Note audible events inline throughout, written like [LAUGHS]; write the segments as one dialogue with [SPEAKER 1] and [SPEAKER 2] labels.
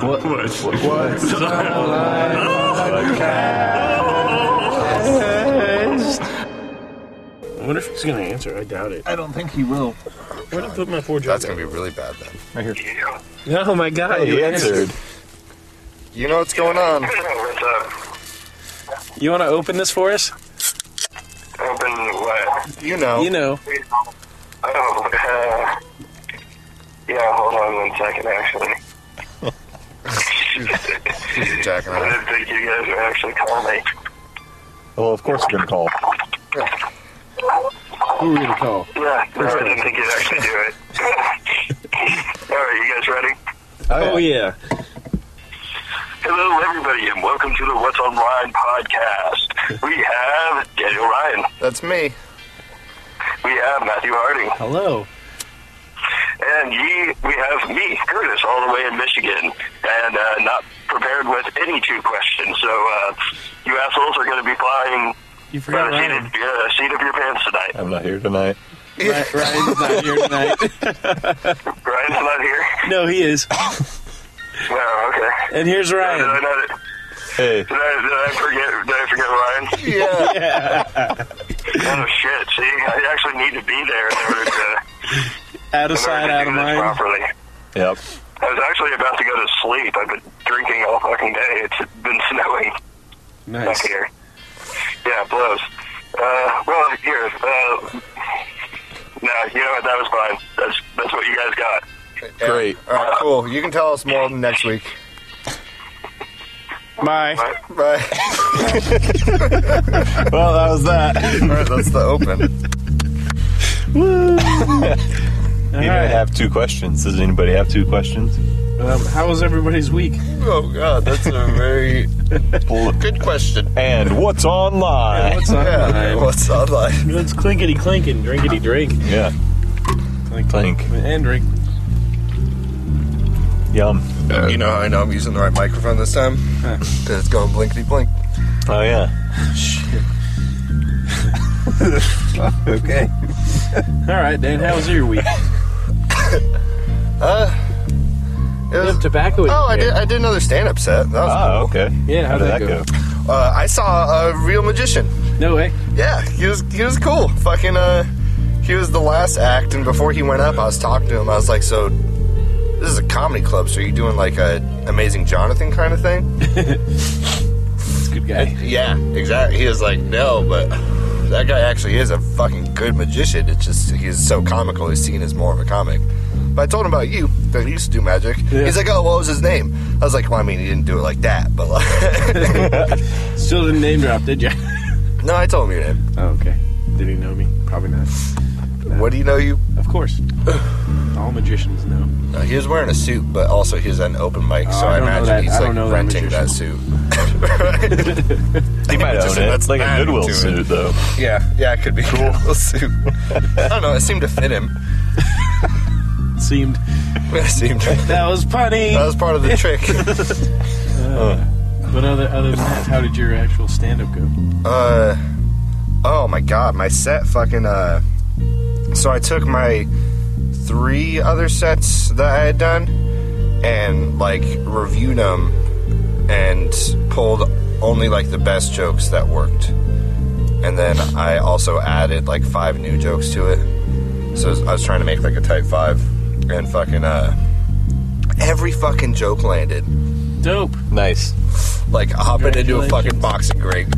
[SPEAKER 1] What? What's, what's all
[SPEAKER 2] I wonder if he's gonna answer. I doubt it.
[SPEAKER 3] I don't think he will.
[SPEAKER 2] Where did I put my four
[SPEAKER 4] That's gonna be really bad then.
[SPEAKER 2] [LAUGHS] Oh my god,
[SPEAKER 1] You answered.
[SPEAKER 4] You know what's going on.
[SPEAKER 5] What's up?
[SPEAKER 2] You want to open this for us?
[SPEAKER 5] Open what?
[SPEAKER 4] You know.
[SPEAKER 2] You know.
[SPEAKER 5] Oh, uh, [LAUGHS] yeah, hold on one second, actually. [LAUGHS]
[SPEAKER 4] Jack and
[SPEAKER 5] I
[SPEAKER 4] I.
[SPEAKER 5] didn't think you guys were actually calling me.
[SPEAKER 1] Well, of course we're gonna call.
[SPEAKER 2] Who are we gonna call?
[SPEAKER 5] Yeah, no, I didn't think you'd actually do it. All right, you guys ready?
[SPEAKER 2] Oh yeah.
[SPEAKER 5] Hello, everybody, and welcome to the What's Online podcast. We have Daniel Ryan.
[SPEAKER 4] That's me.
[SPEAKER 5] We have Matthew Harding.
[SPEAKER 2] Hello.
[SPEAKER 5] And ye, we have me, Curtis, all the way in Michigan, and uh, not prepared with any two questions. So uh, you assholes are going to be flying
[SPEAKER 2] You
[SPEAKER 5] by
[SPEAKER 2] forgot
[SPEAKER 5] the seat of,
[SPEAKER 2] Ryan.
[SPEAKER 5] uh, seat of your pants tonight.
[SPEAKER 1] I'm not here tonight.
[SPEAKER 2] Ryan. [LAUGHS] Ryan's not here tonight.
[SPEAKER 5] Ryan's not here.
[SPEAKER 2] no, he is.
[SPEAKER 5] No, okay.
[SPEAKER 2] And here's
[SPEAKER 5] Did I, [LAUGHS]
[SPEAKER 2] Ryan.
[SPEAKER 5] not, did,
[SPEAKER 1] Hey,
[SPEAKER 5] I, did I forget? Did I forget Ryan?
[SPEAKER 4] Yeah.
[SPEAKER 5] [LAUGHS] Oh shit! See, I actually need to be there in order to,
[SPEAKER 2] Out of
[SPEAKER 5] in order
[SPEAKER 2] sight,
[SPEAKER 5] to
[SPEAKER 2] out
[SPEAKER 5] do
[SPEAKER 2] of
[SPEAKER 5] this
[SPEAKER 2] mind.
[SPEAKER 5] properly.
[SPEAKER 1] yep.
[SPEAKER 5] I was actually about to go to sleep. I've been drinking all fucking day. It's been [LAUGHS] snowing.
[SPEAKER 2] Nice.
[SPEAKER 5] back here. Yeah, it blows. Uh, well, here. Uh, no, you know what? That was fine. That's that's what you guys got.
[SPEAKER 1] Great.
[SPEAKER 4] All right, cool. You can tell us more next week.
[SPEAKER 2] Bye.
[SPEAKER 4] [LAUGHS] Bye.
[SPEAKER 1] Well, that was that.
[SPEAKER 4] All right, that's the open.
[SPEAKER 1] You didn't have two questions. Does anybody have two questions?
[SPEAKER 2] Um, how was everybody's week?
[SPEAKER 4] Oh God, that's a very good question.
[SPEAKER 1] And what's online?
[SPEAKER 2] What's up?
[SPEAKER 4] Yeah. What's online?
[SPEAKER 2] It's clinkety clinking, drinkety drink,
[SPEAKER 1] Yeah. Clink, clink.
[SPEAKER 2] and drink.
[SPEAKER 1] Yum.
[SPEAKER 4] You know how I know I'm using the right microphone this time? Cause it's going blinkety blink.
[SPEAKER 1] Oh yeah.
[SPEAKER 4] Okay.
[SPEAKER 2] All right, Dan. How was your week?
[SPEAKER 4] It
[SPEAKER 2] You have
[SPEAKER 4] was,
[SPEAKER 2] tobacco. in
[SPEAKER 4] oh, I
[SPEAKER 2] your
[SPEAKER 4] did.
[SPEAKER 2] hair.
[SPEAKER 4] I did another stand-up set. That was
[SPEAKER 1] Oh, okay.
[SPEAKER 2] Yeah,
[SPEAKER 1] How
[SPEAKER 2] how'd
[SPEAKER 1] did
[SPEAKER 2] that
[SPEAKER 1] that go?
[SPEAKER 4] cool. Uh, I saw a real magician.
[SPEAKER 2] No way.
[SPEAKER 4] Yeah, he was he was cool. Fucking uh, he was the last act, and before he went up, I was talking to him. I was like, so this is a comedy club, so are you doing like a Amazing Jonathan kind of thing?
[SPEAKER 2] That's a good guy.
[SPEAKER 4] yeah, exactly. He was like, no, but that guy actually is a fucking good magician. It's just he's so comical. He's seen as more of a comic. But I told him about you that you used to do magic.
[SPEAKER 2] Yeah.
[SPEAKER 4] He's like, oh, what was his name? I was like, well, I mean, he didn't do it like that, but like, [LAUGHS]
[SPEAKER 2] Still didn't name drop, did you?
[SPEAKER 4] no, I told him your name.
[SPEAKER 2] Oh, okay. Did he know me? Probably not.
[SPEAKER 4] What do you know? You
[SPEAKER 2] Of course. All magicians know.
[SPEAKER 4] No, Uh, he was wearing a suit, but also he was at an open mic,
[SPEAKER 2] Oh,
[SPEAKER 4] so
[SPEAKER 2] I
[SPEAKER 4] I,
[SPEAKER 2] don't know that-
[SPEAKER 4] imagine he's
[SPEAKER 2] I don't
[SPEAKER 4] like
[SPEAKER 2] know that
[SPEAKER 4] renting that, suit.
[SPEAKER 2] [LAUGHS]
[SPEAKER 1] You might own
[SPEAKER 4] Just-
[SPEAKER 1] it.
[SPEAKER 4] that's
[SPEAKER 1] like a
[SPEAKER 4] adding
[SPEAKER 1] Goodwill
[SPEAKER 4] to it.
[SPEAKER 1] suit, though.
[SPEAKER 4] Yeah, yeah, it could be cool. A suit. [LAUGHS] I don't know. It seemed to fit him. [LAUGHS]
[SPEAKER 2] Seemed
[SPEAKER 4] It seemed. That
[SPEAKER 2] that was punny.
[SPEAKER 4] was part
[SPEAKER 2] [LAUGHS]
[SPEAKER 4] of the trick.
[SPEAKER 2] But other other than that, how did your actual stand up go?
[SPEAKER 4] Uh, oh my god, my set fucking uh. So I took my three other sets that I had done and like reviewed them and pulled only like the best jokes that worked. And then I also added like five new jokes to it. So I was trying to make like a type five and fucking uh. Every fucking joke landed.
[SPEAKER 2] Dope.
[SPEAKER 1] Nice.
[SPEAKER 4] Like hopping into a fucking boxing ring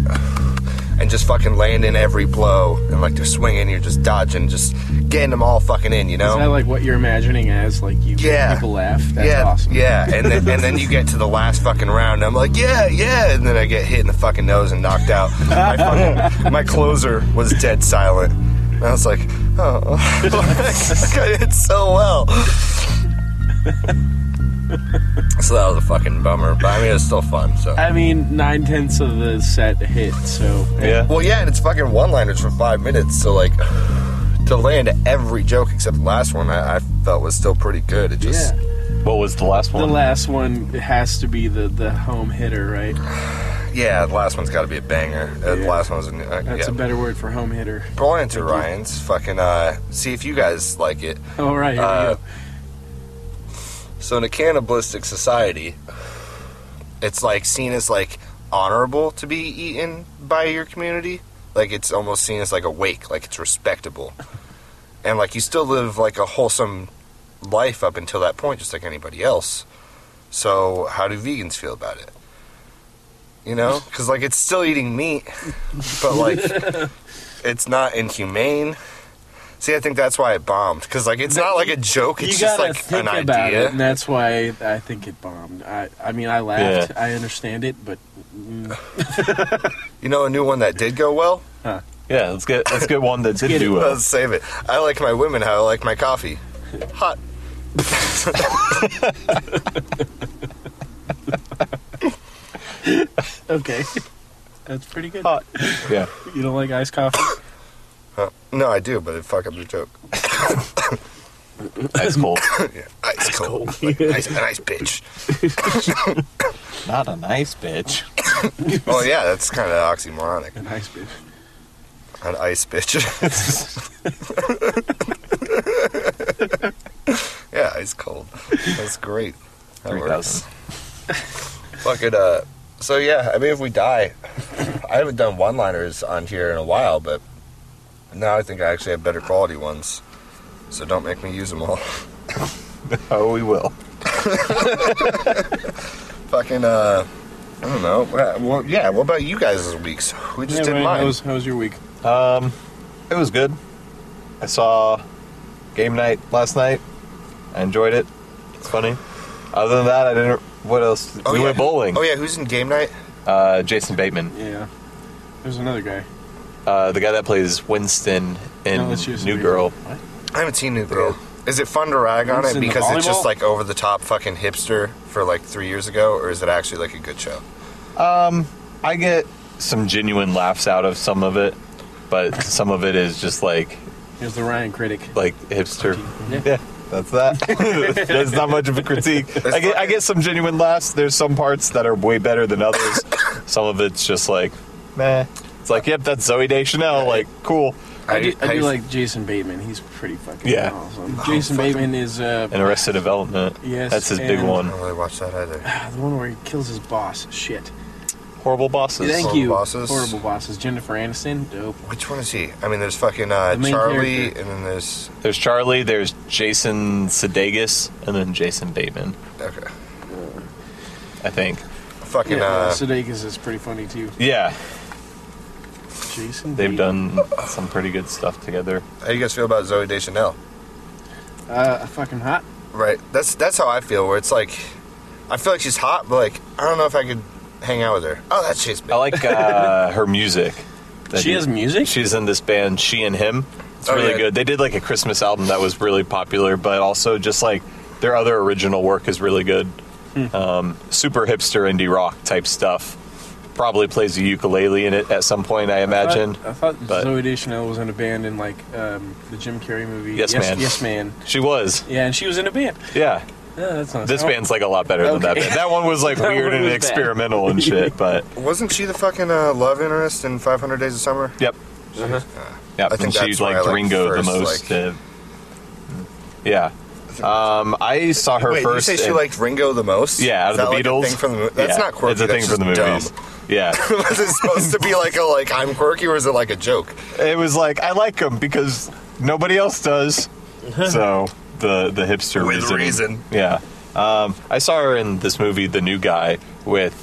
[SPEAKER 4] and just fucking laying in every blow and like they're swinging, you're just dodging, just getting them all fucking in, you
[SPEAKER 2] Is that
[SPEAKER 4] know?
[SPEAKER 2] like what you're imagining as like you
[SPEAKER 4] Yeah.
[SPEAKER 2] make people laugh? That's
[SPEAKER 4] yeah,
[SPEAKER 2] awesome.
[SPEAKER 4] yeah, and then and then you get to the last fucking round. And I'm like, yeah, yeah, and then I get hit in the fucking nose and knocked out. My, fucking, my closer was dead silent. And I was like, oh, [LAUGHS] I did so well. so that was a fucking bummer, but I mean, it's still fun. So
[SPEAKER 2] I mean, nine tenths of the set hit, so
[SPEAKER 1] Yeah.
[SPEAKER 4] Well, yeah, and it's fucking one-liners for five minutes, so like [SIGHS] to land every joke except the last one, I, I felt was still pretty good. It just
[SPEAKER 2] yeah.
[SPEAKER 1] What was the last
[SPEAKER 2] The
[SPEAKER 1] one?
[SPEAKER 2] last one has to be the the home hitter, right?
[SPEAKER 4] yeah, the last one's got to be a banger. Uh, The
[SPEAKER 2] Yeah.
[SPEAKER 4] last one was an, uh,
[SPEAKER 2] That's
[SPEAKER 4] yeah.
[SPEAKER 2] a better word for home hitter. [LAUGHS]
[SPEAKER 4] Going to Ryan's, fucking uh, see if you guys like it.
[SPEAKER 2] All right, here
[SPEAKER 4] Uh,
[SPEAKER 2] we
[SPEAKER 4] So in a cannibalistic society, it's like seen as like honorable to be eaten by your community. Like it's almost seen as like a wake, like it's respectable. And like you still live like a wholesome life up until that point just like anybody else. So how do vegans feel about it? You know, cuz like it's still eating meat, but like
[SPEAKER 2] [LAUGHS]
[SPEAKER 4] it's not inhumane. See, I think that's why it bombed cuz like it's not like a joke, it's
[SPEAKER 2] you
[SPEAKER 4] just
[SPEAKER 2] gotta
[SPEAKER 4] like
[SPEAKER 2] think
[SPEAKER 4] an
[SPEAKER 2] about
[SPEAKER 4] idea.
[SPEAKER 2] it, and that's why I think it bombed. I, I mean, I laughed. I understand it, but mm,
[SPEAKER 4] You know, a new one that did go well.
[SPEAKER 1] Yeah, let's get let's get one that did
[SPEAKER 2] get it.
[SPEAKER 1] do well.
[SPEAKER 4] Let's save it. I like my women how I like my coffee, hot.
[SPEAKER 2] okay, [LAUGHS] that's pretty good.
[SPEAKER 1] Hot. Yeah.
[SPEAKER 2] You don't like iced coffee? [LAUGHS]
[SPEAKER 4] No, I do, but it fuck up your joke.
[SPEAKER 1] Ice cold.
[SPEAKER 4] Yeah, ice cold, Like, ice, an [LAUGHS] ice bitch.
[SPEAKER 1] Not a nice bitch.
[SPEAKER 4] Oh yeah, that's kind of oxymoronic.
[SPEAKER 2] An ice bitch.
[SPEAKER 4] An ice bitch. [LAUGHS] yeah, ice cold. That's great. That
[SPEAKER 1] Three
[SPEAKER 4] works.
[SPEAKER 1] thousand.
[SPEAKER 4] Fuck it. Uh, so yeah, I mean, if we die, I haven't done one-liners on here in a while, but now I think I actually have better quality ones. So don't make me use them all. [LAUGHS]
[SPEAKER 1] Oh, we will.
[SPEAKER 4] fucking uh I don't know. Uh, Well, yeah. What about you guys' weeks? We just
[SPEAKER 2] Yeah,
[SPEAKER 4] did
[SPEAKER 2] Ryan,
[SPEAKER 4] mine.
[SPEAKER 2] how was, how was your week?
[SPEAKER 1] Um, it was good. I saw game night last night. I enjoyed it. It's funny. Other than that, I didn't. What else?
[SPEAKER 4] oh,
[SPEAKER 1] we
[SPEAKER 4] yeah.
[SPEAKER 1] went bowling.
[SPEAKER 4] Oh yeah, who's in game night?
[SPEAKER 1] Uh, Jason Bateman,
[SPEAKER 2] Yeah, there's another guy.
[SPEAKER 1] uh, the guy that plays Winston in
[SPEAKER 2] No, let's use
[SPEAKER 1] New
[SPEAKER 2] the-
[SPEAKER 1] Girl.
[SPEAKER 4] I haven't seen New Girl. Is it fun to rag on
[SPEAKER 2] Who's
[SPEAKER 4] it
[SPEAKER 2] in the
[SPEAKER 4] because it's just
[SPEAKER 2] volleyball?
[SPEAKER 4] like over the top fucking hipster for like three years ago, or is it actually like a good show?
[SPEAKER 1] I get some genuine laughs out of some of it, but some of it is just like
[SPEAKER 2] Here's the Ryan critic.
[SPEAKER 1] like hipster.
[SPEAKER 2] Yeah.
[SPEAKER 1] Yeah, that's that. [LAUGHS] There's not much of a critique. I get, I get some genuine laughs. There's some parts that are way better than
[SPEAKER 2] [COUGHS]
[SPEAKER 1] others. Some of it's just like, meh. It's like, yep, that's Zoe Deschanel. Like, cool.
[SPEAKER 2] I do,
[SPEAKER 4] How
[SPEAKER 2] I
[SPEAKER 4] you-
[SPEAKER 2] do like Jason Bateman. He's pretty fucking
[SPEAKER 1] Yeah. Oh,
[SPEAKER 2] awesome. Jason
[SPEAKER 4] fucking-
[SPEAKER 2] Bateman is uh,
[SPEAKER 1] And Arrested Development.
[SPEAKER 2] Yes,
[SPEAKER 1] that's his big
[SPEAKER 2] and-
[SPEAKER 4] I
[SPEAKER 1] one.
[SPEAKER 4] don't really watch that either.
[SPEAKER 2] [SIGHS] the one where he kills his boss. Shit.
[SPEAKER 1] Horrible bosses.
[SPEAKER 2] Thank
[SPEAKER 4] Horrible
[SPEAKER 2] you.
[SPEAKER 4] Bosses.
[SPEAKER 2] Horrible bosses. Jennifer Aniston. Dope.
[SPEAKER 4] Which one is he? I mean, there's fucking uh,
[SPEAKER 2] The main
[SPEAKER 4] Charlie,
[SPEAKER 2] character.
[SPEAKER 4] and then there's
[SPEAKER 1] There's Charlie. There's Jason Sudeikis, and then Jason Bateman.
[SPEAKER 4] okay,
[SPEAKER 1] I think.
[SPEAKER 4] fucking
[SPEAKER 2] yeah,
[SPEAKER 4] uh,
[SPEAKER 2] Sudeikis is pretty funny too.
[SPEAKER 1] Yeah,
[SPEAKER 2] Jason.
[SPEAKER 1] they've
[SPEAKER 2] Bateman.
[SPEAKER 1] done some pretty good stuff together.
[SPEAKER 4] how do you guys feel about Zoe Deschanel?
[SPEAKER 2] Uh, fucking hot.
[SPEAKER 4] Right. That's that's how I feel. Where it's like, I feel like she's hot, but like I don't know if I could hang out with her. Oh, that shit's big.
[SPEAKER 1] I like
[SPEAKER 2] [LAUGHS]
[SPEAKER 1] uh, her music. That
[SPEAKER 2] She
[SPEAKER 1] you-
[SPEAKER 2] has music.
[SPEAKER 1] She's in this band, She and Him. It's
[SPEAKER 4] Oh,
[SPEAKER 1] really
[SPEAKER 4] yeah.
[SPEAKER 1] good. They did like a Christmas album that was really popular, but also just like their other original work is really good.
[SPEAKER 2] Hmm.
[SPEAKER 1] Um, super hipster indie rock type stuff. Probably plays a ukulele in it at some point, I
[SPEAKER 2] I thought-
[SPEAKER 1] imagine.
[SPEAKER 2] I thought
[SPEAKER 1] but-
[SPEAKER 2] Zoe Deschanel was in a band in like um, the Jim Carrey movie.
[SPEAKER 1] Yes, Man.
[SPEAKER 2] Yes, man.
[SPEAKER 1] She was,
[SPEAKER 2] Yeah, and she was in a band.
[SPEAKER 1] yeah.
[SPEAKER 2] Yeah, that's not
[SPEAKER 1] This band's like a lot better than that
[SPEAKER 2] Okay.
[SPEAKER 1] band. That one was like
[SPEAKER 2] [LAUGHS] That
[SPEAKER 1] weird
[SPEAKER 2] one
[SPEAKER 1] and
[SPEAKER 2] was bad.
[SPEAKER 1] experimental and
[SPEAKER 2] [LAUGHS]
[SPEAKER 1] shit, but
[SPEAKER 4] Wasn't she the fucking uh, love interest in 500 Days of Summer?
[SPEAKER 1] yep,
[SPEAKER 2] Uh-huh.
[SPEAKER 1] yep.
[SPEAKER 4] I
[SPEAKER 1] and
[SPEAKER 4] think
[SPEAKER 1] she
[SPEAKER 4] that's where I
[SPEAKER 1] liked
[SPEAKER 4] like
[SPEAKER 1] Ringo
[SPEAKER 4] first,
[SPEAKER 1] the most.
[SPEAKER 4] like-
[SPEAKER 1] uh, yeah. Um, I saw her
[SPEAKER 4] Wait,
[SPEAKER 1] first.
[SPEAKER 4] you say she
[SPEAKER 1] in-
[SPEAKER 4] liked Ringo the most?
[SPEAKER 1] Yeah, out of
[SPEAKER 4] Is
[SPEAKER 1] the
[SPEAKER 4] that, like, a
[SPEAKER 1] Beatles.
[SPEAKER 4] thing from the, mo- that's
[SPEAKER 1] Yeah,
[SPEAKER 4] not quirky.
[SPEAKER 1] It's a thing
[SPEAKER 4] that's
[SPEAKER 1] from the
[SPEAKER 4] just dumb.
[SPEAKER 1] movies. Yeah,
[SPEAKER 4] [LAUGHS] was it supposed to be like a like I'm quirky, or is it like a joke?
[SPEAKER 1] it was like I like him because nobody else
[SPEAKER 4] [LAUGHS]
[SPEAKER 1] does. So the the hipster
[SPEAKER 4] With
[SPEAKER 1] reasoning.
[SPEAKER 4] reason.
[SPEAKER 1] Yeah, um, I saw her in this movie, The New Guy, with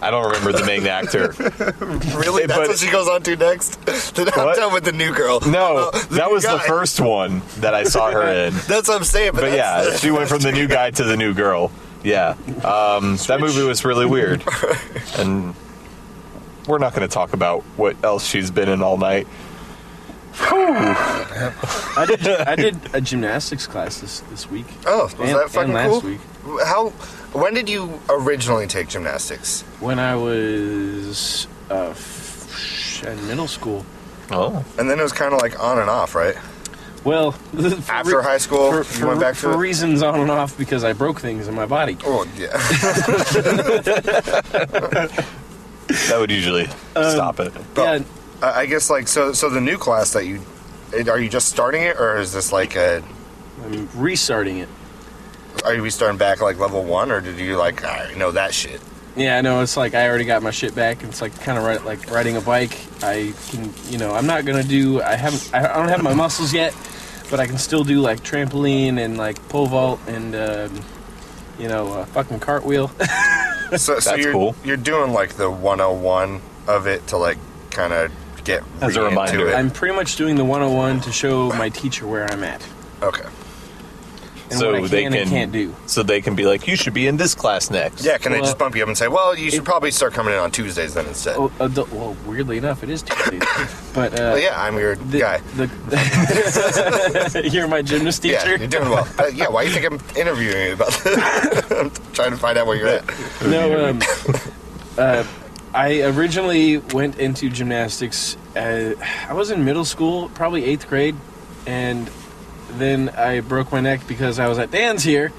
[SPEAKER 1] I don't remember the main
[SPEAKER 4] [LAUGHS]
[SPEAKER 1] actor.
[SPEAKER 4] Really,
[SPEAKER 1] It-
[SPEAKER 4] that's
[SPEAKER 1] but-
[SPEAKER 4] what she goes on to next. [LAUGHS] Then I'm
[SPEAKER 1] What?
[SPEAKER 4] done with the new girl.
[SPEAKER 1] No,
[SPEAKER 4] Uh, the
[SPEAKER 1] that
[SPEAKER 4] new
[SPEAKER 1] was the
[SPEAKER 4] guy.
[SPEAKER 1] first one that I saw her in.
[SPEAKER 4] That's what I'm saying. But,
[SPEAKER 1] But
[SPEAKER 4] that's-
[SPEAKER 1] yeah, she went from the new guy to the new girl. Yeah, um, that movie was really weird,
[SPEAKER 4] [LAUGHS]
[SPEAKER 1] and we're not going to talk about what else she's been in all night.
[SPEAKER 2] I did. I did a gymnastics class this this week.
[SPEAKER 4] Oh, was
[SPEAKER 2] and,
[SPEAKER 4] that
[SPEAKER 2] and
[SPEAKER 4] fucking
[SPEAKER 2] last
[SPEAKER 4] cool?
[SPEAKER 2] week
[SPEAKER 4] How? When did you originally take gymnastics?
[SPEAKER 2] when I was uh, f- in middle school.
[SPEAKER 1] Oh,
[SPEAKER 4] And then it was kind of like on and off, right?
[SPEAKER 2] Well, [LAUGHS]
[SPEAKER 4] After high school,
[SPEAKER 2] for,
[SPEAKER 4] you
[SPEAKER 2] for,
[SPEAKER 4] went back to
[SPEAKER 2] for
[SPEAKER 4] it?
[SPEAKER 2] reasons on and off because I broke things in my body.
[SPEAKER 4] Oh yeah.
[SPEAKER 1] that would usually
[SPEAKER 2] Um,
[SPEAKER 1] stop it.
[SPEAKER 4] But-
[SPEAKER 2] yeah,
[SPEAKER 4] [LAUGHS] I I guess like so. So the new class that you are you just starting it, or is this like a
[SPEAKER 2] I'm restarting it.
[SPEAKER 4] are we starting back like level one, or did you like I know
[SPEAKER 1] [LAUGHS]
[SPEAKER 4] that shit?
[SPEAKER 2] Yeah, I know. It's like I already got my shit back. It's like kind of right, like riding a bike. I can, you know, I'm not gonna do. I haven't. I don't have my muscles yet, but I can still do like trampoline and like pole vault and, um, you know, uh, fucking cartwheel.
[SPEAKER 4] So, so
[SPEAKER 1] That's
[SPEAKER 4] you're,
[SPEAKER 1] cool.
[SPEAKER 4] You're doing like the 101 of it to like kind of get
[SPEAKER 1] As a
[SPEAKER 4] re- into
[SPEAKER 1] reminder.
[SPEAKER 4] it.
[SPEAKER 2] I'm pretty much doing the 101 to show my teacher where I'm at
[SPEAKER 4] okay.
[SPEAKER 2] and
[SPEAKER 1] So
[SPEAKER 2] what I can
[SPEAKER 1] they
[SPEAKER 2] and
[SPEAKER 1] can-
[SPEAKER 2] can't do.
[SPEAKER 1] So they can be like, you should be in this class next.
[SPEAKER 4] Yeah, can they
[SPEAKER 2] Well-
[SPEAKER 4] just bump you up and say, well, you should
[SPEAKER 2] It-
[SPEAKER 4] probably start coming in on Tuesdays then instead?
[SPEAKER 2] Oh, adult, well, weirdly enough, it is Tuesday, but uh,
[SPEAKER 4] Well, Oh, yeah, I'm your
[SPEAKER 2] the,
[SPEAKER 4] guy.
[SPEAKER 2] the- [LAUGHS] you're my gymnast
[SPEAKER 4] Yeah,
[SPEAKER 2] teacher.
[SPEAKER 4] you're doing well. Uh, yeah, why do you think I'm interviewing you about this? [LAUGHS] I'm trying to find out where you're at.
[SPEAKER 2] No, um, uh, I originally went into gymnastics. Uh, I was in middle school, probably eighth grade, and then I broke my neck because I was at Dan's [LAUGHS] here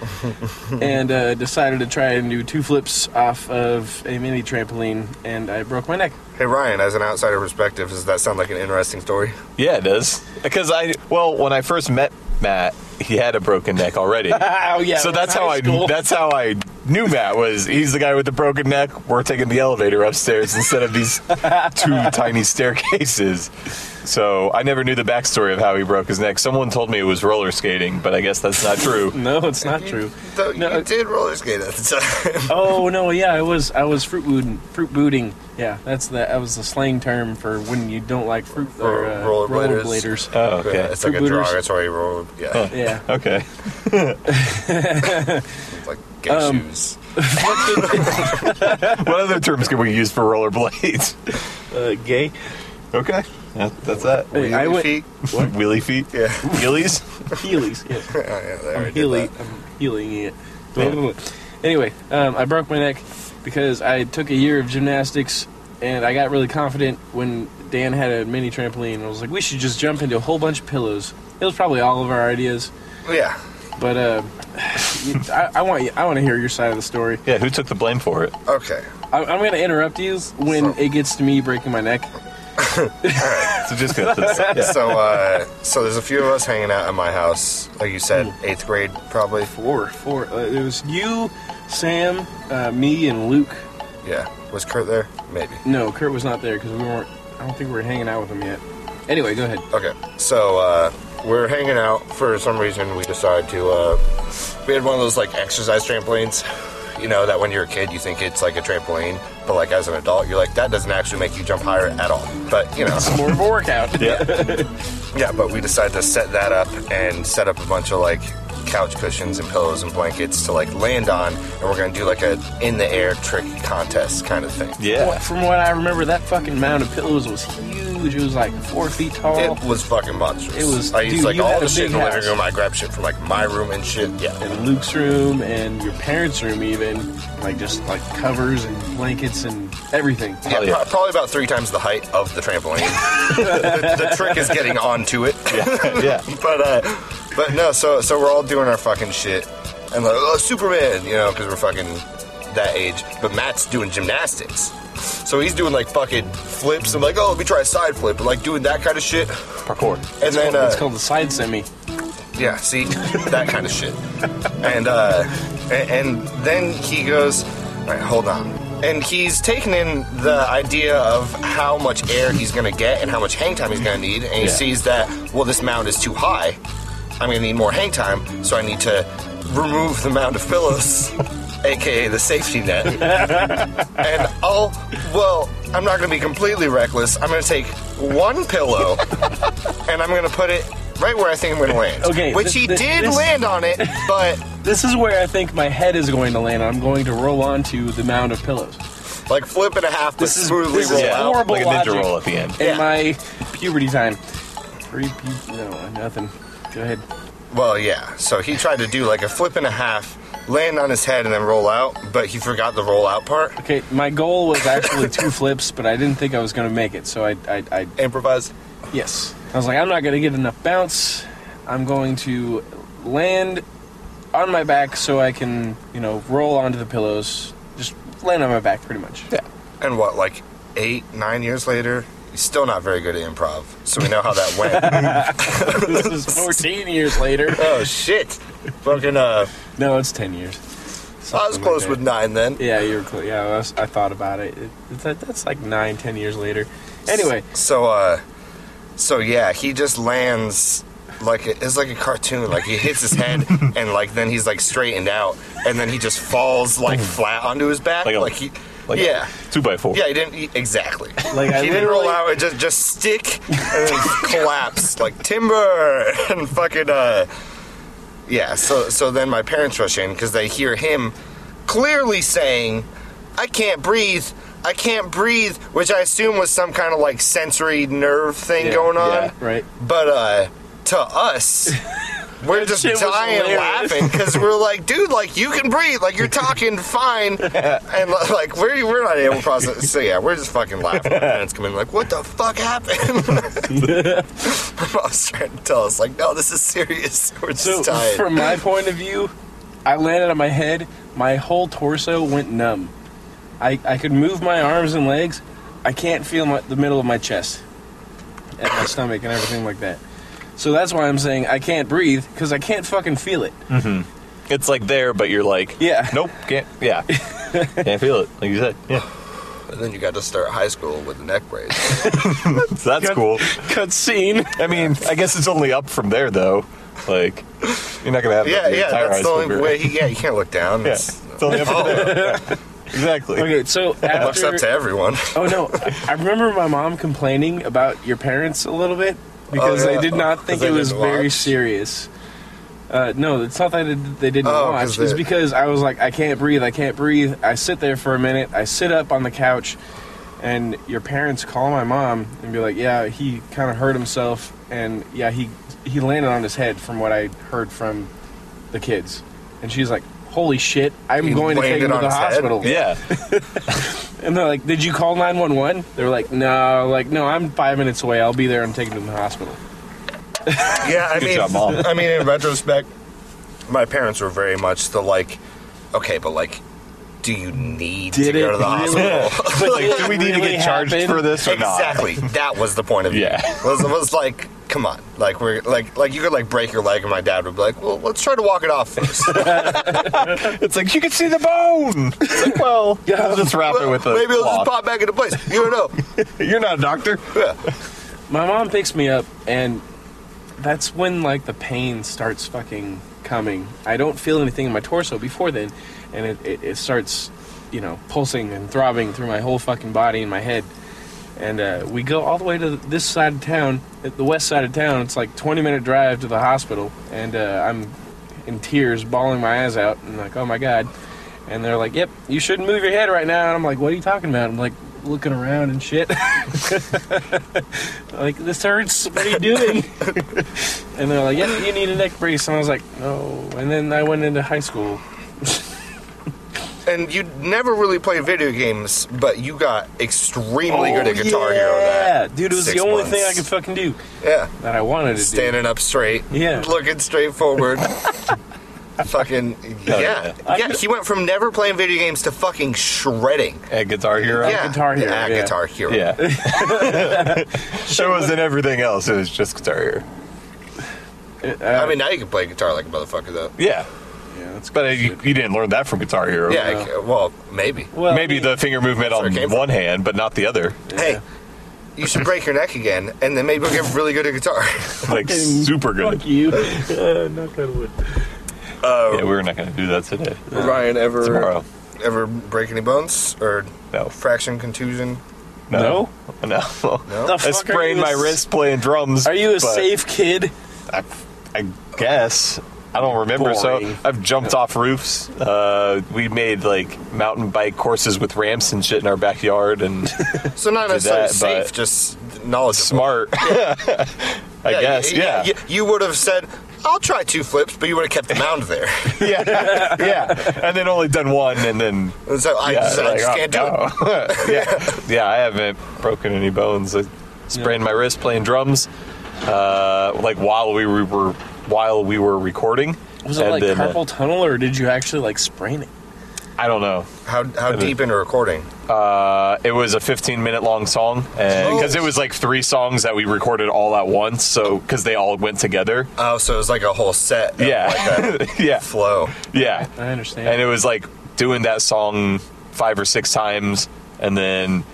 [SPEAKER 2] and uh, decided to try and do two flips off of a mini trampoline, and I broke my neck.
[SPEAKER 4] Hey, Ryan, as an outsider perspective, does that sound like an interesting story?
[SPEAKER 1] Yeah, it does. Because I, well, when I first met Matt, he had a broken neck already.
[SPEAKER 2] Oh [LAUGHS] yeah.
[SPEAKER 1] so
[SPEAKER 2] it was
[SPEAKER 1] that's how
[SPEAKER 2] high
[SPEAKER 1] I
[SPEAKER 2] school.
[SPEAKER 1] that's how I knew Matt was he's the guy with the broken neck. We're taking the elevator upstairs instead of
[SPEAKER 2] [LAUGHS]
[SPEAKER 1] these two tiny staircases. So I never knew the backstory of how he broke his neck. Someone told me it was roller skating, but I guess that's not
[SPEAKER 2] [LAUGHS]
[SPEAKER 1] true.
[SPEAKER 2] [LAUGHS] No, it's not true.
[SPEAKER 4] Though
[SPEAKER 2] No. uh,
[SPEAKER 4] you did roller skate at the time.
[SPEAKER 2] Oh no, yeah, I was I was fruit booting, fruit booting. Yeah, that's the that was the slang term for when you don't like fruit or uh,
[SPEAKER 4] Roller-
[SPEAKER 2] rollerbladers.
[SPEAKER 1] [LAUGHS]
[SPEAKER 4] rollerbladers.
[SPEAKER 1] Oh,
[SPEAKER 4] Yeah,
[SPEAKER 1] okay.
[SPEAKER 4] [LAUGHS] it's like a
[SPEAKER 2] Two booters.
[SPEAKER 4] derogatory role. Yeah,
[SPEAKER 2] Yeah.
[SPEAKER 1] Okay.
[SPEAKER 4] it's like gay
[SPEAKER 2] Um,
[SPEAKER 4] shoes.
[SPEAKER 1] What other terms can we use for rollerblades? [LAUGHS]
[SPEAKER 2] uh, gay.
[SPEAKER 1] Okay. Yeah, that's that.
[SPEAKER 2] Hey, I
[SPEAKER 4] Wheelie
[SPEAKER 2] went-
[SPEAKER 4] feet? [LAUGHS]
[SPEAKER 1] Wheelie feet?
[SPEAKER 4] Yeah. [LAUGHS]
[SPEAKER 1] Gillies?
[SPEAKER 2] Heelys. Yes.
[SPEAKER 4] Yeah, yeah, they already
[SPEAKER 2] I'm
[SPEAKER 4] did
[SPEAKER 2] healing.
[SPEAKER 4] that.
[SPEAKER 2] I'm healing it.
[SPEAKER 1] Yeah.
[SPEAKER 2] Blah, blah, blah. Anyway, um, I broke my neck because I took a year of gymnastics and I got really confident when Dan had a mini trampoline. I was like, we should just jump into a whole bunch of pillows. It was probably all of our ideas,
[SPEAKER 4] Yeah.
[SPEAKER 2] but uh, [SIGHS] you- I, I want you, I want to hear your side of the story.
[SPEAKER 1] Yeah, who took the blame for it?
[SPEAKER 4] Okay.
[SPEAKER 2] I, I'm going to interrupt you when
[SPEAKER 4] So-
[SPEAKER 2] it gets to me breaking my neck.
[SPEAKER 1] So just gonna yeah.
[SPEAKER 4] So, uh, so there's a few of us hanging out at my house. Like you said,
[SPEAKER 2] Hmm.
[SPEAKER 4] eighth grade probably.
[SPEAKER 2] Four, four. Uh, it was you, Sam, uh, me, and Luke.
[SPEAKER 4] Yeah. Was Kurt there? Maybe.
[SPEAKER 2] No, Kurt was not there because we weren't. I don't think we were hanging out with him yet. Anyway, go ahead.
[SPEAKER 4] Okay. So uh, we're hanging out. For some reason, we decided to. Uh, we had one of those like exercise trampolines. You know that when you're a kid, you think it's like a trampoline, but like as an adult, you're like that doesn't actually make you jump higher at all. But
[SPEAKER 2] [LAUGHS]
[SPEAKER 4] you know.
[SPEAKER 2] More of a workout.
[SPEAKER 4] [LAUGHS]
[SPEAKER 1] yeah.
[SPEAKER 4] Yeah, but we decided to set that up and set up a bunch of like couch cushions and pillows and blankets to like land on, and we're gonna do like a in the air trick contest kind of thing.
[SPEAKER 1] Yeah.
[SPEAKER 2] From what I remember, that fucking mound of pillows was huge. It was like four feet tall.
[SPEAKER 4] It was fucking monstrous.
[SPEAKER 2] It was-
[SPEAKER 4] I used
[SPEAKER 2] dude,
[SPEAKER 4] like
[SPEAKER 2] you
[SPEAKER 4] all
[SPEAKER 2] had
[SPEAKER 4] the
[SPEAKER 2] a
[SPEAKER 4] shit in
[SPEAKER 2] big
[SPEAKER 4] the living
[SPEAKER 2] house.
[SPEAKER 4] room. I grabbed shit from like my room and shit. Yeah.
[SPEAKER 2] and Luke's room and your parents' room, even like just like covers and blankets and everything.
[SPEAKER 4] Yeah,
[SPEAKER 1] yeah.
[SPEAKER 4] pro- probably about three times the height of
[SPEAKER 2] [LAUGHS]
[SPEAKER 4] the trampoline. the, the trick is getting onto it.
[SPEAKER 1] yeah.
[SPEAKER 4] but uh, but no, so so we're all doing our fucking shit, and like oh, Superman, you know, because we're fucking that age. But Matt's doing gymnastics, so he's doing like fucking flips. I'm like, oh, let me try a side flip, but like doing that kind of shit,
[SPEAKER 1] Parkour.
[SPEAKER 4] and then
[SPEAKER 2] It's
[SPEAKER 4] uh,
[SPEAKER 2] called the side semi.
[SPEAKER 4] yeah, see that kind of shit, and uh, a- and, and then he goes, all right, hold on. And he's taking in the idea of how much air he's gonna get and how much hang time he's gonna need, and he
[SPEAKER 1] Yeah.
[SPEAKER 4] sees that well, this mound is too high. I'm gonna need more hang time, so I need to remove the mound of pillows, [LAUGHS] aka the safety net. and I'll well, I'm not gonna be completely reckless. I'm gonna take one pillow and I'm gonna put it right where I think I'm gonna land.
[SPEAKER 2] Okay,
[SPEAKER 4] which
[SPEAKER 2] thi-
[SPEAKER 4] he
[SPEAKER 2] thi-
[SPEAKER 4] did
[SPEAKER 2] this-
[SPEAKER 4] land on it, but
[SPEAKER 2] This is where I think my head is going to land. I'm going to roll onto the mound of pillows.
[SPEAKER 4] like flip and a half, but
[SPEAKER 2] This is-
[SPEAKER 4] smoothly
[SPEAKER 2] this is
[SPEAKER 4] roll out.
[SPEAKER 2] horrible
[SPEAKER 1] like a ninja
[SPEAKER 2] logic.
[SPEAKER 1] roll at the end.
[SPEAKER 2] in
[SPEAKER 4] Yeah.
[SPEAKER 2] my puberty time. Pre pu- no, nothing. Go ahead.
[SPEAKER 4] Well, yeah. So he tried to do like a flip and a half, land on his head, and then roll out, but he forgot the roll out part.
[SPEAKER 2] Okay, my goal was actually two [LAUGHS] flips, but I didn't think I was going to make it. So I, I, I,
[SPEAKER 4] Improvised.
[SPEAKER 2] yes, I was like, I'm not going to get enough bounce. I'm going to land on my back so I can, you know, roll onto the pillows. Just land on my back, pretty much. [LAUGHS]
[SPEAKER 4] And what, like eight, nine years later, he's still not very good at improv. So we know how that
[SPEAKER 2] [LAUGHS]
[SPEAKER 4] went.
[SPEAKER 2] this is 14 years later.
[SPEAKER 4] oh shit! Fucking uh,
[SPEAKER 2] No, it's ten years.
[SPEAKER 4] I was
[SPEAKER 2] Something like
[SPEAKER 4] close
[SPEAKER 2] that.
[SPEAKER 4] with nine then.
[SPEAKER 2] Yeah, you were close. Yeah, I, was- I thought about it. It- it's that, that's like nine, ten years later. Anyway,
[SPEAKER 4] So, uh, so yeah, he just lands like a, it's like a cartoon. Like he hits
[SPEAKER 1] [LAUGHS]
[SPEAKER 4] his head, and like then he's like straightened out, and then he just falls like flat onto his back.
[SPEAKER 1] Like
[SPEAKER 4] Like,
[SPEAKER 1] a-
[SPEAKER 4] he,
[SPEAKER 1] Like
[SPEAKER 4] yeah,
[SPEAKER 1] two by four.
[SPEAKER 4] yeah, he didn't he, exactly.
[SPEAKER 2] [LAUGHS] like I
[SPEAKER 4] he didn't roll
[SPEAKER 2] literally-
[SPEAKER 4] out. It just just stick and then
[SPEAKER 2] [LAUGHS]
[SPEAKER 4] collapse like timber [LAUGHS] and fucking uh, yeah. So so then my parents rush in because they hear him clearly saying, "I can't breathe." I can't breathe, which I assume was some kind of like sensory nerve thing
[SPEAKER 2] Yeah,
[SPEAKER 4] going on.
[SPEAKER 2] yeah, right.
[SPEAKER 4] But uh
[SPEAKER 2] [LAUGHS]
[SPEAKER 4] to us, we're just
[SPEAKER 2] shit was
[SPEAKER 4] dying
[SPEAKER 2] hilarious.
[SPEAKER 4] laughing because we're like, dude, like you can breathe, like you're
[SPEAKER 2] [LAUGHS]
[SPEAKER 4] talking fine, and li- like we're we're not able to process. So yeah, we're just fucking laughing. My parents come in like, what the
[SPEAKER 2] [LAUGHS]
[SPEAKER 4] fuck happened? [LAUGHS] My mom's trying to tell us like, no, this is serious. We're just
[SPEAKER 2] So
[SPEAKER 4] dying.
[SPEAKER 2] from my point of view, I landed on my head. My whole torso went numb. I, I could move my arms and legs. I can't feel my, the middle of my chest and my stomach and everything like that. So that's why I'm saying I can't breathe because I can't fucking feel [LAUGHS] it.
[SPEAKER 1] It's like there, but you're like,
[SPEAKER 2] Yeah.
[SPEAKER 1] nope, can't,
[SPEAKER 4] [LAUGHS]
[SPEAKER 1] yeah, can't feel it. Like you said, yeah,
[SPEAKER 4] and then you got to start high school with a neck
[SPEAKER 2] [LAUGHS]
[SPEAKER 4] brace.
[SPEAKER 1] so that's cool.
[SPEAKER 2] Cutscene.
[SPEAKER 1] I mean, I guess it's only up from there though. Like, you're not gonna have
[SPEAKER 4] yeah,
[SPEAKER 1] that your
[SPEAKER 4] yeah,
[SPEAKER 1] entire
[SPEAKER 4] that's
[SPEAKER 1] high
[SPEAKER 4] the
[SPEAKER 1] school
[SPEAKER 4] only
[SPEAKER 1] career.
[SPEAKER 4] way. He, yeah, you can't look down.
[SPEAKER 1] Yeah,
[SPEAKER 4] It's- Oh.
[SPEAKER 1] it's only up from there. Yeah, Exactly.
[SPEAKER 2] Okay, so
[SPEAKER 4] Looks up to
[SPEAKER 2] after,
[SPEAKER 4] everyone.
[SPEAKER 2] oh no, I remember my mom complaining about your parents a little bit because
[SPEAKER 4] yeah.
[SPEAKER 2] they did
[SPEAKER 4] Oh,
[SPEAKER 2] not
[SPEAKER 4] 'cause
[SPEAKER 2] think
[SPEAKER 4] they
[SPEAKER 2] it was
[SPEAKER 4] didn't
[SPEAKER 2] very
[SPEAKER 4] watch?
[SPEAKER 2] serious. Uh, no, it's not that they did- they didn't
[SPEAKER 4] Oh, 'cause
[SPEAKER 2] watch. It's
[SPEAKER 4] they-
[SPEAKER 2] because I was like, I can't breathe, I can't breathe. I sit there for a minute. I sit up on the couch, and your parents call my mom and be like, "Yeah, he kind of hurt himself, and yeah, he he landed on his head," from what I heard from the kids. And she's like, "Holy shit, I'm
[SPEAKER 4] He
[SPEAKER 2] going to take
[SPEAKER 4] landed
[SPEAKER 2] him to
[SPEAKER 4] on
[SPEAKER 2] the
[SPEAKER 4] his head?
[SPEAKER 2] hospital."
[SPEAKER 4] [LAUGHS]
[SPEAKER 1] Yeah, [LAUGHS]
[SPEAKER 2] And they're like, "Did you call 911?" They were like, "No, like no, I'm five minutes away. I'll be there and take him to the hospital."
[SPEAKER 4] Yeah, I
[SPEAKER 1] Good
[SPEAKER 4] mean,
[SPEAKER 1] job, Mom.
[SPEAKER 4] I mean, in retrospect, my parents were very much the like, okay, but like, do you need to
[SPEAKER 2] Did
[SPEAKER 4] go
[SPEAKER 2] it
[SPEAKER 4] to the
[SPEAKER 2] really-
[SPEAKER 1] [LAUGHS]
[SPEAKER 4] hospital?
[SPEAKER 1] like, do we need to
[SPEAKER 2] really
[SPEAKER 1] get charged
[SPEAKER 2] happened?
[SPEAKER 1] for this or
[SPEAKER 4] exactly. That was the point of view.
[SPEAKER 1] Yeah.
[SPEAKER 4] was was like, come on, like we're like like you could like break your leg, and my dad would be like, well, let's try to walk it off first.
[SPEAKER 1] [LAUGHS] not? It's like you can see the bone. It's like,
[SPEAKER 2] [LAUGHS]
[SPEAKER 1] well, yeah, let's wrap it with a
[SPEAKER 4] Maybe it'll just
[SPEAKER 1] cloth.
[SPEAKER 4] pop back into place. You don't know.
[SPEAKER 1] You're not a doctor.
[SPEAKER 2] My mom picks me up, and that's when like the pain starts fucking coming. I don't feel anything in my torso before then, and it, it, it starts, you know, pulsing and throbbing through my whole fucking body and my head. And uh, we go all the way to this side of town, uh, the west side of town. It's like 20 minute drive to the hospital, and uh, I'm in tears, bawling my eyes out, and like, oh my god. And they're like, "Yep, you shouldn't move your head right now." And I'm like, "What are you talking about?" I'm like looking around and shit. [LAUGHS] like this hurts. What are you [LAUGHS] doing? and they're like, "Yep, you need a neck brace." And I was like, "No." And then I went into high school.
[SPEAKER 4] And you never really play video games, but you got extremely good at
[SPEAKER 2] Oh,
[SPEAKER 4] Guitar
[SPEAKER 2] yeah.
[SPEAKER 4] Hero. That
[SPEAKER 2] dude, it was
[SPEAKER 4] six
[SPEAKER 2] the only
[SPEAKER 4] months.
[SPEAKER 2] thing I could fucking do
[SPEAKER 4] yeah.
[SPEAKER 2] that I wanted to do.
[SPEAKER 4] standing up straight,
[SPEAKER 2] Yeah.
[SPEAKER 4] looking straight forward. fucking yeah.
[SPEAKER 1] yeah.
[SPEAKER 4] yeah, He went from never playing video games to fucking shredding.
[SPEAKER 1] At Guitar Hero.
[SPEAKER 4] yeah,
[SPEAKER 2] Guitar Hero,
[SPEAKER 4] Yeah,
[SPEAKER 2] yeah.
[SPEAKER 4] Guitar Hero.
[SPEAKER 1] Yeah.
[SPEAKER 2] [LAUGHS]
[SPEAKER 1] it wasn't everything else. It was just Guitar Hero.
[SPEAKER 4] I mean, now you can play guitar like a motherfucker though.
[SPEAKER 1] Yeah.
[SPEAKER 2] Yeah, that's
[SPEAKER 1] But uh, you, you didn't learn that from Guitar Hero.
[SPEAKER 4] Yeah. I ca- well, maybe.
[SPEAKER 2] Well,
[SPEAKER 1] Maybe
[SPEAKER 2] I mean,
[SPEAKER 1] the finger movement
[SPEAKER 4] where
[SPEAKER 1] on
[SPEAKER 4] it came from.
[SPEAKER 1] one hand, but not the other.
[SPEAKER 4] Hey, you should break your neck again, and then maybe you'll get really good at guitar.
[SPEAKER 1] Like, [LAUGHS] super good.
[SPEAKER 2] Fuck you. [LAUGHS] Uh, knock on wood.
[SPEAKER 1] Yeah, we were not going to do that today.
[SPEAKER 4] Ryan, ever
[SPEAKER 1] Tomorrow.
[SPEAKER 4] ever break any bones or
[SPEAKER 1] No.
[SPEAKER 4] fraction, contusion?
[SPEAKER 1] No. No. [LAUGHS]
[SPEAKER 4] No?
[SPEAKER 2] The
[SPEAKER 1] I
[SPEAKER 2] fuck are
[SPEAKER 1] sprained
[SPEAKER 2] you a
[SPEAKER 1] my
[SPEAKER 2] s-
[SPEAKER 1] wrist playing drums.
[SPEAKER 2] Are you a
[SPEAKER 1] but
[SPEAKER 2] safe kid?
[SPEAKER 1] I, I guess. I don't remember.
[SPEAKER 2] Boring.
[SPEAKER 1] So I've jumped off roofs. Uh, we made like mountain bike courses with ramps and shit in our backyard
[SPEAKER 4] [LAUGHS]
[SPEAKER 1] and
[SPEAKER 4] So not
[SPEAKER 1] Did
[SPEAKER 4] necessarily
[SPEAKER 1] that,
[SPEAKER 4] safe,
[SPEAKER 1] but-
[SPEAKER 4] just knowledgeable.
[SPEAKER 1] smart. [LAUGHS] I guess.
[SPEAKER 4] y-
[SPEAKER 1] Yeah.
[SPEAKER 4] y- You would have said, "I'll try two flips," but you would have kept the mound there.
[SPEAKER 1] yeah, [LAUGHS] yeah, and then only done one, and then
[SPEAKER 4] And so I
[SPEAKER 1] yeah,
[SPEAKER 4] just, I
[SPEAKER 1] like,
[SPEAKER 4] just
[SPEAKER 1] oh,
[SPEAKER 4] can't do it.
[SPEAKER 1] no. [LAUGHS] yeah, yeah, I haven't broken any bones. I sprained my wrist playing drums, uh, like while we were, were while we were recording.
[SPEAKER 2] Was it
[SPEAKER 1] And
[SPEAKER 2] like
[SPEAKER 1] then, uh,
[SPEAKER 2] carpal tunnel, or did you actually like sprain it?
[SPEAKER 1] I don't know.
[SPEAKER 4] How how deep into recording?
[SPEAKER 1] Uh, it was a 15 minute long song
[SPEAKER 4] Oh.
[SPEAKER 1] because it was like three songs that we recorded all at once. So because they all went together.
[SPEAKER 4] Oh, so it was like a whole set. of,
[SPEAKER 1] Yeah.
[SPEAKER 4] Like
[SPEAKER 1] [LAUGHS]
[SPEAKER 4] a
[SPEAKER 1] Yeah,
[SPEAKER 4] flow.
[SPEAKER 1] yeah.
[SPEAKER 2] I understand.
[SPEAKER 1] And it was like doing that song five or six times, and then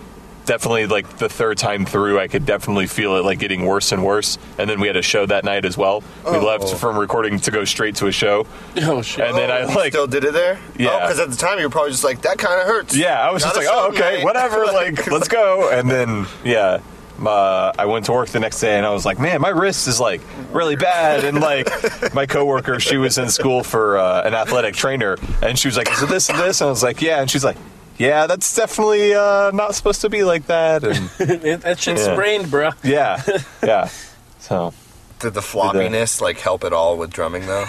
[SPEAKER 1] definitely like the third time through, I could definitely feel it like getting worse and worse. And then we had a show that night as well. We
[SPEAKER 4] Oh.
[SPEAKER 1] left from recording to go straight to a show,
[SPEAKER 2] [LAUGHS] oh shit.
[SPEAKER 1] and then I
[SPEAKER 4] Oh, you
[SPEAKER 1] like
[SPEAKER 4] still did it there.
[SPEAKER 1] Yeah.
[SPEAKER 4] Because at the time you were probably just like that kind of hurts.
[SPEAKER 1] Yeah, I was
[SPEAKER 4] Got
[SPEAKER 1] just like,
[SPEAKER 4] us
[SPEAKER 1] oh,
[SPEAKER 4] up,
[SPEAKER 1] okay,
[SPEAKER 4] mate." [LAUGHS]
[SPEAKER 1] whatever. Like, let's go. And then, yeah, uh, I went to work the next day, and I was like, man, my wrist is like really bad. And like, my coworker, she was in school for uh, an athletic trainer, and she was like, is it this and this? And I was like, yeah. And she's like, yeah, that's definitely uh, not supposed to be like that. And
[SPEAKER 2] [LAUGHS] that shit's
[SPEAKER 1] Yeah.
[SPEAKER 2] sprained, bro. [LAUGHS]
[SPEAKER 1] yeah, yeah. So [LAUGHS]
[SPEAKER 4] Did the floppiness like help at all with drumming though?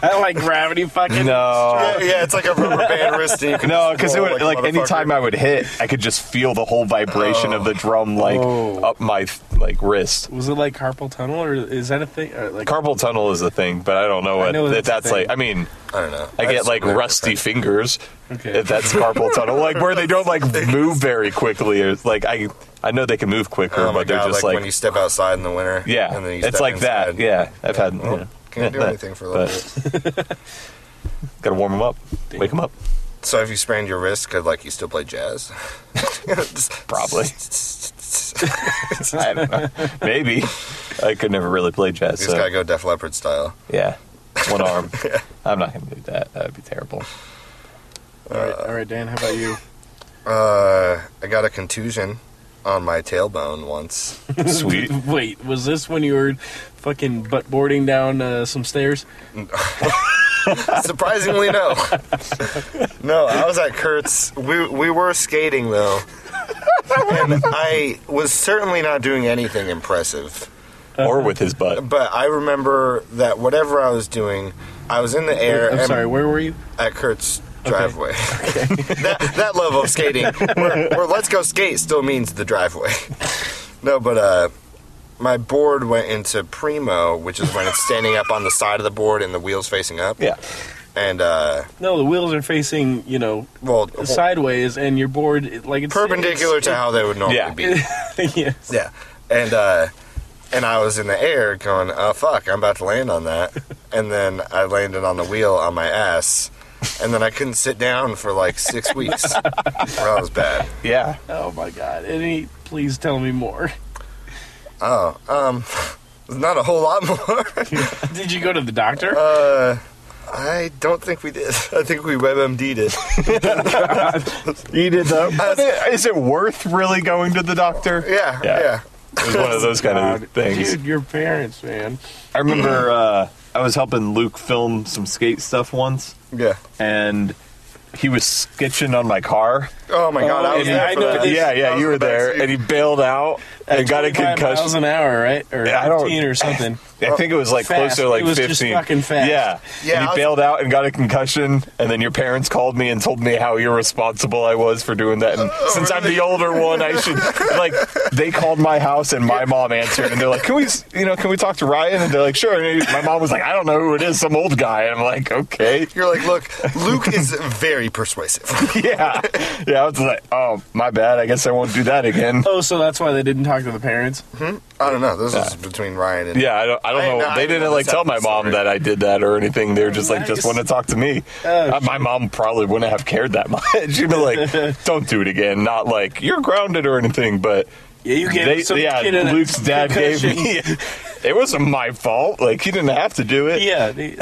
[SPEAKER 2] like gravity fucking.
[SPEAKER 1] no.
[SPEAKER 4] [LAUGHS] yeah, it's like a rubber band wrist. And you can
[SPEAKER 1] Oh. No, because
[SPEAKER 4] just
[SPEAKER 1] it
[SPEAKER 4] roll
[SPEAKER 1] would like,
[SPEAKER 4] a
[SPEAKER 1] any
[SPEAKER 4] motherfucker.
[SPEAKER 1] time I would hit, I could just feel the whole vibration of the drum like
[SPEAKER 2] Oh.
[SPEAKER 1] up my like wrist.
[SPEAKER 2] Was it like carpal tunnel or is that a thing? Or like
[SPEAKER 1] Carpal tunnel is the thing, but I don't know what
[SPEAKER 2] know
[SPEAKER 1] if
[SPEAKER 2] that's a
[SPEAKER 1] that's
[SPEAKER 2] thing.
[SPEAKER 1] like. I mean,
[SPEAKER 4] I don't know.
[SPEAKER 1] I get
[SPEAKER 4] just
[SPEAKER 1] like
[SPEAKER 4] remember
[SPEAKER 1] rusty fingers.
[SPEAKER 2] Okay.
[SPEAKER 1] If that's carpal tunnel, like where they don't like
[SPEAKER 4] [LAUGHS]
[SPEAKER 1] move very quickly, or like I, I know they can move quicker,
[SPEAKER 4] Oh
[SPEAKER 1] [LAUGHS]
[SPEAKER 4] my
[SPEAKER 1] but they're
[SPEAKER 4] god!
[SPEAKER 1] just like,
[SPEAKER 4] Like, when you step outside in the winter.
[SPEAKER 1] yeah,
[SPEAKER 4] And then you
[SPEAKER 1] it's
[SPEAKER 4] step
[SPEAKER 1] like that.
[SPEAKER 4] inside. Oh.
[SPEAKER 1] Yeah, I've had.
[SPEAKER 4] Well,
[SPEAKER 1] yeah.
[SPEAKER 4] Can't do
[SPEAKER 1] [LAUGHS] Yeah,
[SPEAKER 4] anything for a little
[SPEAKER 1] but-
[SPEAKER 4] bit.
[SPEAKER 1] Gotta warm them up, wake
[SPEAKER 4] [LAUGHS]
[SPEAKER 1] them up.
[SPEAKER 4] So if you sprained your wrist, could like you still
[SPEAKER 2] [LAUGHS]
[SPEAKER 4] play jazz? Just- [LAUGHS]
[SPEAKER 1] Probably. I don't know. Maybe I could never really play jazz.
[SPEAKER 4] You
[SPEAKER 1] so.
[SPEAKER 4] just gotta go Def Leppard style.
[SPEAKER 1] Yeah, one
[SPEAKER 4] [LAUGHS]
[SPEAKER 1] arm. I'm not gonna do that. That would be terrible.
[SPEAKER 2] all, right, all right, Dan. How about you?
[SPEAKER 4] Uh, I got a contusion on my
[SPEAKER 2] [LAUGHS]
[SPEAKER 4] tailbone once.
[SPEAKER 1] Sweet.
[SPEAKER 2] [LAUGHS] Wait, was this when you were fucking butt boarding down uh, some stairs?
[SPEAKER 4] Surprisingly, no. [LAUGHS] no, I was at Kurt's. We we were skating though, and I was certainly not doing anything impressive.
[SPEAKER 1] or with his butt.
[SPEAKER 4] But I remember that whatever I was doing, I was in the air.
[SPEAKER 2] I'm
[SPEAKER 4] and-
[SPEAKER 2] sorry. Where were you?
[SPEAKER 4] at Kurt's driveway. [LAUGHS] that, that level of skating, where, where let's go skate still means the driveway. No, but uh, my board went into primo, which is when it's standing up on the side of the board and the wheels facing up.
[SPEAKER 1] Yeah.
[SPEAKER 4] And uh,
[SPEAKER 2] No, the wheels are facing you know
[SPEAKER 4] well,
[SPEAKER 2] sideways, and your board it- like it's
[SPEAKER 4] perpendicular to how they would normally
[SPEAKER 1] Yeah. [LAUGHS]
[SPEAKER 4] be.
[SPEAKER 2] it's- [LAUGHS] yes.
[SPEAKER 4] Yeah, and uh, and I was in the air going, "Oh fuck, I'm about to land on that," and then I landed on the wheel on my ass, and then I couldn't sit down for like six weeks. well, that was bad.
[SPEAKER 1] Yeah.
[SPEAKER 2] Oh my god. Any? Please tell me more. [LAUGHS]
[SPEAKER 4] Oh, um, not a whole lot more. [LAUGHS]
[SPEAKER 2] Did you go to the doctor?
[SPEAKER 4] Uh, I don't think we did. [LAUGHS] I think we WebMD'd it.
[SPEAKER 1] You did
[SPEAKER 2] [LAUGHS]
[SPEAKER 1] though. Is it worth really going to the doctor?
[SPEAKER 4] [LAUGHS] Yeah,
[SPEAKER 1] Yeah.
[SPEAKER 4] yeah.
[SPEAKER 1] It was one of those kind
[SPEAKER 2] God,
[SPEAKER 1] of things.
[SPEAKER 2] Dude, your parents, man.
[SPEAKER 1] I remember uh, I was helping Luke film some skate stuff once,
[SPEAKER 4] Yeah.
[SPEAKER 1] and he was sketching on my car.
[SPEAKER 4] Oh my god, I was
[SPEAKER 2] yeah,
[SPEAKER 4] there
[SPEAKER 2] I
[SPEAKER 4] for
[SPEAKER 2] know
[SPEAKER 4] that.
[SPEAKER 2] this.
[SPEAKER 1] Yeah,
[SPEAKER 4] I
[SPEAKER 1] yeah,
[SPEAKER 4] was
[SPEAKER 1] you
[SPEAKER 4] in
[SPEAKER 1] were
[SPEAKER 4] the back
[SPEAKER 1] there,
[SPEAKER 4] seat.
[SPEAKER 1] and he bailed out and got a
[SPEAKER 2] 25 miles
[SPEAKER 1] concussion.
[SPEAKER 2] an hour, right? Or
[SPEAKER 1] Yeah, I don't-
[SPEAKER 2] 15
[SPEAKER 1] [LAUGHS]
[SPEAKER 2] or something.
[SPEAKER 1] I think it was like
[SPEAKER 2] Oh, Fast.
[SPEAKER 1] closer to like
[SPEAKER 2] It was just
[SPEAKER 1] 15.
[SPEAKER 2] fucking fast.
[SPEAKER 1] Yeah.
[SPEAKER 4] Yeah,
[SPEAKER 1] and
[SPEAKER 4] I
[SPEAKER 1] he
[SPEAKER 4] was-
[SPEAKER 1] bailed out and got a concussion, and then your parents called me and told me how irresponsible I was for doing that. And
[SPEAKER 2] Oh,
[SPEAKER 1] since I'm the older one, I should like they called my house and my mom answered and they're like, "Can we, s- you know, can we talk to Ryan?" And they're like, "Sure." And my mom was like, "I don't know who it is, some old guy." And I'm like, "Okay."
[SPEAKER 4] [LAUGHS]
[SPEAKER 1] [LAUGHS]
[SPEAKER 4] You're like, look, Luke is very persuasive. [LAUGHS]
[SPEAKER 1] Yeah. Yeah, I was like, "Oh, my bad. I guess I won't do that again."
[SPEAKER 2] Oh, so that's why they didn't talk to the parents?
[SPEAKER 4] I don't know. This is between Ryan and
[SPEAKER 1] Yeah, I don't, I don't
[SPEAKER 4] I-
[SPEAKER 1] know.
[SPEAKER 4] no, I
[SPEAKER 1] they
[SPEAKER 4] didn't
[SPEAKER 1] didn't like tell my
[SPEAKER 4] understand
[SPEAKER 1] mom
[SPEAKER 4] the story.
[SPEAKER 1] that I did that or anything. They were just like,
[SPEAKER 2] Nice.
[SPEAKER 1] just want to talk to me.
[SPEAKER 2] Oh,
[SPEAKER 1] Uh, my mom probably wouldn't have cared that much. [LAUGHS] She'd be like,
[SPEAKER 2] [LAUGHS]
[SPEAKER 1] don't do it again. Not like you're grounded or anything, but
[SPEAKER 2] Yeah, you gave
[SPEAKER 1] they,
[SPEAKER 2] some
[SPEAKER 1] yeah,
[SPEAKER 2] kid a
[SPEAKER 1] Luke's dad gave me. [LAUGHS] It wasn't my fault. Like he didn't have to do it.
[SPEAKER 2] [LAUGHS] Yeah, they-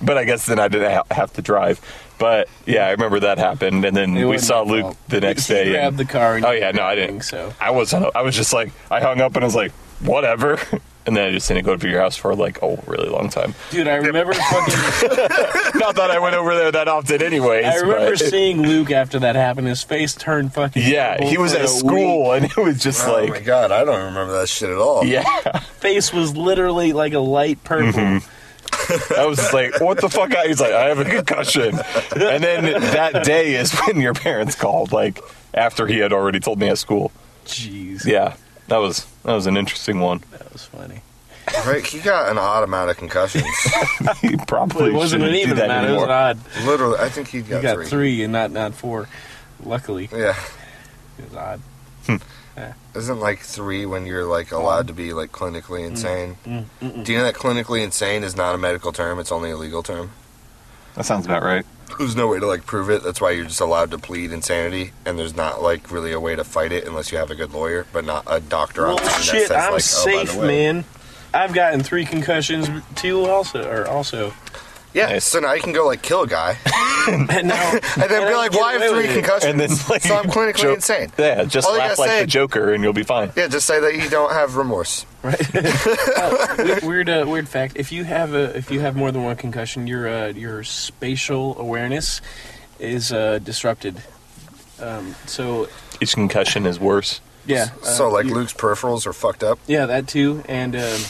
[SPEAKER 1] But I guess then I didn't ha- have to drive. But yeah, I remember that happened, and then
[SPEAKER 2] It
[SPEAKER 1] we
[SPEAKER 2] wasn't
[SPEAKER 1] saw
[SPEAKER 2] your
[SPEAKER 1] Luke
[SPEAKER 2] fault.
[SPEAKER 1] the next
[SPEAKER 2] he
[SPEAKER 1] day.
[SPEAKER 2] grabbed
[SPEAKER 1] and-
[SPEAKER 2] the car. And
[SPEAKER 1] Oh yeah, no, I didn't.
[SPEAKER 2] So
[SPEAKER 1] I was I was just like I hung up and I was like whatever, [LAUGHS] and then I just didn't go to your house for like a really long time.
[SPEAKER 2] Dude, I
[SPEAKER 1] [LAUGHS]
[SPEAKER 2] remember fucking.
[SPEAKER 1] Not that I went over there that often, anyways.
[SPEAKER 2] I remember
[SPEAKER 1] but-
[SPEAKER 2] seeing Luke after that happened. His face turned fucking.
[SPEAKER 1] [LAUGHS] Yeah,
[SPEAKER 2] purple
[SPEAKER 1] he was
[SPEAKER 2] for a
[SPEAKER 1] at school, and it was just
[SPEAKER 4] Oh my
[SPEAKER 1] like
[SPEAKER 4] god, I don't remember that shit at all.
[SPEAKER 1] yeah.
[SPEAKER 2] week. Face was literally like a light purple.
[SPEAKER 1] Mm-hmm. I was just like, what the fuck? He's like, I have a concussion, and then that day is when your parents called, like after he had already told me at school.
[SPEAKER 2] Jeez,
[SPEAKER 1] Yeah, that was that was an interesting one.
[SPEAKER 2] that was funny.
[SPEAKER 4] Rick, you got an odd amount
[SPEAKER 1] [LAUGHS]
[SPEAKER 4] of concussions.
[SPEAKER 1] He probably
[SPEAKER 2] It wasn't an
[SPEAKER 1] shouldn't do
[SPEAKER 2] even
[SPEAKER 1] that
[SPEAKER 2] amount. It was
[SPEAKER 1] anymore.
[SPEAKER 2] an odd.
[SPEAKER 4] Literally, I think he
[SPEAKER 2] You
[SPEAKER 4] got,
[SPEAKER 2] got
[SPEAKER 4] three.
[SPEAKER 2] three. and not not four. Luckily,
[SPEAKER 4] Yeah,
[SPEAKER 2] it was odd.
[SPEAKER 4] isn't like three when you're like allowed to be like
[SPEAKER 1] Mm.
[SPEAKER 4] clinically insane? Do you know that clinically insane is not a medical term? It's only a legal term.
[SPEAKER 1] That sounds about right.
[SPEAKER 4] There's no way to like prove it. That's why you're just allowed to plead insanity, and there's not like really a way to fight it unless you have a good lawyer, but not a doctor.
[SPEAKER 2] Well,
[SPEAKER 4] on the team that
[SPEAKER 2] shit,
[SPEAKER 4] says,
[SPEAKER 2] I'm
[SPEAKER 4] like, "Oh, by the
[SPEAKER 2] safe,
[SPEAKER 4] way."
[SPEAKER 2] man. I've gotten three concussions. Two also, or also. [LAUGHS]
[SPEAKER 4] Yeah,
[SPEAKER 1] Nice.
[SPEAKER 4] so now I can go like kill a guy,
[SPEAKER 2] And now,
[SPEAKER 4] [LAUGHS] and then be like,
[SPEAKER 2] get
[SPEAKER 4] "Why I
[SPEAKER 2] away
[SPEAKER 4] have three
[SPEAKER 2] with it.
[SPEAKER 4] concussions?"
[SPEAKER 1] And then like,
[SPEAKER 4] so I'm clinically
[SPEAKER 1] joke-
[SPEAKER 4] insane.
[SPEAKER 1] Yeah, just
[SPEAKER 4] All you
[SPEAKER 1] laugh
[SPEAKER 4] gotta
[SPEAKER 1] like
[SPEAKER 4] say-
[SPEAKER 1] the Joker and you'll be fine.
[SPEAKER 4] Yeah, just say that you don't have remorse.
[SPEAKER 2] We- weird, uh, weird fact. If you have a, if you have more than one concussion, your uh, your spatial awareness is uh, disrupted. Um, so
[SPEAKER 1] Each concussion is worse.
[SPEAKER 2] yeah. uh,
[SPEAKER 4] so like
[SPEAKER 2] you-
[SPEAKER 4] Luke's peripherals are fucked up.
[SPEAKER 2] Yeah, that too. And um,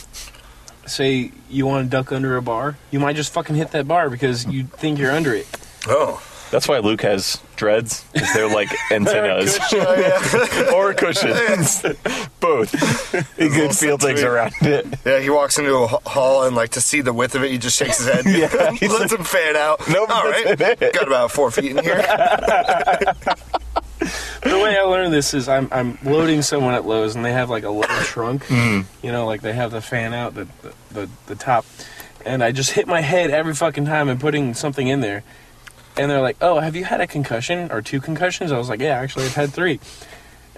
[SPEAKER 2] say you want to duck under a bar, you might just fucking hit that bar because you think you're under it.
[SPEAKER 4] Oh,
[SPEAKER 1] That's why Luke has dreads, because they're
[SPEAKER 4] [LAUGHS]
[SPEAKER 1] like antennas
[SPEAKER 4] Oh, yeah.
[SPEAKER 1] [LAUGHS] or
[SPEAKER 4] [LAUGHS]
[SPEAKER 1] cushions. Both. He
[SPEAKER 4] little
[SPEAKER 1] could feel things
[SPEAKER 4] sensory-
[SPEAKER 1] around it.
[SPEAKER 4] yeah. He walks into a h- hall and like to see the width of it, he just shakes his
[SPEAKER 2] [LAUGHS]
[SPEAKER 4] head.
[SPEAKER 1] Yeah,
[SPEAKER 4] he [LAUGHS] lets him fan out.
[SPEAKER 1] Nope,
[SPEAKER 4] all right,
[SPEAKER 1] that's it.
[SPEAKER 4] got about four feet in
[SPEAKER 2] [LAUGHS]
[SPEAKER 4] here.
[SPEAKER 2] The way I learned this is I'm I'm loading someone at Lowe's and they have like a low trunk, you know, like they have the fan out the the, the the top, and I just hit my head every fucking time and putting something in there, and they're like, "Oh, have you had a concussion or two concussions?" I was like, "Yeah, actually, I've had three.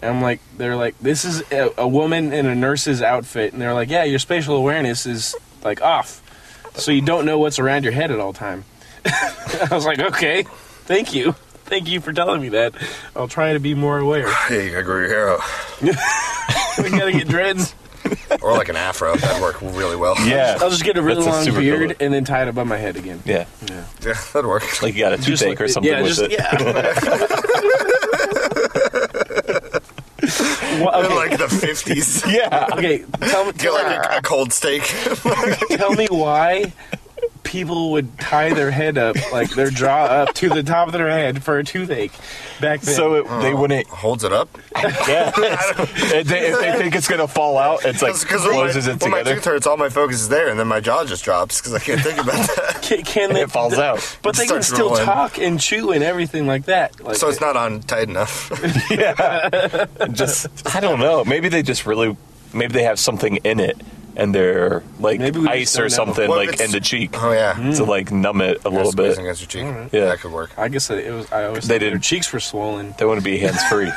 [SPEAKER 2] And I'm like, they're like, this is a, a woman in a nurse's outfit, and they're like, yeah, your spatial awareness is like off, so you don't know what's around your head at all time. [LAUGHS] I was like, okay, thank you, thank you for telling me that. I'll try to be more aware.
[SPEAKER 4] Yeah, you gotta grow your hair out,
[SPEAKER 2] we gotta get dreads.
[SPEAKER 4] or like an afro. That'd work really well.
[SPEAKER 1] Yeah.
[SPEAKER 2] I'll just get a really
[SPEAKER 1] That's a
[SPEAKER 2] long
[SPEAKER 1] super cool
[SPEAKER 2] beard
[SPEAKER 1] look.
[SPEAKER 2] and then tie it above my head again.
[SPEAKER 1] Yeah.
[SPEAKER 4] [LAUGHS] Yeah, that'd work. [LAUGHS]
[SPEAKER 1] Like you got a
[SPEAKER 2] Just
[SPEAKER 1] toothache
[SPEAKER 2] like-
[SPEAKER 1] or something
[SPEAKER 2] yeah,
[SPEAKER 1] with
[SPEAKER 2] just,
[SPEAKER 1] it. [LAUGHS]
[SPEAKER 2] Yeah. Wha-
[SPEAKER 4] In
[SPEAKER 2] okay,
[SPEAKER 4] like
[SPEAKER 2] [LAUGHS]
[SPEAKER 4] the fifties.
[SPEAKER 1] Yeah.
[SPEAKER 2] okay, tell me,
[SPEAKER 4] Get
[SPEAKER 2] tell,
[SPEAKER 4] like a, a cold steak.
[SPEAKER 2] tell me why people would tie their head up, like their jaw up to the top of their head for a toothache back then.
[SPEAKER 1] [LAUGHS] So it,
[SPEAKER 4] Oh.
[SPEAKER 1] they wouldn't.
[SPEAKER 4] Holds it up. [LAUGHS]
[SPEAKER 1] Yeah. [LAUGHS] if, they, if they think it's gonna fall out, it's like
[SPEAKER 4] when my-
[SPEAKER 1] closes it
[SPEAKER 4] when my
[SPEAKER 1] together.
[SPEAKER 4] tooth hurts, all my focus is there, and then my jaw just drops because I can't think about that. [LAUGHS]
[SPEAKER 2] can, can they,
[SPEAKER 1] It falls out.
[SPEAKER 2] But they can
[SPEAKER 4] Starts
[SPEAKER 2] still
[SPEAKER 4] rolling.
[SPEAKER 2] talk and chew and everything like that. Like,
[SPEAKER 4] so it's not on tight enough. [LAUGHS]
[SPEAKER 1] Just I don't know. Maybe they just really. Maybe they have something in it, and they're like
[SPEAKER 2] Maybe we just
[SPEAKER 1] ice or
[SPEAKER 2] don't know. Mm.
[SPEAKER 1] something
[SPEAKER 4] What if
[SPEAKER 1] like
[SPEAKER 4] it's-
[SPEAKER 1] in the cheek
[SPEAKER 4] oh yeah,
[SPEAKER 1] to like numb it Mm-hmm. a little
[SPEAKER 4] Squeeze
[SPEAKER 1] bit. Mm-hmm.
[SPEAKER 4] against your cheek.
[SPEAKER 1] Yeah.
[SPEAKER 4] that could work.
[SPEAKER 2] I guess it was. I always
[SPEAKER 1] They
[SPEAKER 2] thought their
[SPEAKER 1] didn't-
[SPEAKER 2] cheeks were swollen.
[SPEAKER 1] They want to be hands
[SPEAKER 4] [LAUGHS]
[SPEAKER 1] free.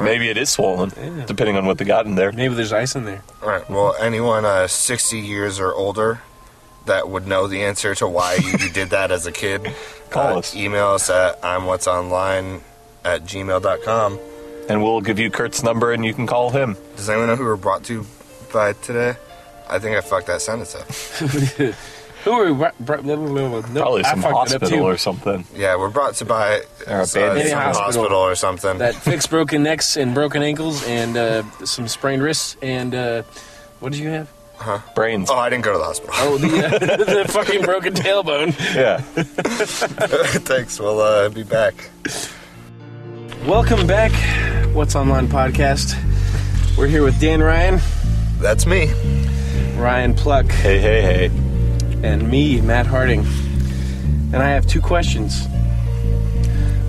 [SPEAKER 1] Maybe it is swollen,
[SPEAKER 2] Yeah.
[SPEAKER 1] depending on what they got in there.
[SPEAKER 2] Maybe there's ice in there.
[SPEAKER 4] All right. Well, anyone uh, 60 years or older that would know the answer to why you, you did that as a kid,
[SPEAKER 1] [LAUGHS] Call
[SPEAKER 4] uh,
[SPEAKER 1] us.
[SPEAKER 4] Email us at I'm What's Online at gmail.com.
[SPEAKER 1] And we'll give you Kurt's number, and you can call him.
[SPEAKER 4] Does anyone know who we're brought to by today? I think I fucked that sentence up.
[SPEAKER 2] Who are we? Br- br- blah, blah, blah, blah. Nope,
[SPEAKER 1] Probably
[SPEAKER 2] I
[SPEAKER 1] some
[SPEAKER 2] fucked it up too.
[SPEAKER 1] hospital or something.
[SPEAKER 4] Yeah, we're brought to by
[SPEAKER 1] Or
[SPEAKER 4] uh,
[SPEAKER 1] a band-aid.
[SPEAKER 4] some
[SPEAKER 2] Hospital.
[SPEAKER 4] hospital or something.
[SPEAKER 2] that fix broken necks and broken ankles and uh, some sprained wrists and uh, what did you have?
[SPEAKER 1] Brains.
[SPEAKER 4] oh, I didn't go to the hospital.
[SPEAKER 2] Oh, the, uh, [LAUGHS] the fucking broken tailbone.
[SPEAKER 1] Yeah.
[SPEAKER 4] [LAUGHS] Thanks. We'll uh, be back.
[SPEAKER 2] Welcome back, What's Online podcast. We're here with Dan Ryan,
[SPEAKER 4] That's me.
[SPEAKER 2] Ryan Pluck,
[SPEAKER 1] Hey, hey, hey.
[SPEAKER 2] and me, Matt Harding. And I have two questions.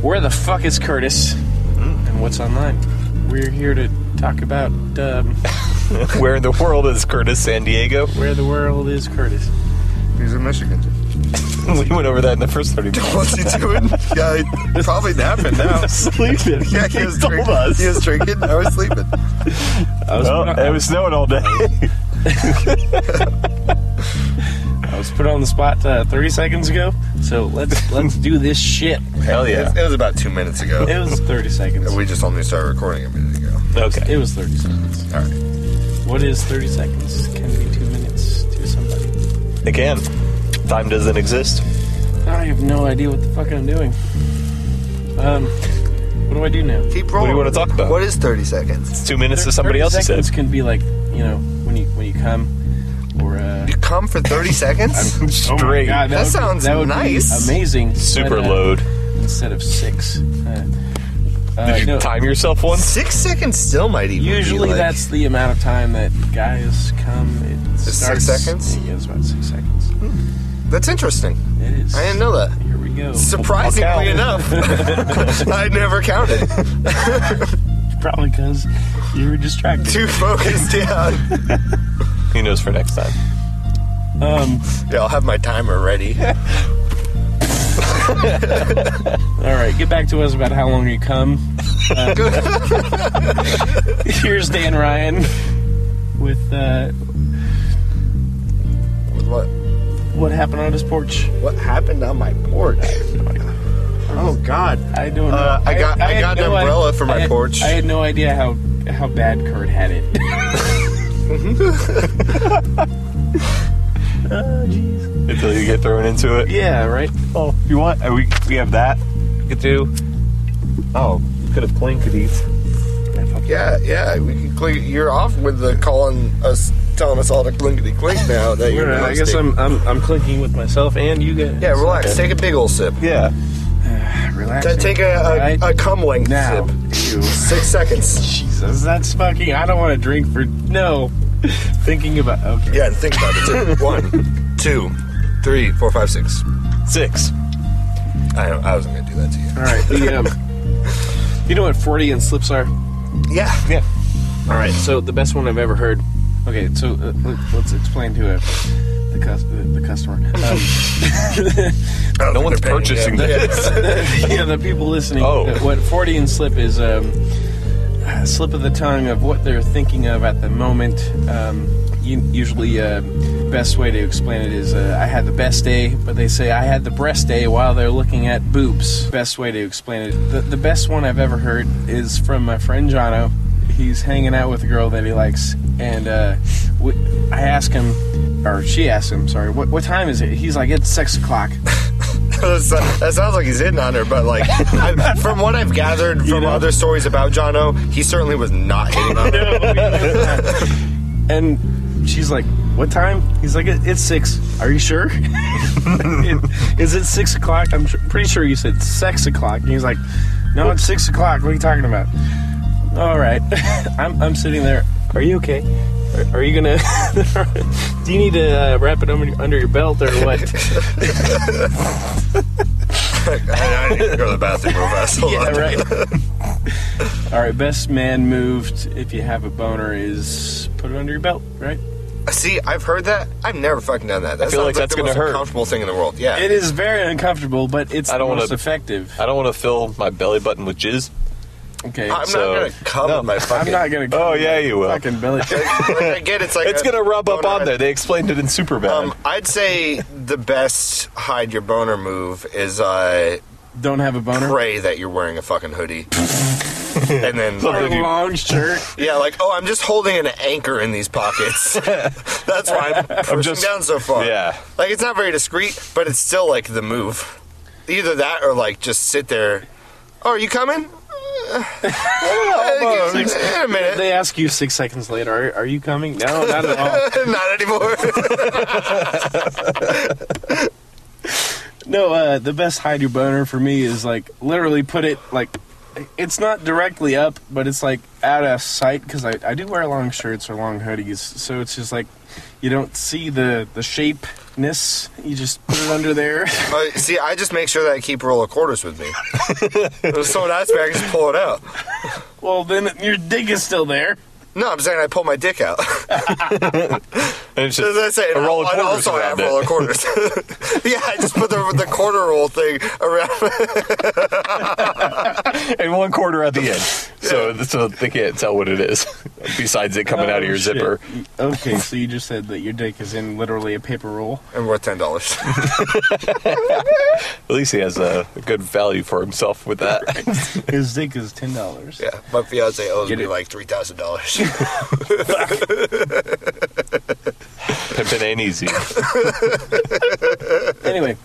[SPEAKER 2] Where the fuck is Curtis?
[SPEAKER 1] Mm.
[SPEAKER 2] And what's online? We're here to talk about um,
[SPEAKER 1] Where in the world is Curtis San Diego? [LAUGHS]
[SPEAKER 2] where the world is Curtis.
[SPEAKER 4] He's in Michigan.
[SPEAKER 1] We went over that in the first 30 minutes.
[SPEAKER 4] [LAUGHS] What's he doing? yeah, [LAUGHS] he- probably napping now.
[SPEAKER 1] [LAUGHS] Sleeping.
[SPEAKER 4] [LAUGHS] Yeah, he was
[SPEAKER 1] told
[SPEAKER 4] drinking.
[SPEAKER 1] us.
[SPEAKER 4] He was drinking. I was sleeping.
[SPEAKER 2] I Oh, was,
[SPEAKER 1] Well,
[SPEAKER 2] put on,
[SPEAKER 1] it was snowing all day.
[SPEAKER 2] I was put on the spot uh, 30 seconds ago, so
[SPEAKER 1] [LAUGHS]
[SPEAKER 2] let's let's do this shit.
[SPEAKER 1] Hell yeah.
[SPEAKER 2] [LAUGHS]
[SPEAKER 4] It, it was about two minutes ago.
[SPEAKER 2] It was 30 seconds.
[SPEAKER 4] We just only started recording a minute ago.
[SPEAKER 1] Okay.
[SPEAKER 2] It was 30 seconds.
[SPEAKER 4] All right.
[SPEAKER 2] What is 30 seconds? Can be two minutes to somebody.
[SPEAKER 1] Again, time doesn't exist.
[SPEAKER 2] I have no idea what the fuck I'm doing. Um, what do I do now?
[SPEAKER 4] Keep
[SPEAKER 1] What do you want to talk about?
[SPEAKER 4] What is 30 seconds?
[SPEAKER 1] It's two minutes to somebody
[SPEAKER 2] 30
[SPEAKER 1] else, you said.
[SPEAKER 2] seconds can be like, you know, when you when you come, or uh, Oh
[SPEAKER 4] You come for 30 seconds?
[SPEAKER 1] Straight.
[SPEAKER 2] God,
[SPEAKER 4] That
[SPEAKER 2] would be-
[SPEAKER 4] sounds
[SPEAKER 2] that would be
[SPEAKER 4] nice.
[SPEAKER 2] amazing.
[SPEAKER 1] Super
[SPEAKER 2] but, uh,
[SPEAKER 1] load.
[SPEAKER 2] instead of six. Uh, Uh,
[SPEAKER 1] Did you
[SPEAKER 2] no.
[SPEAKER 1] time yourself once?
[SPEAKER 4] Six seconds still might even. be,
[SPEAKER 2] Usually
[SPEAKER 4] like-
[SPEAKER 2] that's the amount of time that guys come. It
[SPEAKER 4] six
[SPEAKER 2] starts,
[SPEAKER 4] seconds?
[SPEAKER 2] Yeah, it's about six seconds.
[SPEAKER 4] that's interesting.
[SPEAKER 2] It is.
[SPEAKER 4] I didn't know that.
[SPEAKER 2] Here we go.
[SPEAKER 4] Surprisingly enough, [LAUGHS] I never counted.
[SPEAKER 2] [LAUGHS] Probably because you were distracted.
[SPEAKER 4] Too focused. Yeah,
[SPEAKER 1] He knows for next time.
[SPEAKER 2] Um.
[SPEAKER 4] yeah. I'll have my timer ready.
[SPEAKER 2] All right, get back to us about how long you
[SPEAKER 4] [LAUGHS]
[SPEAKER 2] come. Uh, here's Dan Ryan with uh,
[SPEAKER 4] With what?
[SPEAKER 2] what happened on his porch.
[SPEAKER 4] What happened on my porch? Oh God.
[SPEAKER 2] I don't know.
[SPEAKER 4] Uh, I got- I
[SPEAKER 2] had
[SPEAKER 4] got an
[SPEAKER 2] no i-
[SPEAKER 4] umbrella for my
[SPEAKER 2] I had-
[SPEAKER 4] porch.
[SPEAKER 2] I had no idea how how bad Kurt had
[SPEAKER 4] [LAUGHS]
[SPEAKER 2] it. [LAUGHS] Uh,
[SPEAKER 1] Until you get thrown into it.
[SPEAKER 2] yeah, right.
[SPEAKER 1] Oh, you want?
[SPEAKER 2] uh,
[SPEAKER 1] Are we we have that. We could do. Oh, we could have cleaned these.
[SPEAKER 4] Yeah, yeah. We can clink. You're off with the calling us, telling us all to clinkety clink now. That you're
[SPEAKER 2] I guess
[SPEAKER 4] nasty.
[SPEAKER 2] I'm I'm I'm clinking with myself and you guys.
[SPEAKER 4] Yeah, relax. Take a big ol' sip.
[SPEAKER 1] Yeah.
[SPEAKER 2] relax.
[SPEAKER 4] Ta- Take a a,
[SPEAKER 2] Right.
[SPEAKER 4] a cum length
[SPEAKER 2] now.
[SPEAKER 4] sip.
[SPEAKER 2] Ew.
[SPEAKER 4] Six seconds.
[SPEAKER 2] Jesus, that's fucking. I don't want to drink for no. [LAUGHS] Thinking about okay.
[SPEAKER 4] Yeah, and think about
[SPEAKER 2] [LAUGHS]
[SPEAKER 4] it. Too. One, two, three, four, five, six.
[SPEAKER 1] Six.
[SPEAKER 4] I, I wasn't gonna do that to you.
[SPEAKER 2] All right. The, um, you know what forty and slips are?
[SPEAKER 4] Yeah.
[SPEAKER 1] Yeah.
[SPEAKER 2] All right, so the best one I've ever heard. Okay, so uh, let- let's explain to uh, the, cus- the, the customer. [LAUGHS] Um,
[SPEAKER 1] No one's purchasing
[SPEAKER 4] [LAUGHS]
[SPEAKER 1] this.
[SPEAKER 2] [LAUGHS] yeah, the people listening.
[SPEAKER 1] Oh.
[SPEAKER 2] uh, What 40 and slip is um, a slip of the tongue of what they're thinking of at the moment. Um, u- usually, uh, best way to explain it is uh, I had the best day, but they say I had the breast day while they're looking at boobs. Best way to explain it. The, the best one I've ever heard is from my friend Jono. He's hanging out with a girl that he likes, and uh, we, I ask him, or she asks him, sorry, what, what time is it? He's like, it's six o'clock.
[SPEAKER 4] That's- uh, that sounds like he's hitting on her, but like I, from what I've gathered from
[SPEAKER 2] know?
[SPEAKER 4] other stories about Jono, he certainly was not hitting
[SPEAKER 2] [LAUGHS]
[SPEAKER 4] on her.
[SPEAKER 2] And she's like, "What time?" He's like, "It- "It's six. Are you sure? [LAUGHS] It- Is it six o'clock? I'm su- pretty sure you said six o'clock." And he's like, "No, it's six o'clock. What are you talking about?" All right, [LAUGHS] I'm I'm sitting there. Are you okay? Are, are you gonna? [LAUGHS] do you need to uh, wrap it under, under your belt or what?
[SPEAKER 1] [LAUGHS]
[SPEAKER 4] I, I need to go to the bathroom real
[SPEAKER 2] [LAUGHS]
[SPEAKER 4] fast. Hold
[SPEAKER 2] yeah,
[SPEAKER 4] on.
[SPEAKER 1] [LAUGHS]
[SPEAKER 2] right. All right, best man moved. If you have a boner, is put it under your belt, right?
[SPEAKER 4] See, I've heard that. I've never fucking done that. that
[SPEAKER 1] I feel
[SPEAKER 4] sounds
[SPEAKER 1] like that's
[SPEAKER 4] the
[SPEAKER 1] gonna
[SPEAKER 4] most
[SPEAKER 1] hurt.
[SPEAKER 4] Uncomfortable thing in the world. Yeah.
[SPEAKER 2] It is very uncomfortable, but it's
[SPEAKER 1] I don't
[SPEAKER 2] the
[SPEAKER 1] wanna-
[SPEAKER 2] most effective.
[SPEAKER 1] I don't want to fill my belly button with jizz.
[SPEAKER 2] Okay,
[SPEAKER 4] I'm
[SPEAKER 1] So-
[SPEAKER 4] not gonna cover
[SPEAKER 1] No.
[SPEAKER 4] my fucking. [LAUGHS]
[SPEAKER 2] I'm not gonna.
[SPEAKER 1] Oh, yeah, you will.
[SPEAKER 2] Fucking belly.
[SPEAKER 4] like, I get it's like
[SPEAKER 1] It's
[SPEAKER 4] a
[SPEAKER 1] gonna rub up
[SPEAKER 4] boner.
[SPEAKER 1] on there. They explained it in Superbad.
[SPEAKER 4] Um, I'd say the best hide your boner move is uh,
[SPEAKER 2] Don't have a boner.
[SPEAKER 4] pray that you're wearing a
[SPEAKER 1] [LAUGHS]
[SPEAKER 4] fucking hoodie, and then
[SPEAKER 2] Or a long shirt.
[SPEAKER 4] yeah, like oh, I'm just holding an anchor in
[SPEAKER 1] [LAUGHS]
[SPEAKER 4] these pockets. That's why I'm pushing
[SPEAKER 1] just-
[SPEAKER 4] down so far.
[SPEAKER 1] yeah.
[SPEAKER 4] like it's not very discreet, but it's still like the move. Either that or like just sit there. Oh, are you coming?
[SPEAKER 1] [LAUGHS]
[SPEAKER 4] Uh, in a minute.
[SPEAKER 2] They ask you six seconds later, "Are, are you coming?" No, not at all.
[SPEAKER 4] [LAUGHS] Not
[SPEAKER 1] [LAUGHS]
[SPEAKER 4] anymore.
[SPEAKER 2] [LAUGHS] No, uh, the best hide your boner for me is like literally put it like it's not directly up, but it's like out of sight because I, I do wear long shirts or long hoodies, so it's just like you don't see the the shapeness. You just put it under there. [LAUGHS]
[SPEAKER 4] Uh, see, I just make sure that I keep a roll of quarters
[SPEAKER 1] [LAUGHS]
[SPEAKER 4] with me. if someone asks me, I can just pull it out.
[SPEAKER 2] well, then your dick is still there.
[SPEAKER 4] No, I'm saying I pull my dick out. [LAUGHS]
[SPEAKER 1] and it's
[SPEAKER 4] As
[SPEAKER 1] just
[SPEAKER 4] I say,
[SPEAKER 1] a roll of
[SPEAKER 4] I
[SPEAKER 1] quarters
[SPEAKER 4] also
[SPEAKER 1] around
[SPEAKER 4] have
[SPEAKER 1] it.
[SPEAKER 4] roll of quarters. [LAUGHS] yeah, I just put the, the quarter roll thing around.
[SPEAKER 1] and one quarter [LAUGHS] at the end. So, so they can't tell what it is, [LAUGHS] besides it coming out of
[SPEAKER 2] Oh,
[SPEAKER 1] your
[SPEAKER 2] shit.
[SPEAKER 1] zipper.
[SPEAKER 2] Okay, so you just said that your dick is in literally a paper roll.
[SPEAKER 4] I'm worth
[SPEAKER 2] [LAUGHS]
[SPEAKER 4] ten dollars.
[SPEAKER 1] At least he has a, a good value for himself with [LAUGHS] that.
[SPEAKER 2] His dick is ten dollars.
[SPEAKER 4] yeah, my fiance owes
[SPEAKER 2] Get
[SPEAKER 4] me
[SPEAKER 2] it.
[SPEAKER 4] like three thousand dollars.
[SPEAKER 2] [LAUGHS]
[SPEAKER 1] Pimpin' ain't easy. [LAUGHS]
[SPEAKER 2] Anyway,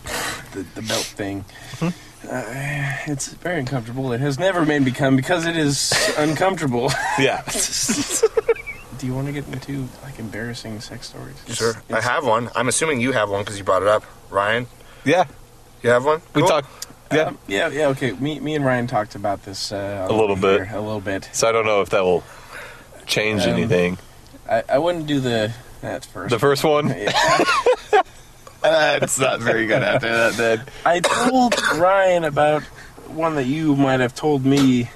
[SPEAKER 2] the, the belt thing.
[SPEAKER 1] Mm-hmm.
[SPEAKER 2] Uh, it's very uncomfortable. It has never made me come because it is uncomfortable. [LAUGHS]
[SPEAKER 1] Yeah. [LAUGHS]
[SPEAKER 2] Do you want to get into like embarrassing sex stories?
[SPEAKER 4] sure, I have one. I'm assuming you have one because you brought it up, Ryan.
[SPEAKER 1] Yeah.
[SPEAKER 4] You have one?
[SPEAKER 1] We
[SPEAKER 4] Cool.
[SPEAKER 1] talked Yeah.
[SPEAKER 2] Um, yeah, yeah, okay. Me, me and Ryan talked about this uh,
[SPEAKER 1] A little bit.
[SPEAKER 2] A little bit.
[SPEAKER 1] so I don't know if that will change
[SPEAKER 2] Um,
[SPEAKER 1] anything.
[SPEAKER 2] I, I wouldn't do the that first.
[SPEAKER 1] The first one, [LAUGHS]
[SPEAKER 2] Yeah.
[SPEAKER 1] that's not very good after that. Then
[SPEAKER 2] I told Ryan about one that you might have told me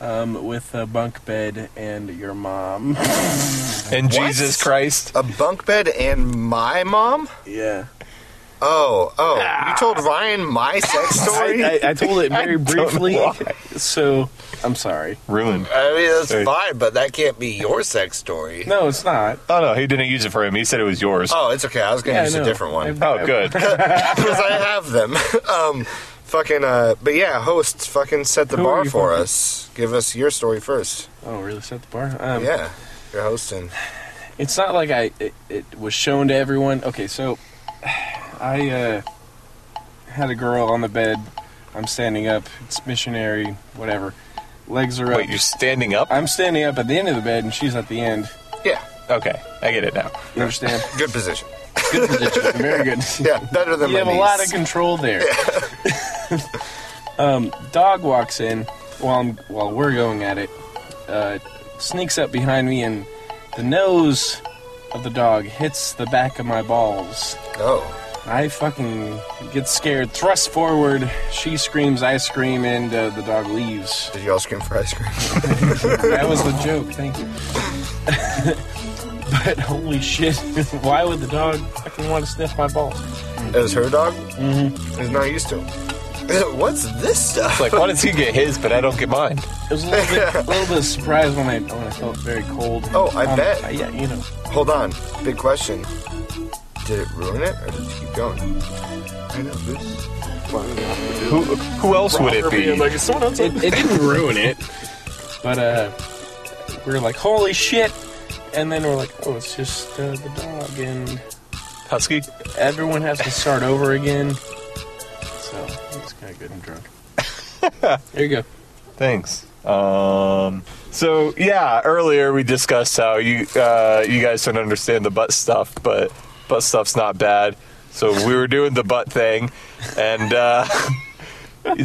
[SPEAKER 2] um, with a bunk bed and your mom. [LAUGHS]
[SPEAKER 1] and
[SPEAKER 4] What?
[SPEAKER 1] Jesus Christ,
[SPEAKER 4] A bunk bed and my mom?
[SPEAKER 2] yeah.
[SPEAKER 4] Oh, oh. You told Ryan my sex story?
[SPEAKER 2] Ah. [LAUGHS] I,
[SPEAKER 4] I,
[SPEAKER 2] I, I told it very
[SPEAKER 1] don't
[SPEAKER 2] briefly,
[SPEAKER 1] know
[SPEAKER 2] so I'm sorry.
[SPEAKER 1] ruined.
[SPEAKER 4] mean, that's
[SPEAKER 1] Sorry.
[SPEAKER 4] fine, but that can't be your sex story.
[SPEAKER 2] No, it's not.
[SPEAKER 1] Oh no, he didn't use it for him. He said it was yours.
[SPEAKER 4] Oh, it's okay. I was going to
[SPEAKER 2] Yeah, I
[SPEAKER 4] use a
[SPEAKER 2] know.
[SPEAKER 4] different one.
[SPEAKER 2] I've-
[SPEAKER 1] Oh, good.
[SPEAKER 4] [LAUGHS] because I have them. [LAUGHS] um, fucking, uh, but yeah, hosts fucking set the
[SPEAKER 2] Who are
[SPEAKER 4] bar
[SPEAKER 2] you
[SPEAKER 4] for
[SPEAKER 2] fucking-
[SPEAKER 4] us. Give us your story first.
[SPEAKER 2] Oh, really? Set the bar? Um,
[SPEAKER 4] yeah, you're hosting.
[SPEAKER 2] It's not like I it, it was shown to everyone. Okay, so I uh, had a girl on the bed. I'm standing up. It's missionary, whatever. Legs are up.
[SPEAKER 1] Wait, you're standing up?
[SPEAKER 2] I'm standing up at the end of the bed, and she's at the end.
[SPEAKER 4] Yeah,
[SPEAKER 1] Okay, I get it now.
[SPEAKER 2] You understand?
[SPEAKER 4] good position.
[SPEAKER 2] good position. Very good.
[SPEAKER 4] [LAUGHS] Yeah, better than
[SPEAKER 2] you
[SPEAKER 4] my
[SPEAKER 2] have a
[SPEAKER 4] niece.
[SPEAKER 2] lot of control there. [LAUGHS] um, dog walks in while I'm, while we're going at it, uh, sneaks up behind me, and the nose of the dog hits the back of my balls.
[SPEAKER 4] oh,
[SPEAKER 2] I fucking get scared, thrust forward. She screams, I scream, and uh, the dog leaves.
[SPEAKER 4] did you all scream for ice cream?
[SPEAKER 2] That was the joke. Thank you. [LAUGHS] but holy shit, [LAUGHS] why would the dog fucking want to sniff my balls?
[SPEAKER 4] it was her dog. Mm-hmm. He's not used to it. What's this stuff?
[SPEAKER 1] Like, why does he get his, but I don't get mine?
[SPEAKER 2] It was a little bit, a little bit of surprise when I when I felt very cold. Um,
[SPEAKER 4] Oh, I bet.
[SPEAKER 2] Yeah, you know.
[SPEAKER 4] Hold on, big question. Did it ruin it, or did you keep going? I know this.
[SPEAKER 1] Who who else would it be?
[SPEAKER 2] [LAUGHS] It, it [LAUGHS] didn't ruin it, but uh, we were like, holy shit, and then we're like, oh, it's just uh, the dog, and
[SPEAKER 1] Husky?
[SPEAKER 2] everyone has to start over again. So it's kind of good and drunk.
[SPEAKER 1] [LAUGHS]
[SPEAKER 2] there you go.
[SPEAKER 1] Thanks. Um, so yeah, earlier we discussed how you uh, you guys don't understand the butt stuff, but butt stuff's not bad. So we were doing the butt thing, and uh, [LAUGHS]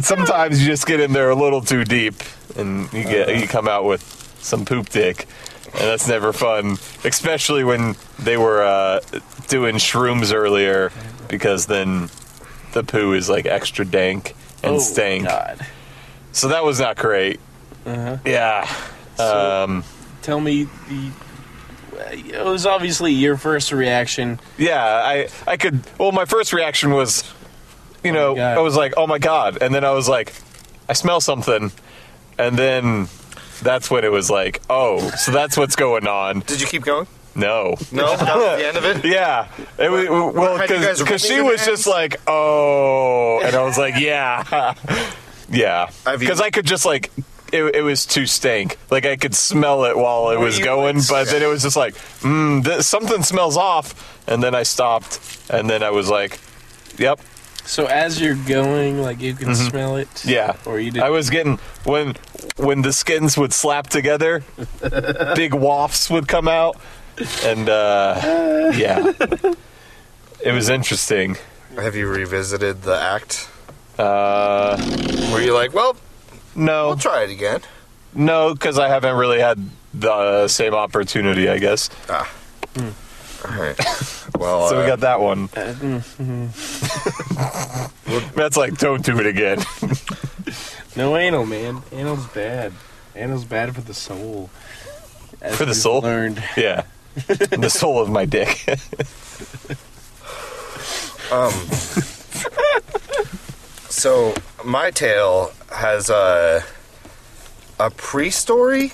[SPEAKER 1] sometimes you just get in there a little too deep, and you get you come out with some poop dick, and that's never fun, especially when they were uh, doing shrooms earlier, because then the poo is like extra dank and
[SPEAKER 2] oh,
[SPEAKER 1] stank.
[SPEAKER 2] God.
[SPEAKER 1] So that was not great. Yeah. um,
[SPEAKER 2] Tell me the. It was obviously your first reaction.
[SPEAKER 1] yeah, I I could well my first reaction was you know,
[SPEAKER 2] God.
[SPEAKER 1] I was like, "Oh my god." And then I was like, "I smell something." And then that's when it was like, "Oh, so that's what's going on."
[SPEAKER 4] Did you keep going?
[SPEAKER 1] No.
[SPEAKER 4] No, that [LAUGHS] was the end of it.
[SPEAKER 1] Yeah. It was, well,
[SPEAKER 4] had you guys
[SPEAKER 1] because she
[SPEAKER 4] wringing your
[SPEAKER 1] was
[SPEAKER 4] hands?
[SPEAKER 1] just like, oh. And I was like, yeah. [LAUGHS] yeah.
[SPEAKER 4] Have you-
[SPEAKER 1] Because I could just like, it, it was too stank. Like, I could smell it while it was
[SPEAKER 4] you,
[SPEAKER 1] going,
[SPEAKER 4] like,
[SPEAKER 1] but then
[SPEAKER 4] yeah.
[SPEAKER 1] it was just like, mm, th- something smells off. And then I stopped, and then I was like, yep.
[SPEAKER 2] So as you're going, like you can smell it.
[SPEAKER 1] Mm-hmm. Yeah.
[SPEAKER 2] Or you did.
[SPEAKER 1] I was getting when when the skins would slap
[SPEAKER 2] [LAUGHS]
[SPEAKER 1] together, big wafts would come out, and uh, yeah, it was interesting.
[SPEAKER 4] Have you revisited the act?
[SPEAKER 1] Uh,
[SPEAKER 4] Were you like, well,
[SPEAKER 1] no,
[SPEAKER 4] we'll try it again?
[SPEAKER 1] no, because I haven't really had the same opportunity, I guess.
[SPEAKER 4] Ah. All right. [LAUGHS] Well,
[SPEAKER 1] So we
[SPEAKER 4] uh,
[SPEAKER 1] got that one. [LAUGHS] That's like, don't do it again. [LAUGHS]
[SPEAKER 2] No anal, man. Anal's bad. Anal's bad for the soul. As
[SPEAKER 1] For the
[SPEAKER 2] we've
[SPEAKER 1] soul?
[SPEAKER 2] Learned.
[SPEAKER 1] yeah, the soul of my dick. [LAUGHS]
[SPEAKER 4] Um, so my tale has a a pre-story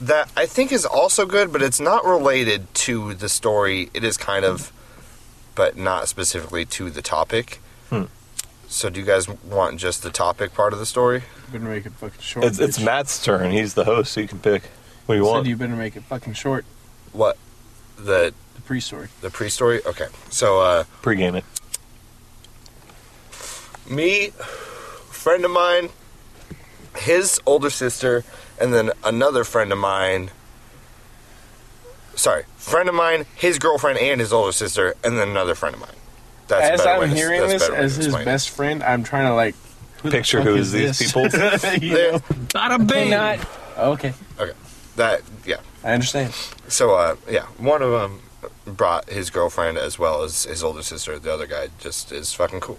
[SPEAKER 4] that I think is also good, but it's not related to the story. It is kind of, but not specifically to the topic. So, do you guys want just the topic part of the story?
[SPEAKER 2] You better make it fucking short.
[SPEAKER 1] it's, it's
[SPEAKER 2] bitch.
[SPEAKER 1] Matt's turn. He's the host. So you can pick what you
[SPEAKER 2] Said
[SPEAKER 1] want.
[SPEAKER 2] you better make it fucking short.
[SPEAKER 4] What the
[SPEAKER 2] The pre-story.
[SPEAKER 4] the pre-story? Okay, so uh,
[SPEAKER 1] Pre-game it.
[SPEAKER 4] me, friend of mine, his older sister, and then another friend of mine. Sorry, friend of mine, his girlfriend, and his older sister, and then another friend of mine. That's a
[SPEAKER 2] as
[SPEAKER 4] better way
[SPEAKER 2] I'm
[SPEAKER 4] to-
[SPEAKER 2] hearing
[SPEAKER 4] that's a
[SPEAKER 2] this,
[SPEAKER 4] better way to
[SPEAKER 2] as his
[SPEAKER 4] explain it.
[SPEAKER 2] best friend, I'm trying to like
[SPEAKER 1] picture who is these people.
[SPEAKER 2] [LAUGHS] you know?
[SPEAKER 3] Bada bing.
[SPEAKER 2] Not- okay,
[SPEAKER 4] Okay. That yeah.
[SPEAKER 2] I understand.
[SPEAKER 4] So uh yeah, one of them brought his girlfriend as well as his older sister. The other guy just is fucking cool.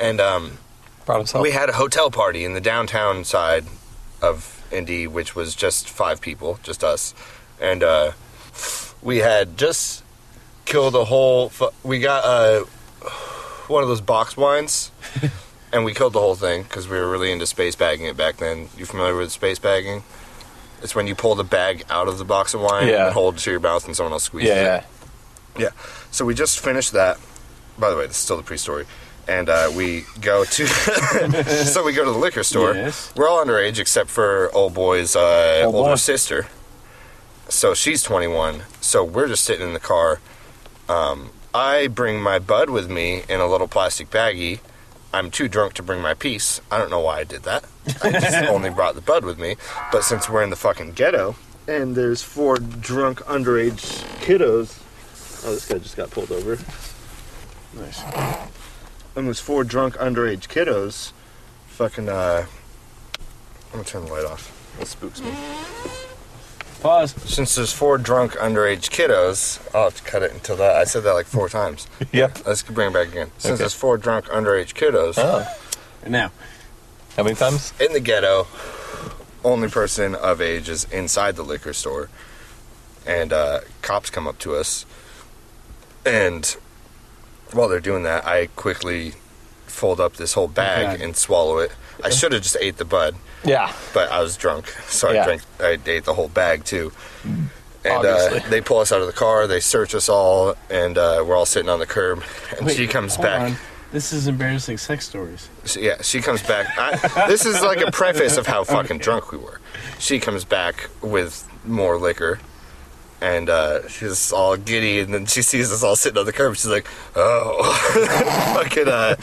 [SPEAKER 4] And um
[SPEAKER 1] Brought himself.
[SPEAKER 4] we had a hotel party in the downtown side of Indy, which was just five people, just us, and uh, we had just killed a whole. Fu- we got uh, one of those
[SPEAKER 1] [LAUGHS]
[SPEAKER 4] box wines, and we killed the whole thing because we were really into space bagging it back then. You familiar with space bagging? It's when you pull the bag out of the box of wine
[SPEAKER 1] Yeah.
[SPEAKER 4] and hold it to your mouth, and someone else squeezes
[SPEAKER 1] yeah,
[SPEAKER 4] it.
[SPEAKER 1] yeah.
[SPEAKER 4] Yeah. So we just finished that. By the way, this is still the pre-story. And uh, we go to, [LAUGHS] so we go to the liquor store.
[SPEAKER 2] Yes.
[SPEAKER 4] We're all underage except for old boy's uh,
[SPEAKER 1] Old
[SPEAKER 4] older
[SPEAKER 1] boy.
[SPEAKER 4] sister. So she's 21. So we're just sitting in the car. Um, I bring my bud with me in a little plastic baggie. I'm too drunk to bring my piece. I don't know why I did that. I
[SPEAKER 1] [LAUGHS]
[SPEAKER 4] just only brought the bud with me. But since we're in the fucking ghetto,
[SPEAKER 6] And there's four drunk underage kiddos. Oh, this guy just got pulled over.
[SPEAKER 2] Nice.
[SPEAKER 6] And there's
[SPEAKER 4] four drunk underage kiddos fucking uh I'm gonna turn the light off. It spooks me.
[SPEAKER 2] Pause.
[SPEAKER 4] Since there's four drunk underage kiddos, I'll have to cut it until that. I said that like [LAUGHS] four times.
[SPEAKER 1] Yep.
[SPEAKER 4] Let's bring it back again. Since
[SPEAKER 1] Okay.
[SPEAKER 4] there's four drunk underage kiddos
[SPEAKER 1] Oh.
[SPEAKER 2] Now,
[SPEAKER 1] How many times?
[SPEAKER 4] in the ghetto, only person of age is inside the liquor store, and uh, cops come up to us. And while they're doing that, I quickly fold up this whole bag
[SPEAKER 2] Okay.
[SPEAKER 4] and swallow it. I should have just ate the bud.
[SPEAKER 1] Yeah.
[SPEAKER 4] but I was drunk, so I
[SPEAKER 1] Yeah.
[SPEAKER 4] drank. I ate the whole bag too. And uh,
[SPEAKER 1] Obviously.
[SPEAKER 4] they pull us out of the car. They search us all, and uh, we're all sitting on the curb. And
[SPEAKER 2] wait,
[SPEAKER 4] she comes
[SPEAKER 2] hold
[SPEAKER 4] back.
[SPEAKER 2] on. This is embarrassing sex stories.
[SPEAKER 4] She- yeah, she comes back. I, this is like a preface of how fucking drunk we were. She comes back with more liquor, and uh, she's all giddy. And then she sees us all sitting on the curb. She's like, "Oh, [LAUGHS] fucking uh,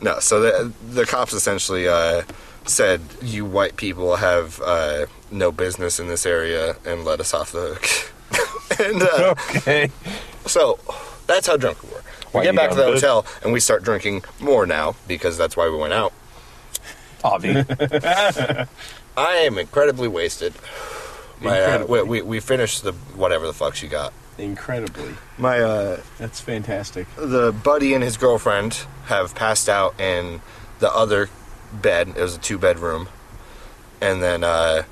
[SPEAKER 4] no." So the the cops essentially uh, said, "You white people have uh, no business in this area," and let us off the hook. [LAUGHS] and uh,
[SPEAKER 1] [LAUGHS] Okay.
[SPEAKER 4] so that's how drunk we were. We
[SPEAKER 1] Why
[SPEAKER 4] get
[SPEAKER 1] you
[SPEAKER 4] back to the
[SPEAKER 1] got bit-
[SPEAKER 4] hotel and we start drinking more now because that's why we went out.
[SPEAKER 1] Obvi.
[SPEAKER 4] I am incredibly wasted. My, uh, we, we, we finished the whatever the fuck she got.
[SPEAKER 2] Incredibly,
[SPEAKER 4] My uh,
[SPEAKER 2] that's fantastic.
[SPEAKER 4] the buddy and his girlfriend have passed out in the other bed. It was a two bedroom, and then uh,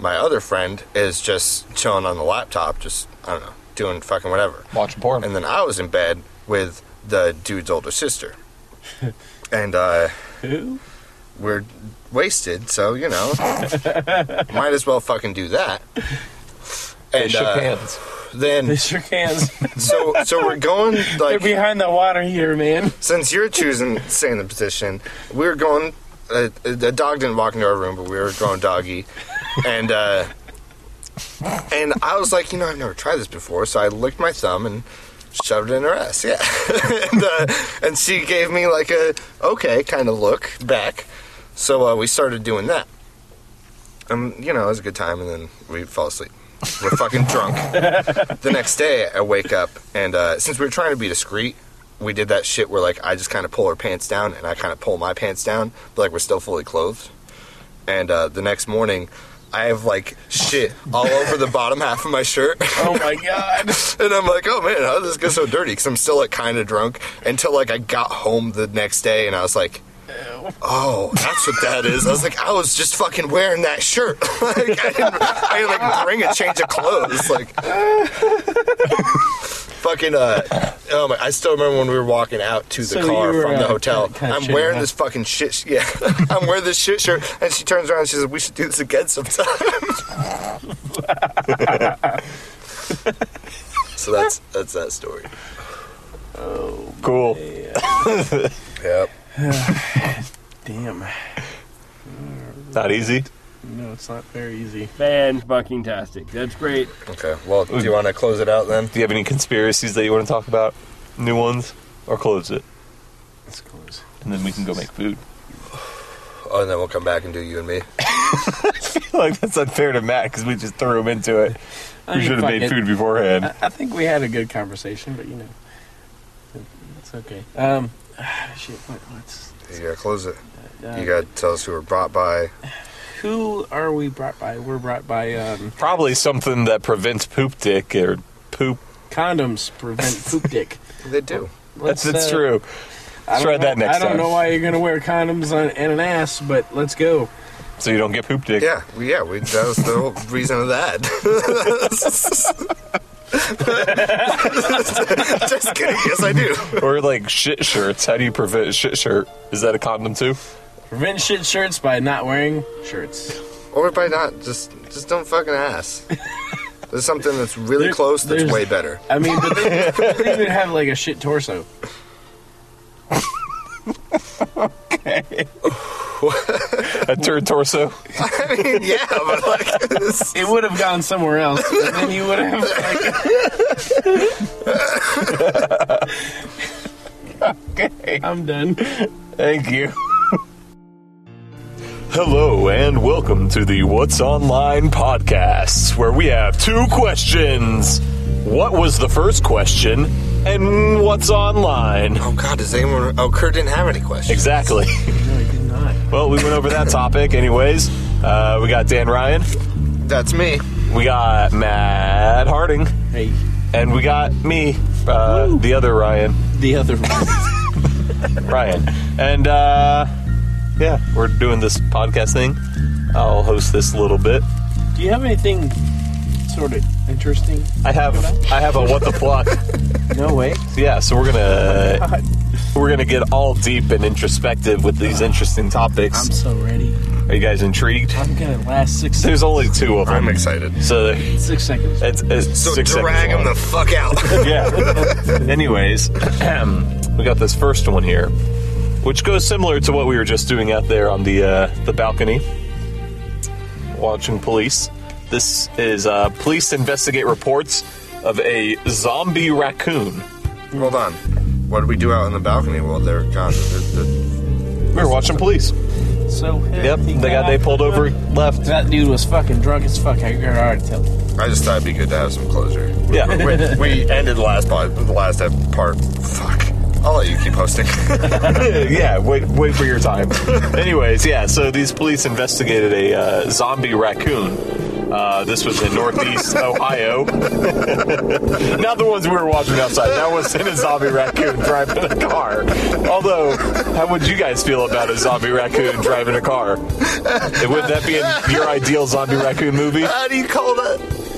[SPEAKER 4] my other friend is just chilling on the laptop, just I don't know, doing fucking whatever.
[SPEAKER 1] Watching porn.
[SPEAKER 4] And then I was in bed with the dude's older [LAUGHS] sister, and uh,
[SPEAKER 2] Who? [LAUGHS]
[SPEAKER 4] we're wasted, so
[SPEAKER 1] [LAUGHS]
[SPEAKER 4] you know, might as well fucking do that.
[SPEAKER 1] they
[SPEAKER 4] And,
[SPEAKER 1] shook
[SPEAKER 4] uh,
[SPEAKER 1] hands.
[SPEAKER 2] They
[SPEAKER 4] Then
[SPEAKER 2] shook hands.
[SPEAKER 4] so so we're going
[SPEAKER 2] They're
[SPEAKER 4] like
[SPEAKER 2] behind the water here, man.
[SPEAKER 4] since you're choosing saying the position, we were going. Uh, the dog didn't walk into our room, but we were going doggy, and uh, and I was like, you know, I've never tried this before, so I licked my thumb and shoved it in her ass, yeah, [LAUGHS] and, uh, and she gave me like a okay kind of look back, so uh, we started doing that, and you know it was a good time, and then we fell asleep. We're fucking drunk. the next day, I wake up, and uh, since we were trying to be discreet, we did that shit where like I just kind of pull her pants down and I kind of pull my pants down, but like we're still fully clothed. And uh, the next morning, I have like shit all [LAUGHS] over the bottom half of my shirt, [LAUGHS]
[SPEAKER 2] Oh my god. [LAUGHS]
[SPEAKER 4] and I'm like, oh man, how did this get so dirty? Because I'm still like kind of drunk until like I got home the next day and I was like. Oh, that's what that is. I was like, I was just fucking wearing that shirt. [LAUGHS] like, I didn't, I didn't like bring a change of clothes. Like, fucking uh oh my I still remember when we were walking out to the
[SPEAKER 2] So
[SPEAKER 4] car
[SPEAKER 2] you were,
[SPEAKER 4] from the
[SPEAKER 2] uh,
[SPEAKER 4] hotel.
[SPEAKER 2] kinda- kinda
[SPEAKER 4] I'm
[SPEAKER 2] shitting
[SPEAKER 4] wearing
[SPEAKER 2] hot.
[SPEAKER 4] this fucking shit sh- yeah. [LAUGHS] I'm wearing this shit shirt and she turns around and she says, We should do this again sometime. [LAUGHS] so that's that's that story.
[SPEAKER 1] Cool.
[SPEAKER 4] Yep.
[SPEAKER 2] Damn.
[SPEAKER 1] Not easy.
[SPEAKER 2] No, it's not very easy.
[SPEAKER 3] Man, fucking tastic. That's great.
[SPEAKER 4] Okay. Well do you wanna close it out then?
[SPEAKER 1] Do you have any conspiracies that you want to talk about? New ones? Or close it?
[SPEAKER 2] Let's close.
[SPEAKER 1] And then we can go make food.
[SPEAKER 4] Oh and then we'll come back and do you and me.
[SPEAKER 1] [LAUGHS] like, that's unfair to Matt because we just threw him into it.
[SPEAKER 2] I
[SPEAKER 1] We
[SPEAKER 2] mean,
[SPEAKER 1] should have
[SPEAKER 2] fuck
[SPEAKER 1] made
[SPEAKER 2] it.
[SPEAKER 1] food beforehand.
[SPEAKER 2] I, I think we had a good conversation, but you know, it's okay. Um, [SIGHS] shit. What, what's
[SPEAKER 4] You gotta close it.
[SPEAKER 2] Uh,
[SPEAKER 4] You gotta tell us who were brought by.
[SPEAKER 2] Who are we brought by? We're brought by um,
[SPEAKER 1] Probably something that prevents poop dick or poop.
[SPEAKER 2] condoms
[SPEAKER 1] [LAUGHS]
[SPEAKER 2] prevent poop dick.
[SPEAKER 4] They do.
[SPEAKER 1] That's,
[SPEAKER 2] Let's,
[SPEAKER 1] that's
[SPEAKER 2] uh,
[SPEAKER 1] true.
[SPEAKER 2] I
[SPEAKER 1] Let's
[SPEAKER 2] don't
[SPEAKER 1] try that
[SPEAKER 2] know-
[SPEAKER 1] next
[SPEAKER 2] I don't
[SPEAKER 1] time.
[SPEAKER 2] know why you're gonna wear condoms on, and an ass, but let's go.
[SPEAKER 1] So you don't get poop dick.
[SPEAKER 4] Yeah, we, yeah. We, that was the whole reason of that. [LAUGHS] Just kidding. Yes, I do.
[SPEAKER 1] Or like shit shirts. How do you prevent shit shirt? Is that a condom too?
[SPEAKER 2] Prevent shit shirts by not wearing shirts.
[SPEAKER 4] Or by not, just just don't fucking ass. There's something that's really
[SPEAKER 2] There-
[SPEAKER 4] close that's
[SPEAKER 2] there's-
[SPEAKER 4] way better. [LAUGHS]
[SPEAKER 2] I mean, but they, they don't even have like a shit torso.
[SPEAKER 1] A turd torso.
[SPEAKER 4] I mean, yeah, but like, this-
[SPEAKER 2] It would have gone somewhere else, and then you would have. Like, [LAUGHS] okay, I'm done.
[SPEAKER 1] Thank you. Hello and welcome to the What's Online podcast, where we have two questions. What was the first question? And what's online?
[SPEAKER 4] [LAUGHS]
[SPEAKER 1] [LAUGHS]
[SPEAKER 4] oh god, does anyone? Oh, Kurt didn't have any questions.
[SPEAKER 1] Exactly. [LAUGHS]
[SPEAKER 2] No, I did not.
[SPEAKER 1] Well, we went over that topic, anyways. Uh, we got Dan Ryan,
[SPEAKER 4] That's me.
[SPEAKER 1] we got Matt Harding,
[SPEAKER 2] Hey,
[SPEAKER 1] and we got me, uh, the other Ryan.
[SPEAKER 2] the other
[SPEAKER 1] Ryan. And uh, yeah, we're doing this podcast thing. I'll host this a little bit.
[SPEAKER 2] Do you have anything sort of interesting?
[SPEAKER 1] I have I have a what the fuck.
[SPEAKER 2] No way.
[SPEAKER 1] Yeah, so we're gonna we're gonna get all deep and introspective with these interesting
[SPEAKER 2] I'm
[SPEAKER 1] topics.
[SPEAKER 2] so ready.
[SPEAKER 1] Are you guys intrigued?
[SPEAKER 2] I'm gonna last six
[SPEAKER 1] There's only two of
[SPEAKER 4] I'm
[SPEAKER 1] them,
[SPEAKER 4] excited.
[SPEAKER 1] so
[SPEAKER 2] six seconds.
[SPEAKER 1] it's, it's
[SPEAKER 4] So
[SPEAKER 1] six
[SPEAKER 4] drag
[SPEAKER 1] seconds
[SPEAKER 4] him the fuck out. [LAUGHS]
[SPEAKER 1] long. yeah. [LAUGHS] Anyways, [CLEARS THROAT] we got this first one here, which goes similar to what we were just doing out there on the uh, the balcony, watching police. This is uh, police investigate reports of a zombie raccoon.
[SPEAKER 4] Hold on. What did we do out on the balcony while they're gone? The- the-
[SPEAKER 1] We were watching police.
[SPEAKER 2] So
[SPEAKER 1] Yep, they got they pulled over, left.
[SPEAKER 2] That dude was fucking drunk as fuck. I can already tell.
[SPEAKER 4] I just thought it'd be good to have some closure.
[SPEAKER 1] Yeah,
[SPEAKER 4] We, we [LAUGHS] ended the last part. The last part. Fuck. I'll let you keep hosting. [LAUGHS]
[SPEAKER 1] yeah. Wait, wait for your time. [LAUGHS] Anyways, yeah. So these police investigated a uh, zombie raccoon. Uh, this was in Northeast Ohio. [LAUGHS] Not the ones we were watching outside. That was in a zombie raccoon driving a car. Although, how would you guys feel about a zombie raccoon driving a car? Would that be in your ideal zombie raccoon movie?
[SPEAKER 4] How do you call that?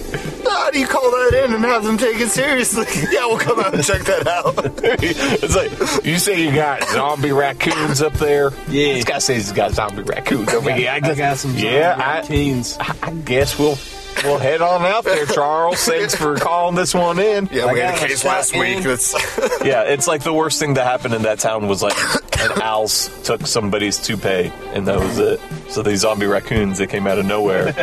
[SPEAKER 4] How do you call that in and have them take it seriously? [LAUGHS] Yeah, we'll come out and check that out.
[SPEAKER 1] [LAUGHS] it's like you say you got zombie raccoons up there.
[SPEAKER 2] Yeah.
[SPEAKER 1] this guy says he's got zombie raccoons over
[SPEAKER 2] I got,
[SPEAKER 1] here. I guess,
[SPEAKER 2] got some
[SPEAKER 1] yeah, I-
[SPEAKER 2] teens.
[SPEAKER 1] I, I guess we'll we'll head on out there, Charles. Thanks for calling this one in.
[SPEAKER 4] [LAUGHS] Yeah, we
[SPEAKER 2] I
[SPEAKER 4] had a
[SPEAKER 2] got a
[SPEAKER 4] case last
[SPEAKER 2] shotgun.
[SPEAKER 4] week. That's [LAUGHS]
[SPEAKER 1] Yeah, it's like the worst thing that happened in that town was like an owls took somebody's toupee, and that was it. So these zombie raccoons that came out of nowhere.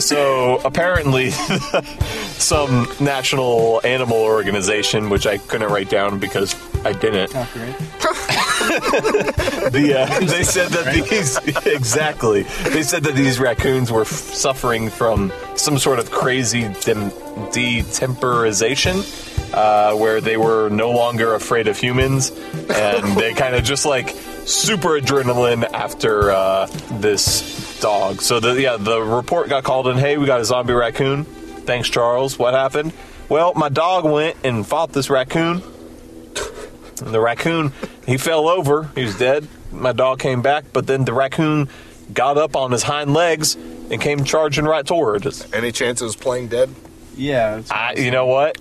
[SPEAKER 1] so apparently, [LAUGHS] some national animal organization, which I couldn't write down because I didn't. The, uh, [LAUGHS] they said that these exactly. They said that these raccoons were f- suffering from some sort of crazy dem- detemporization, uh, where they were no longer afraid of humans, and they kind of just like super adrenaline after uh, this dog. So the yeah, the report got called in. Hey, we got a zombie raccoon. Thanks, Charles. What happened? Well, my dog went and fought this raccoon. And the raccoon, he fell over. He was dead. My dog came back, but then the raccoon got up on his hind legs and came charging right toward us.
[SPEAKER 4] any chance it was playing [LAUGHS] dead?
[SPEAKER 2] Yeah, it's,
[SPEAKER 1] I, you know what?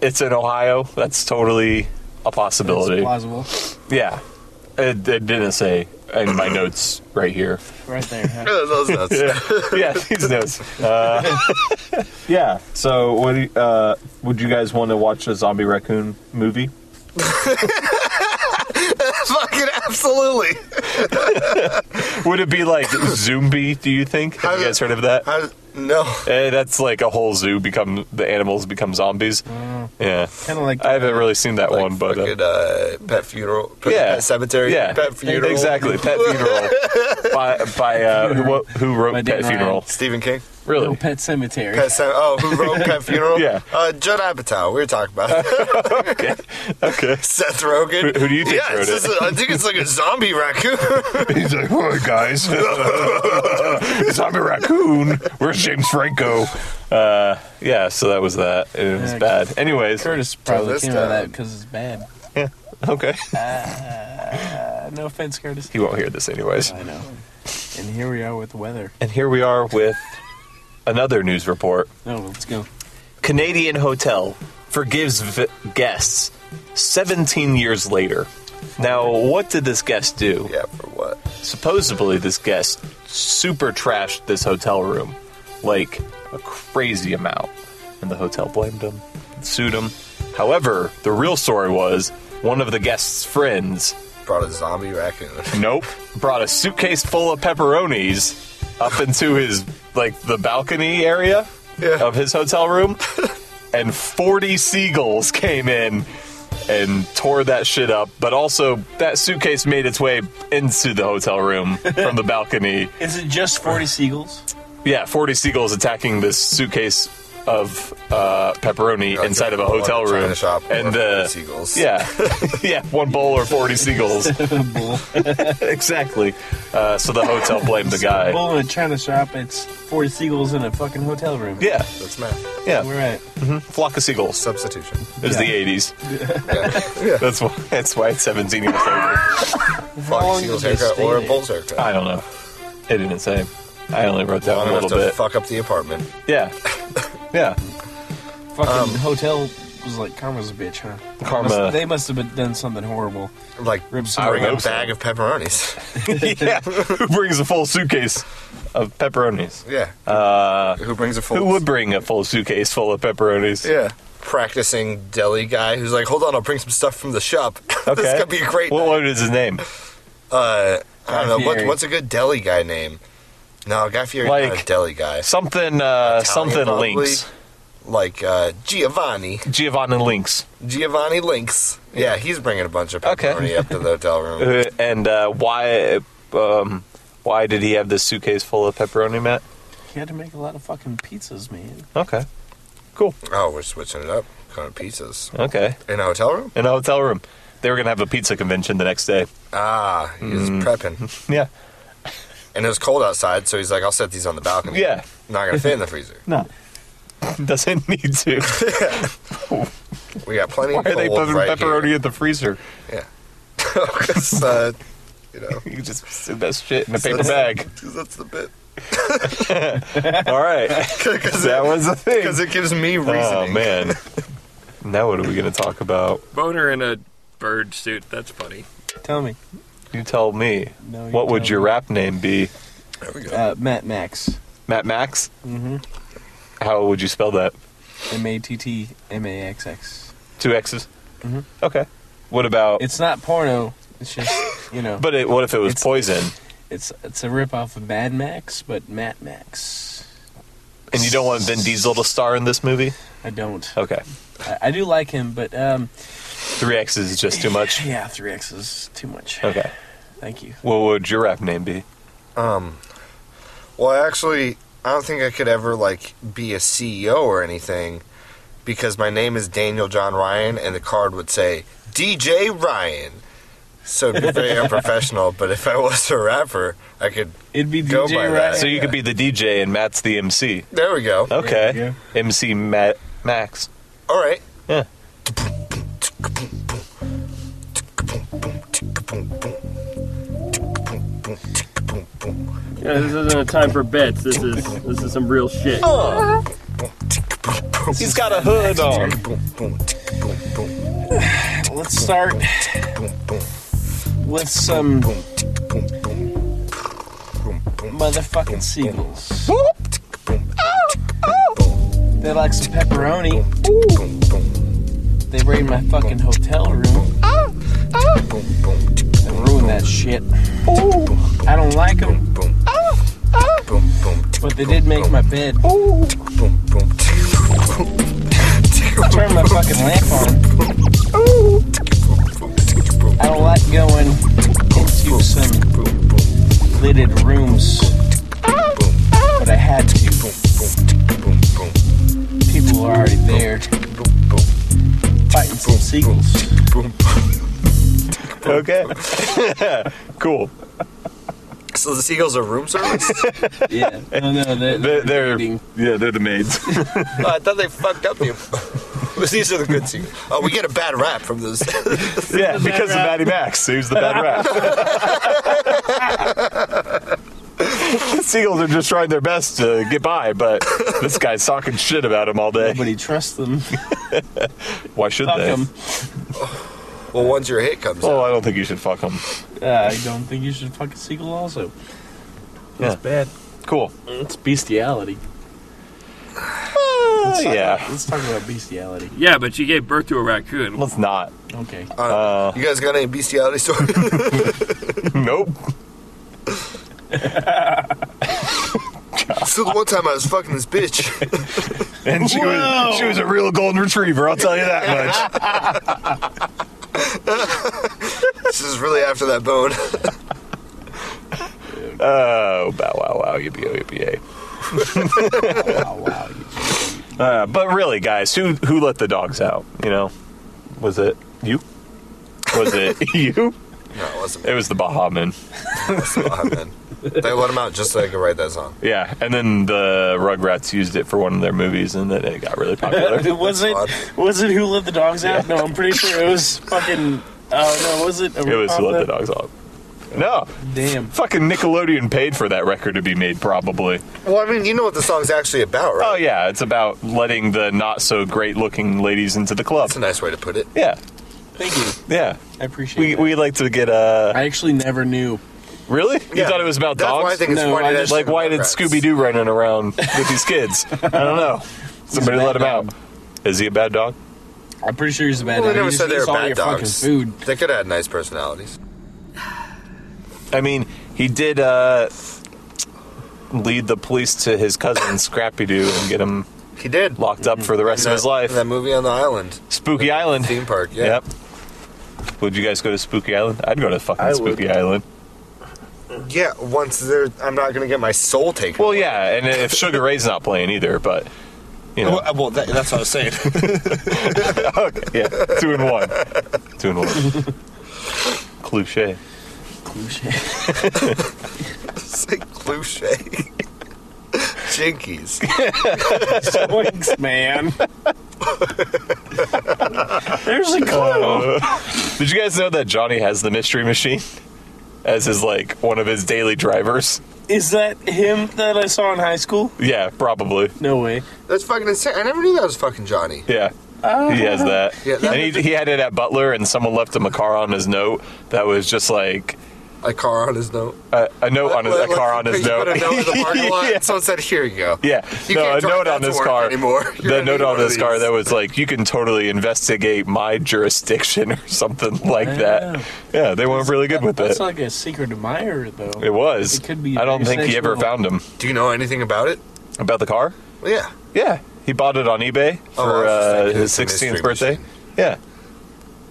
[SPEAKER 1] It's in Ohio. That's totally a
[SPEAKER 2] it's
[SPEAKER 1] possibility.
[SPEAKER 2] plausible.
[SPEAKER 1] yeah. It, it didn't say in my notes right here.
[SPEAKER 2] Right there.
[SPEAKER 1] [LAUGHS]
[SPEAKER 2] huh?
[SPEAKER 4] Those nuts. [LAUGHS]
[SPEAKER 1] yeah, these notes. Uh, [LAUGHS] yeah. So, what do you, uh, would you guys want to watch a zombie raccoon movie?
[SPEAKER 4] Fucking absolutely.
[SPEAKER 1] Would it be like Zombie? Do you think? Have you guys heard of that?
[SPEAKER 4] I, no.
[SPEAKER 1] Eh, that's like a whole zoo become the animals become zombies. Yeah,
[SPEAKER 2] Kinda like-
[SPEAKER 1] I haven't really seen that one, but uh,
[SPEAKER 4] Mm. Fucking uh, pet funeral. Pet,
[SPEAKER 1] yeah,
[SPEAKER 4] pet cemetery.
[SPEAKER 1] yeah,
[SPEAKER 4] Pet funeral. [LAUGHS]
[SPEAKER 1] exactly, pet funeral by by uh, who, who wrote
[SPEAKER 2] By Dan
[SPEAKER 1] pet
[SPEAKER 2] Ryan.
[SPEAKER 1] funeral?
[SPEAKER 4] Stephen King.
[SPEAKER 1] Really?
[SPEAKER 2] No, Pet Cemetery.
[SPEAKER 4] Pet Sem- oh, who wrote Pet [LAUGHS] Funeral?
[SPEAKER 1] Yeah.
[SPEAKER 4] Uh, Judd Apatow. We were talking [LAUGHS] about
[SPEAKER 1] Okay.
[SPEAKER 4] Seth Rogen.
[SPEAKER 1] Who- who do you think
[SPEAKER 4] yeah,
[SPEAKER 1] wrote
[SPEAKER 4] it's just a- I think
[SPEAKER 1] [LAUGHS]
[SPEAKER 4] it's like a zombie raccoon. [LAUGHS]
[SPEAKER 1] He's like, "Hi [LAUGHS] guys, it's I'm a raccoon. Where's James Franco?" Uh, yeah, so that was that. It was
[SPEAKER 2] Yeah,
[SPEAKER 1] bad. Anyways,
[SPEAKER 2] Curtis probably
[SPEAKER 4] this
[SPEAKER 2] came out of
[SPEAKER 4] time-
[SPEAKER 2] that because it's bad.
[SPEAKER 1] okay. [LAUGHS]
[SPEAKER 2] Uh, no offense, Curtis.
[SPEAKER 1] He won't hear this anyways.
[SPEAKER 2] I know. And here we are with weather.
[SPEAKER 1] And here we are with another news report.
[SPEAKER 2] No, let's go.
[SPEAKER 1] Canadian hotel forgives v- guests 17 years later. Now, what did this guest do?
[SPEAKER 4] yeah, for what?
[SPEAKER 1] Supposedly, this guest super trashed this hotel room like a crazy amount, and the hotel blamed him, sued him. However, the real story was one of the guest's friends
[SPEAKER 4] Brought a zombie raccoon. [LAUGHS]
[SPEAKER 1] Nope. Brought a suitcase full of pepperonis up into his like the balcony area
[SPEAKER 4] Yeah.
[SPEAKER 1] of his hotel
[SPEAKER 4] [LAUGHS]
[SPEAKER 1] room, and forty seagulls came in and tore that shit up. But also, that suitcase made its way into the hotel room from the balcony.
[SPEAKER 2] Is it just 40 seagulls?
[SPEAKER 1] Yeah, forty seagulls attacking this suitcase of uh, pepperoni
[SPEAKER 4] Like
[SPEAKER 1] inside
[SPEAKER 4] a
[SPEAKER 1] of a
[SPEAKER 4] bowl
[SPEAKER 1] hotel
[SPEAKER 4] of China
[SPEAKER 1] room,
[SPEAKER 4] shop
[SPEAKER 1] and
[SPEAKER 4] or
[SPEAKER 1] the
[SPEAKER 4] 40 seagulls.
[SPEAKER 1] Yeah, [LAUGHS] yeah, one bowl or forty seagulls.
[SPEAKER 2] [LAUGHS] bull.
[SPEAKER 1] exactly. Uh, so the hotel blamed the guy.
[SPEAKER 2] bull in a China shop. It's 40 seagulls in a fucking hotel room.
[SPEAKER 1] Yeah,
[SPEAKER 4] That's math.
[SPEAKER 2] All
[SPEAKER 1] yeah.
[SPEAKER 2] right.
[SPEAKER 1] Flock of seagulls.
[SPEAKER 4] Substitution.
[SPEAKER 1] It was
[SPEAKER 2] Yeah.
[SPEAKER 1] the eighties.
[SPEAKER 4] Yeah. yeah.
[SPEAKER 1] [LAUGHS] That's why. That's why it's seventeen years later.
[SPEAKER 2] long
[SPEAKER 4] Fox Seals
[SPEAKER 2] did they
[SPEAKER 4] haircut or a
[SPEAKER 2] stay
[SPEAKER 4] bull's haircut.
[SPEAKER 1] I don't know. It didn't say. I only wrote that
[SPEAKER 4] Long
[SPEAKER 1] one a
[SPEAKER 4] enough
[SPEAKER 1] little
[SPEAKER 4] to
[SPEAKER 1] bit.
[SPEAKER 4] fuck up the apartment.
[SPEAKER 1] Yeah. Yeah. [LAUGHS]
[SPEAKER 2] Fucking
[SPEAKER 4] Um,
[SPEAKER 2] hotel was like karma's a bitch, huh?
[SPEAKER 1] Karma.
[SPEAKER 2] Must- they must have been, done something horrible.
[SPEAKER 4] Like
[SPEAKER 2] Rib some
[SPEAKER 4] bring a
[SPEAKER 1] hope so.
[SPEAKER 4] bag of pepperonis. [LAUGHS]
[SPEAKER 1] yeah. Who brings a full suitcase of pepperonis?
[SPEAKER 4] yeah. Uh, who brings a full?
[SPEAKER 1] Who would bring a full suitcase full of pepperonis?
[SPEAKER 4] Yeah. Practicing deli guy who's like, hold on, I'll bring some stuff from the shop. [LAUGHS]
[SPEAKER 1] Okay.
[SPEAKER 4] this could be a great.
[SPEAKER 1] What, what is his name?
[SPEAKER 4] uh, I don't know. What,
[SPEAKER 2] Fieri.
[SPEAKER 4] what's a good deli guy name? No, Guy Fieri's not
[SPEAKER 1] Like-
[SPEAKER 4] a deli guy.
[SPEAKER 1] Something. Uh,
[SPEAKER 4] Italian,
[SPEAKER 1] something
[SPEAKER 4] probably.
[SPEAKER 1] Links.
[SPEAKER 4] Like uh, Giovanni.
[SPEAKER 1] Giovanni Links.
[SPEAKER 4] Giovanni Links. Yeah, he's bringing a bunch of
[SPEAKER 1] Okay.
[SPEAKER 4] pepperoni up to the
[SPEAKER 1] [LAUGHS]
[SPEAKER 4] hotel room.
[SPEAKER 1] Uh, and uh, why? Um, why did he have this suitcase full of pepperoni, Matt?
[SPEAKER 2] He had to make a lot of fucking pizzas, man.
[SPEAKER 1] Okay. Cool.
[SPEAKER 4] Oh, we're switching it up. Kind of pizzas.
[SPEAKER 1] Okay.
[SPEAKER 4] In a hotel room?
[SPEAKER 1] in a hotel room. They were gonna have a pizza convention the next day.
[SPEAKER 4] Ah, he was
[SPEAKER 1] Mm.
[SPEAKER 4] prepping.
[SPEAKER 1] Yeah,
[SPEAKER 4] And it was cold outside, so he's like, I'll set these on the balcony.
[SPEAKER 1] Yeah.
[SPEAKER 4] Not going to fit in the freezer.
[SPEAKER 1] no, [LAUGHS] doesn't need to.
[SPEAKER 4] We got plenty
[SPEAKER 1] Why
[SPEAKER 4] of
[SPEAKER 1] are
[SPEAKER 4] cold
[SPEAKER 1] they putting
[SPEAKER 4] right
[SPEAKER 1] pepperoni
[SPEAKER 4] here.
[SPEAKER 1] in the freezer?
[SPEAKER 4] Yeah. [LAUGHS] 'Cause, uh, you know,
[SPEAKER 1] You can just sit that shit in a paper
[SPEAKER 4] [LAUGHS] That's-
[SPEAKER 1] bag.
[SPEAKER 4] 'cause that's the bit. [LAUGHS]
[SPEAKER 1] All right,
[SPEAKER 4] Because
[SPEAKER 1] [LAUGHS] that was the thing.
[SPEAKER 4] it, gives me reasoning.
[SPEAKER 1] Oh man. Now what are we gonna talk about?
[SPEAKER 7] Boner in a bird suit. That's funny.
[SPEAKER 2] Tell me.
[SPEAKER 1] You tell me.
[SPEAKER 2] No, you
[SPEAKER 1] what would
[SPEAKER 2] tell
[SPEAKER 1] your
[SPEAKER 2] me.
[SPEAKER 1] rap name be?
[SPEAKER 4] There we go.
[SPEAKER 2] Uh, Matt Max.
[SPEAKER 1] Matt Max. Mm-hmm. How would you spell that?
[SPEAKER 2] M A T T M A X X.
[SPEAKER 1] Two X's. Mm-hmm. Okay. What about?
[SPEAKER 2] It's not porno.
[SPEAKER 1] [LAUGHS]
[SPEAKER 2] It's just, you know.
[SPEAKER 1] but it, what if it was
[SPEAKER 2] it's-
[SPEAKER 1] poison?
[SPEAKER 2] It's it's a rip off of Mad Max, but Matt Max.
[SPEAKER 1] And you don't want Vin Diesel to star in this movie?
[SPEAKER 2] I don't.
[SPEAKER 1] Okay.
[SPEAKER 2] I, I do like him, but um,
[SPEAKER 1] Three X's is just too much.
[SPEAKER 2] yeah, three X's is too much.
[SPEAKER 1] Okay.
[SPEAKER 2] Thank you.
[SPEAKER 1] What would your rap name be?
[SPEAKER 4] Um, well, I actually, I don't think I could ever, like, be a CEO or anything because my name is Daniel John Ryan, and the card would say DJ Ryan. So it'd be very unprofessional, but if I was a rapper, I could.
[SPEAKER 2] It'd be
[SPEAKER 4] Go by
[SPEAKER 2] DJ
[SPEAKER 4] that.
[SPEAKER 2] Ryan.
[SPEAKER 1] So you could be the DJ and Matt's the MC.
[SPEAKER 4] There we go.
[SPEAKER 1] Okay.
[SPEAKER 2] Yeah.
[SPEAKER 1] MC Matt Max.
[SPEAKER 4] All right.
[SPEAKER 1] Yeah.
[SPEAKER 3] Yeah, this isn't a time for bets. This is this is some real shit.
[SPEAKER 1] Oh. He's got a hood on.
[SPEAKER 2] Let's start with some motherfucking seagulls. They like some pepperoni. They raid my fucking hotel room and ruin that shit. I don't like them, but they did make my bed.
[SPEAKER 4] [LAUGHS]
[SPEAKER 2] Turn my fucking lamp on. I don't like going into some lidded rooms, but I had to.
[SPEAKER 4] [LAUGHS]
[SPEAKER 1] Okay. [LAUGHS] cool.
[SPEAKER 4] So the seagulls are room [LAUGHS] service? Oh,
[SPEAKER 2] Yeah. No, no, they're,
[SPEAKER 1] They're, they're
[SPEAKER 2] eating.
[SPEAKER 1] yeah, they're the maids.
[SPEAKER 4] Oh, I thought they fucked up you. [LAUGHS] These are the good seagulls. Oh, we get a bad rap from those. [LAUGHS]
[SPEAKER 1] yeah, because of Maddie Max. Who's the bad rap? [LAUGHS] Seagulls are just trying their best to get by, but this guy's talking shit about him all day.
[SPEAKER 2] Nobody trusts them.
[SPEAKER 1] Why should
[SPEAKER 2] Fuck
[SPEAKER 1] they?
[SPEAKER 2] 'em.
[SPEAKER 4] well, once your hit comes
[SPEAKER 1] Oh,
[SPEAKER 4] out.
[SPEAKER 1] I don't think you should fuck him.
[SPEAKER 2] Uh, I don't think you should fuck a seagull. Also,
[SPEAKER 1] Yeah.
[SPEAKER 2] that's bad.
[SPEAKER 1] Cool.
[SPEAKER 2] It's bestiality.
[SPEAKER 1] Uh, yeah.
[SPEAKER 2] Let's talk about bestiality.
[SPEAKER 3] Yeah, but you gave birth to a raccoon.
[SPEAKER 1] Let's not.
[SPEAKER 2] Okay.
[SPEAKER 4] Uh, you guys got any bestiality stories?
[SPEAKER 1] Nope.
[SPEAKER 4] [LAUGHS] so the one time I was fucking this bitch. [LAUGHS]
[SPEAKER 1] And she was, she was a real golden retriever, I'll tell you that much.
[SPEAKER 4] this is really after that bone. [LAUGHS]
[SPEAKER 1] Oh, bow wow wow, yippee oh, yippee
[SPEAKER 2] wow. Wow.
[SPEAKER 4] [LAUGHS]
[SPEAKER 1] yay. Uh, but really, guys, who who let the dogs out? You know, was it you? Was
[SPEAKER 4] [LAUGHS]
[SPEAKER 1] it you?
[SPEAKER 4] no, it wasn't.
[SPEAKER 1] It was the Bahaman.
[SPEAKER 4] Oh, [LAUGHS] man. They let him out just so I could write that song.
[SPEAKER 1] Yeah, and then the Rugrats used it for one of their movies, and then it got really
[SPEAKER 4] [LAUGHS]
[SPEAKER 1] popular.
[SPEAKER 2] [LAUGHS] It was it
[SPEAKER 4] odd.
[SPEAKER 2] was it who let the dogs out? No, I'm pretty sure it
[SPEAKER 4] [LAUGHS]
[SPEAKER 2] was fucking. Oh no, was it?
[SPEAKER 1] it was who let the dogs out. No,
[SPEAKER 2] Damn.
[SPEAKER 1] fucking Nickelodeon paid for that record to be made, probably.
[SPEAKER 4] Well, I mean, you know what the song's actually about, right?
[SPEAKER 1] Oh yeah, it's about letting the not so great looking ladies into the club.
[SPEAKER 4] That's a nice way to put it.
[SPEAKER 1] Yeah,
[SPEAKER 2] Thank you.
[SPEAKER 1] yeah.
[SPEAKER 2] I appreciate
[SPEAKER 1] We
[SPEAKER 2] it.
[SPEAKER 1] we like to get uh
[SPEAKER 2] I actually never knew.
[SPEAKER 1] really? You
[SPEAKER 4] Yeah.
[SPEAKER 1] thought it was about
[SPEAKER 4] That's
[SPEAKER 1] dogs?
[SPEAKER 4] why I think it's
[SPEAKER 2] No,
[SPEAKER 4] funny
[SPEAKER 2] I
[SPEAKER 4] that
[SPEAKER 2] just-
[SPEAKER 1] like
[SPEAKER 4] shit
[SPEAKER 1] why did
[SPEAKER 4] rats.
[SPEAKER 1] Scooby Doo running around with these
[SPEAKER 4] [LAUGHS]
[SPEAKER 1] kids? I don't know. Somebody
[SPEAKER 2] a bad
[SPEAKER 1] let him
[SPEAKER 2] dog.
[SPEAKER 1] out. Is he a bad dog?
[SPEAKER 2] I'm pretty sure he's a bad
[SPEAKER 4] Well, they
[SPEAKER 2] dog. He
[SPEAKER 4] never
[SPEAKER 2] just
[SPEAKER 4] said they
[SPEAKER 2] eats
[SPEAKER 4] were
[SPEAKER 2] all
[SPEAKER 4] bad
[SPEAKER 2] your
[SPEAKER 4] dogs.
[SPEAKER 2] fucking food.
[SPEAKER 4] They could have had nice personalities.
[SPEAKER 1] I mean, he did uh, lead the police to his
[SPEAKER 4] [COUGHS]
[SPEAKER 1] cousin Scrappy Doo and get him
[SPEAKER 4] He did.
[SPEAKER 1] locked up for the rest of
[SPEAKER 4] In
[SPEAKER 1] his
[SPEAKER 4] that-
[SPEAKER 1] life.
[SPEAKER 4] in That movie on the island.
[SPEAKER 1] Spooky Island.
[SPEAKER 4] Theme park, yeah.
[SPEAKER 1] Yep. Would you guys go to Spooky Island? I'd go to fucking
[SPEAKER 6] I
[SPEAKER 1] Spooky
[SPEAKER 6] would.
[SPEAKER 1] Island.
[SPEAKER 4] Yeah, once they're, I'm not going to get my soul taken.
[SPEAKER 1] Well,
[SPEAKER 4] away.
[SPEAKER 1] yeah, and
[SPEAKER 4] [LAUGHS]
[SPEAKER 1] if Sugar Ray's not playing either, but you know,
[SPEAKER 4] Well, well, that, that's what I was saying.
[SPEAKER 1] yeah, two and one, two and one.
[SPEAKER 4] [LAUGHS]
[SPEAKER 1] Cliche.
[SPEAKER 2] Cliche.
[SPEAKER 4] It's like cliche. [LAUGHS] Jinkies.
[SPEAKER 2] Thanks, man. There's a clue.
[SPEAKER 1] [LAUGHS] Did you guys know that Johnny has the mystery machine as his like one of his daily drivers?
[SPEAKER 2] Is that him that I saw in high school?
[SPEAKER 1] Yeah, probably.
[SPEAKER 2] No way.
[SPEAKER 4] That's fucking insane. I never knew that was fucking Johnny.
[SPEAKER 1] Yeah. he has that.
[SPEAKER 4] [LAUGHS] Yeah, that-
[SPEAKER 1] and he, he had it at Butler, and someone left him a car on his note that was just like
[SPEAKER 4] A car on his note.
[SPEAKER 1] a, a note on his
[SPEAKER 4] Like,
[SPEAKER 1] a car on
[SPEAKER 4] like,
[SPEAKER 1] his
[SPEAKER 4] [LAUGHS] you put
[SPEAKER 1] note. [LAUGHS]
[SPEAKER 4] a note in the parking lot,
[SPEAKER 1] yeah.
[SPEAKER 4] and Someone said, "Here you go."
[SPEAKER 1] Yeah.
[SPEAKER 4] You
[SPEAKER 1] no,
[SPEAKER 4] can't
[SPEAKER 1] a
[SPEAKER 4] drive
[SPEAKER 1] note
[SPEAKER 4] that
[SPEAKER 1] on
[SPEAKER 4] to
[SPEAKER 1] this
[SPEAKER 4] work
[SPEAKER 1] car.
[SPEAKER 4] anymore. You're
[SPEAKER 1] The
[SPEAKER 4] gonna
[SPEAKER 1] note
[SPEAKER 4] need
[SPEAKER 1] on
[SPEAKER 4] one of
[SPEAKER 1] this car
[SPEAKER 4] these.
[SPEAKER 1] that was like, you can totally investigate my jurisdiction [LAUGHS] or something like
[SPEAKER 2] Wow.
[SPEAKER 1] that. Yeah, they weren't really good with
[SPEAKER 2] That's
[SPEAKER 1] it.
[SPEAKER 2] like a secret admirer, though.
[SPEAKER 1] It was.
[SPEAKER 2] It could be
[SPEAKER 1] I don't
[SPEAKER 2] very
[SPEAKER 1] think he ever
[SPEAKER 2] sexual.
[SPEAKER 1] found him.
[SPEAKER 4] Do you know anything about it?
[SPEAKER 1] About the car?
[SPEAKER 4] Well, yeah.
[SPEAKER 1] Yeah, he bought it on eBay
[SPEAKER 4] Oh,
[SPEAKER 1] for
[SPEAKER 4] I was just
[SPEAKER 1] uh,
[SPEAKER 4] thinking
[SPEAKER 1] his
[SPEAKER 4] it's a mystery
[SPEAKER 1] 16th birthday.
[SPEAKER 4] machine.
[SPEAKER 1] Yeah,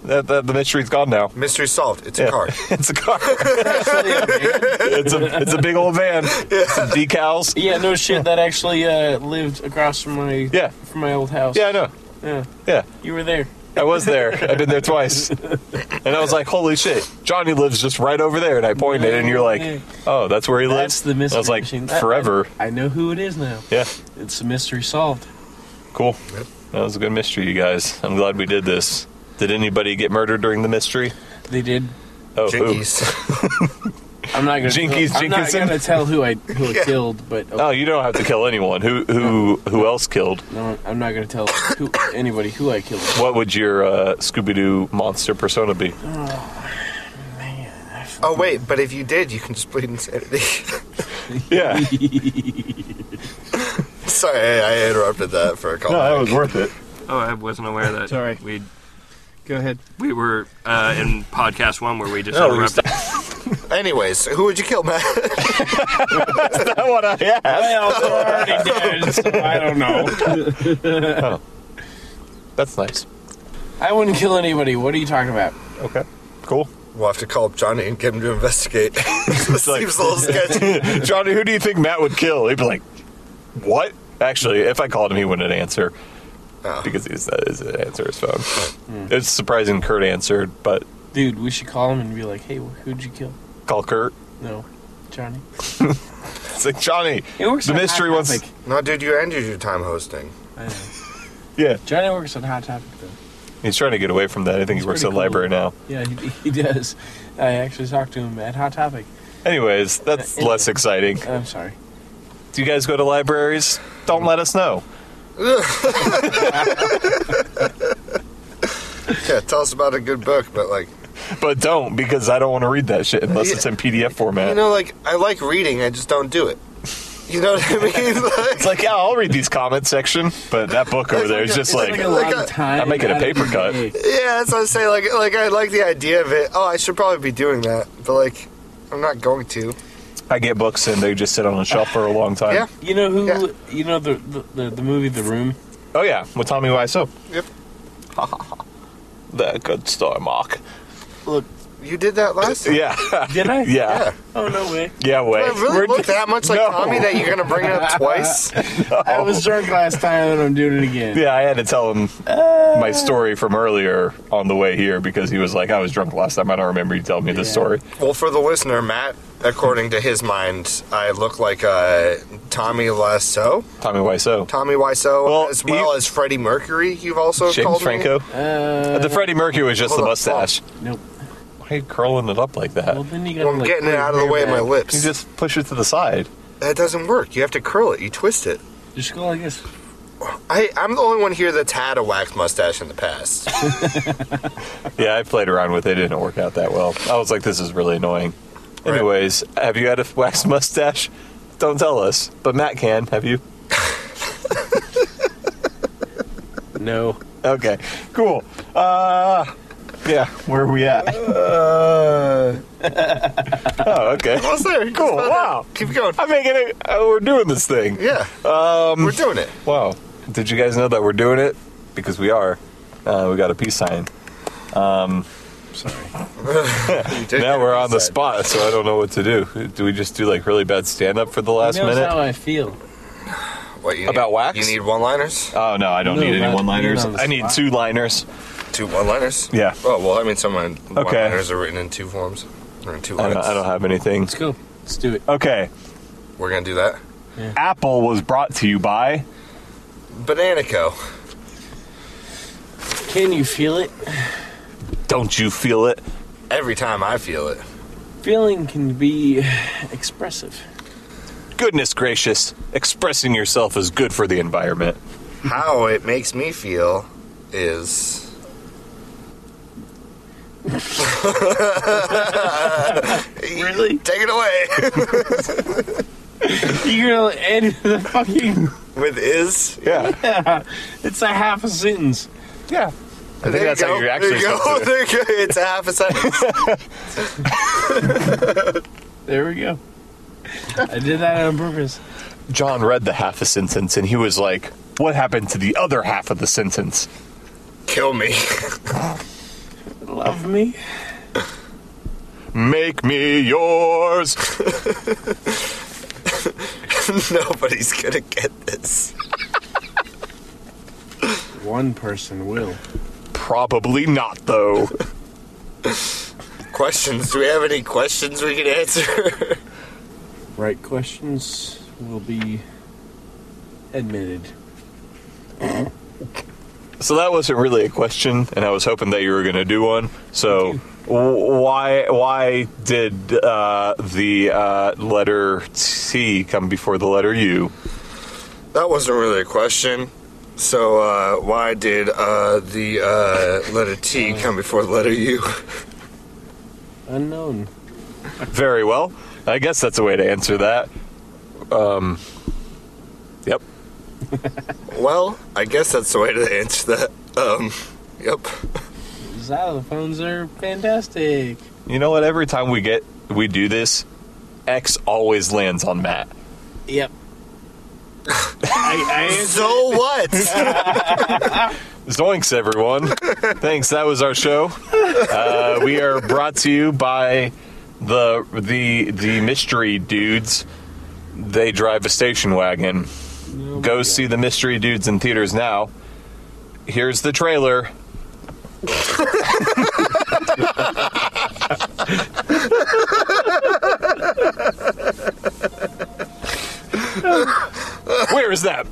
[SPEAKER 1] that, that the mystery's gone now.
[SPEAKER 4] Mystery solved. It's
[SPEAKER 1] Yeah. Oh,
[SPEAKER 4] a car.
[SPEAKER 1] [LAUGHS] It's a
[SPEAKER 4] [LAUGHS]
[SPEAKER 1] car. it's a it's a big old van. Some decals.
[SPEAKER 2] [LAUGHS] Yeah, no shit. That actually uh, lived across from my
[SPEAKER 1] Yeah.
[SPEAKER 2] from my old house.
[SPEAKER 1] Yeah, I know.
[SPEAKER 2] yeah.
[SPEAKER 1] Yeah,
[SPEAKER 2] You were there.
[SPEAKER 1] I was there. I've been there twice, and I was like, "Holy shit!" Johnny lives just right over there, and I pointed, and you're like, "Oh, that's where he
[SPEAKER 2] That's
[SPEAKER 1] lives."
[SPEAKER 2] the mystery.
[SPEAKER 1] I was like,
[SPEAKER 2] machine. That-
[SPEAKER 1] "Forever."
[SPEAKER 2] I, I know who it is now.
[SPEAKER 1] Yeah,
[SPEAKER 2] It's a mystery solved.
[SPEAKER 1] cool. That was a good mystery, you guys. I'm glad we did this. Did anybody get murdered during the mystery?
[SPEAKER 2] They did.
[SPEAKER 1] Oh, who?
[SPEAKER 4] Jinkies. [LAUGHS]
[SPEAKER 2] I'm not gonna.
[SPEAKER 1] Jinkies
[SPEAKER 2] tell, I'm not
[SPEAKER 1] Jinkinson?
[SPEAKER 2] gonna tell who I [LAUGHS] who I killed, but
[SPEAKER 1] Oh, you don't have to kill anyone. Who who who else killed?
[SPEAKER 2] no, I'm not gonna tell who, anybody who I killed.
[SPEAKER 1] What would your uh, Scooby Doo monster persona be?
[SPEAKER 4] oh wait, but if you did, you can just plead insanity.
[SPEAKER 1] Yeah, [LAUGHS]
[SPEAKER 4] Sorry, I, I interrupted that for a call.
[SPEAKER 1] was worth [LAUGHS] it.
[SPEAKER 3] Oh, I wasn't aware that.
[SPEAKER 2] Sorry.
[SPEAKER 3] We
[SPEAKER 2] Go ahead.
[SPEAKER 3] we were uh, in podcast one where we just
[SPEAKER 4] No, we
[SPEAKER 3] interrupted.
[SPEAKER 4] Anyways, who would you kill, Matt?
[SPEAKER 1] I want to. Yeah,
[SPEAKER 2] Well, Oh, they're already dead, so I
[SPEAKER 4] Oh,
[SPEAKER 2] don't know.
[SPEAKER 1] that's nice.
[SPEAKER 2] I wouldn't kill anybody. What are you talking about?
[SPEAKER 1] Okay, cool.
[SPEAKER 4] [LAUGHS] we'll have to call up Johnny and get him
[SPEAKER 1] [LAUGHS]
[SPEAKER 4] to investigate. [LAUGHS] Seems
[SPEAKER 1] like-
[SPEAKER 4] a little
[SPEAKER 1] [LAUGHS]
[SPEAKER 4] sketchy.
[SPEAKER 1] [LAUGHS] Johnny, who do you think Matt would kill? He'd be like, "What?" Actually, if I called him, he wouldn't answer uh,
[SPEAKER 4] Oh.
[SPEAKER 1] because he's that is answer his phone. It's surprising Kurt answered, but
[SPEAKER 2] Dude, we should call him and be like, hey, wh- who'd you kill?
[SPEAKER 1] Call Kurt. [LAUGHS]
[SPEAKER 2] No, Johnny.
[SPEAKER 1] It's like Johnny.
[SPEAKER 2] He works
[SPEAKER 1] The
[SPEAKER 2] on
[SPEAKER 1] mystery
[SPEAKER 2] Hot
[SPEAKER 1] one's-
[SPEAKER 2] Topic.
[SPEAKER 4] No, dude, you ended your time hosting.
[SPEAKER 2] I know.
[SPEAKER 1] Yeah,
[SPEAKER 2] Johnny works on Hot Topic, though.
[SPEAKER 1] he's trying to get away from that. I think
[SPEAKER 2] It's
[SPEAKER 1] he works at
[SPEAKER 2] pretty
[SPEAKER 1] the library
[SPEAKER 2] cool.
[SPEAKER 1] now.
[SPEAKER 2] Yeah, he, he does. I actually talked to him at Hot Topic.
[SPEAKER 1] Anyways, that's
[SPEAKER 2] Uh, anyway.
[SPEAKER 1] less exciting.
[SPEAKER 2] I'm sorry.
[SPEAKER 1] Do you guys go to libraries? Don't let us know.
[SPEAKER 4] Yeah, tell us about a good book, but like,
[SPEAKER 1] But don't, because I don't want to read that shit unless it's in PDF format.
[SPEAKER 4] you know, like I like reading, I just don't do it. You know what I mean? [LAUGHS] Like,
[SPEAKER 1] it's like, yeah, I'll read these comment section, but that book over there is just
[SPEAKER 2] It's
[SPEAKER 1] like,
[SPEAKER 2] a lot of
[SPEAKER 4] like a-
[SPEAKER 2] time.
[SPEAKER 1] I'm making a
[SPEAKER 2] out of
[SPEAKER 1] paper
[SPEAKER 2] your
[SPEAKER 1] cut.
[SPEAKER 2] day.
[SPEAKER 4] yeah, that's what I'm saying. Like, like I like the idea of it. Oh, I should probably be doing that, but like, I'm not going to.
[SPEAKER 1] I get books and they just sit on a shelf for a long time.
[SPEAKER 4] Yeah.
[SPEAKER 2] You know who?
[SPEAKER 4] Yeah.
[SPEAKER 2] You know the, the the the movie The Room.
[SPEAKER 1] Oh yeah, with Tommy Wiseau.
[SPEAKER 4] Yep.
[SPEAKER 1] that good story, Mark.
[SPEAKER 4] You did that last. time.
[SPEAKER 1] Yeah, [LAUGHS]
[SPEAKER 2] Did I?
[SPEAKER 1] yeah,
[SPEAKER 2] Oh no
[SPEAKER 1] [LAUGHS]
[SPEAKER 2] way.
[SPEAKER 1] yeah.
[SPEAKER 4] Do
[SPEAKER 1] Wait,
[SPEAKER 4] I really look that much like
[SPEAKER 1] No.
[SPEAKER 4] Tommy that you're gonna bring
[SPEAKER 1] [LAUGHS]
[SPEAKER 4] it up twice?
[SPEAKER 2] I was drunk last time, and I'm doing it again.
[SPEAKER 1] yeah, I had to tell him my story from earlier on the way here because he was like, "I was drunk last time. I don't remember you telling me this
[SPEAKER 2] Yeah.
[SPEAKER 1] story."
[SPEAKER 4] Well, for the listener, Matt, according to his mind, I look like uh, Tommy Lasso,
[SPEAKER 1] Tommy Wiseau,
[SPEAKER 4] Tommy Wiseau,
[SPEAKER 1] Well,
[SPEAKER 4] as well
[SPEAKER 1] you-
[SPEAKER 4] as Freddie Mercury. You've also
[SPEAKER 1] James
[SPEAKER 4] called
[SPEAKER 1] Franco.
[SPEAKER 2] Uh,
[SPEAKER 1] the Freddie Mercury was just
[SPEAKER 4] hold
[SPEAKER 1] the
[SPEAKER 4] on,
[SPEAKER 1] mustache.
[SPEAKER 2] nope.
[SPEAKER 1] Why are you curling it up like that?
[SPEAKER 2] Well, then you
[SPEAKER 4] Me.
[SPEAKER 2] gotta.
[SPEAKER 4] Well, I'm
[SPEAKER 2] like,
[SPEAKER 4] getting it
[SPEAKER 2] put
[SPEAKER 4] out of the
[SPEAKER 2] hair
[SPEAKER 4] way of my
[SPEAKER 2] back.
[SPEAKER 1] You
[SPEAKER 4] lips.
[SPEAKER 1] just push it to the side.
[SPEAKER 4] that doesn't work. You have to curl it. You twist it.
[SPEAKER 2] Just go like this.
[SPEAKER 4] I, I'm the only one here that's had a wax mustache in
[SPEAKER 1] [LAUGHS]
[SPEAKER 4] the past.
[SPEAKER 1] Yeah, I played around with it. It didn't work out that well. I was like, this is really annoying.
[SPEAKER 4] Right.
[SPEAKER 1] Anyways, have you had a [LAUGHS] wax mustache? Don't tell us. But Matt can. Have you?
[SPEAKER 2] No.
[SPEAKER 1] Okay, cool. Uh, yeah, where are we at? [LAUGHS] oh, okay.
[SPEAKER 4] Almost there.
[SPEAKER 1] Cool. Wow.
[SPEAKER 4] Keep going.
[SPEAKER 1] I'm making it. Oh, we're doing this thing.
[SPEAKER 4] Yeah. Um, We're
[SPEAKER 1] [LAUGHS]
[SPEAKER 4] doing it.
[SPEAKER 1] Wow. Did you guys know that we're doing it? Because we are. Uh, we got a peace sign.
[SPEAKER 2] Sorry.
[SPEAKER 4] You did
[SPEAKER 1] Now
[SPEAKER 4] it.
[SPEAKER 1] we're on the
[SPEAKER 4] Said.
[SPEAKER 1] spot, so I don't know what to do. Do we just do like really bad stand up for the last
[SPEAKER 2] He knows
[SPEAKER 1] minute?
[SPEAKER 2] how I feel.
[SPEAKER 4] What, you need-
[SPEAKER 1] About wax?
[SPEAKER 4] You need one liners?
[SPEAKER 1] Oh no, I don't
[SPEAKER 2] No,
[SPEAKER 1] need any
[SPEAKER 2] not
[SPEAKER 1] one liners.
[SPEAKER 2] being on the
[SPEAKER 1] I need
[SPEAKER 2] spot.
[SPEAKER 1] two liners.
[SPEAKER 4] Two one liners?
[SPEAKER 1] Yeah.
[SPEAKER 4] Oh, well, I mean, some one
[SPEAKER 1] Okay.
[SPEAKER 4] liners are written in two forms. Or in two
[SPEAKER 1] I
[SPEAKER 4] lines.
[SPEAKER 1] don't, I don't have anything.
[SPEAKER 2] Let's go. Let's do it.
[SPEAKER 1] Okay.
[SPEAKER 4] We're going to do that.
[SPEAKER 1] Apple was brought to you by
[SPEAKER 4] Bananico.
[SPEAKER 2] Can you feel it?
[SPEAKER 1] Don't You Feel It.
[SPEAKER 4] Every time I feel it.
[SPEAKER 2] Feeling can be [SIGHS] expressive.
[SPEAKER 1] Goodness gracious, expressing yourself is good for the environment.
[SPEAKER 4] How it makes me feel is.
[SPEAKER 2] Really?
[SPEAKER 4] Take it away! [LAUGHS]
[SPEAKER 2] You're gonna end [LAUGHS] the fucking.
[SPEAKER 4] With is.
[SPEAKER 1] Yeah.
[SPEAKER 2] [LAUGHS] it's a half a sentence.
[SPEAKER 1] Yeah. I think
[SPEAKER 4] There
[SPEAKER 1] that's
[SPEAKER 4] you
[SPEAKER 1] how
[SPEAKER 4] go.
[SPEAKER 1] you actually
[SPEAKER 4] There you go.
[SPEAKER 1] supposed to do it.
[SPEAKER 4] [LAUGHS] There you go. It's a
[SPEAKER 1] [LAUGHS]
[SPEAKER 4] half a sentence.
[SPEAKER 2] There we go. I did that on purpose.
[SPEAKER 1] John read the half a sentence and he was like, What happened to the other half of the sentence?
[SPEAKER 4] Kill me. [LAUGHS]
[SPEAKER 2] Love me.
[SPEAKER 1] Make me yours.
[SPEAKER 4] Nobody's gonna get this.
[SPEAKER 2] One person will.
[SPEAKER 1] Probably not, though.
[SPEAKER 4] Questions? Do we have any questions we can answer? [LAUGHS]
[SPEAKER 2] Right questions will be admitted.
[SPEAKER 1] So that wasn't really a question, and I was hoping that you were going to do one. So w- why why did uh, the uh, letter T come before the letter U?
[SPEAKER 4] that wasn't really a question. So uh, why did uh, the uh, letter
[SPEAKER 1] [LAUGHS]
[SPEAKER 4] T come before the letter U?
[SPEAKER 2] Unknown.
[SPEAKER 1] Very well. I guess that's a way to answer that. Um, yep.
[SPEAKER 4] well, I guess that's the way to answer that. Um,
[SPEAKER 1] [LAUGHS]
[SPEAKER 4] yep.
[SPEAKER 2] Xylophones are fantastic.
[SPEAKER 1] You know what? Every time we get we do this, X always lands on Matt.
[SPEAKER 2] Yep. I,
[SPEAKER 4] So
[SPEAKER 1] [LAUGHS]
[SPEAKER 4] what?
[SPEAKER 1] Zoinks, everyone. Thanks. That was our show. Uh, we are brought to you by the the the mystery dudes. They drive a station wagon.
[SPEAKER 2] I, no,
[SPEAKER 1] Go see the mystery dudes in theaters now. Here's the trailer. Where is that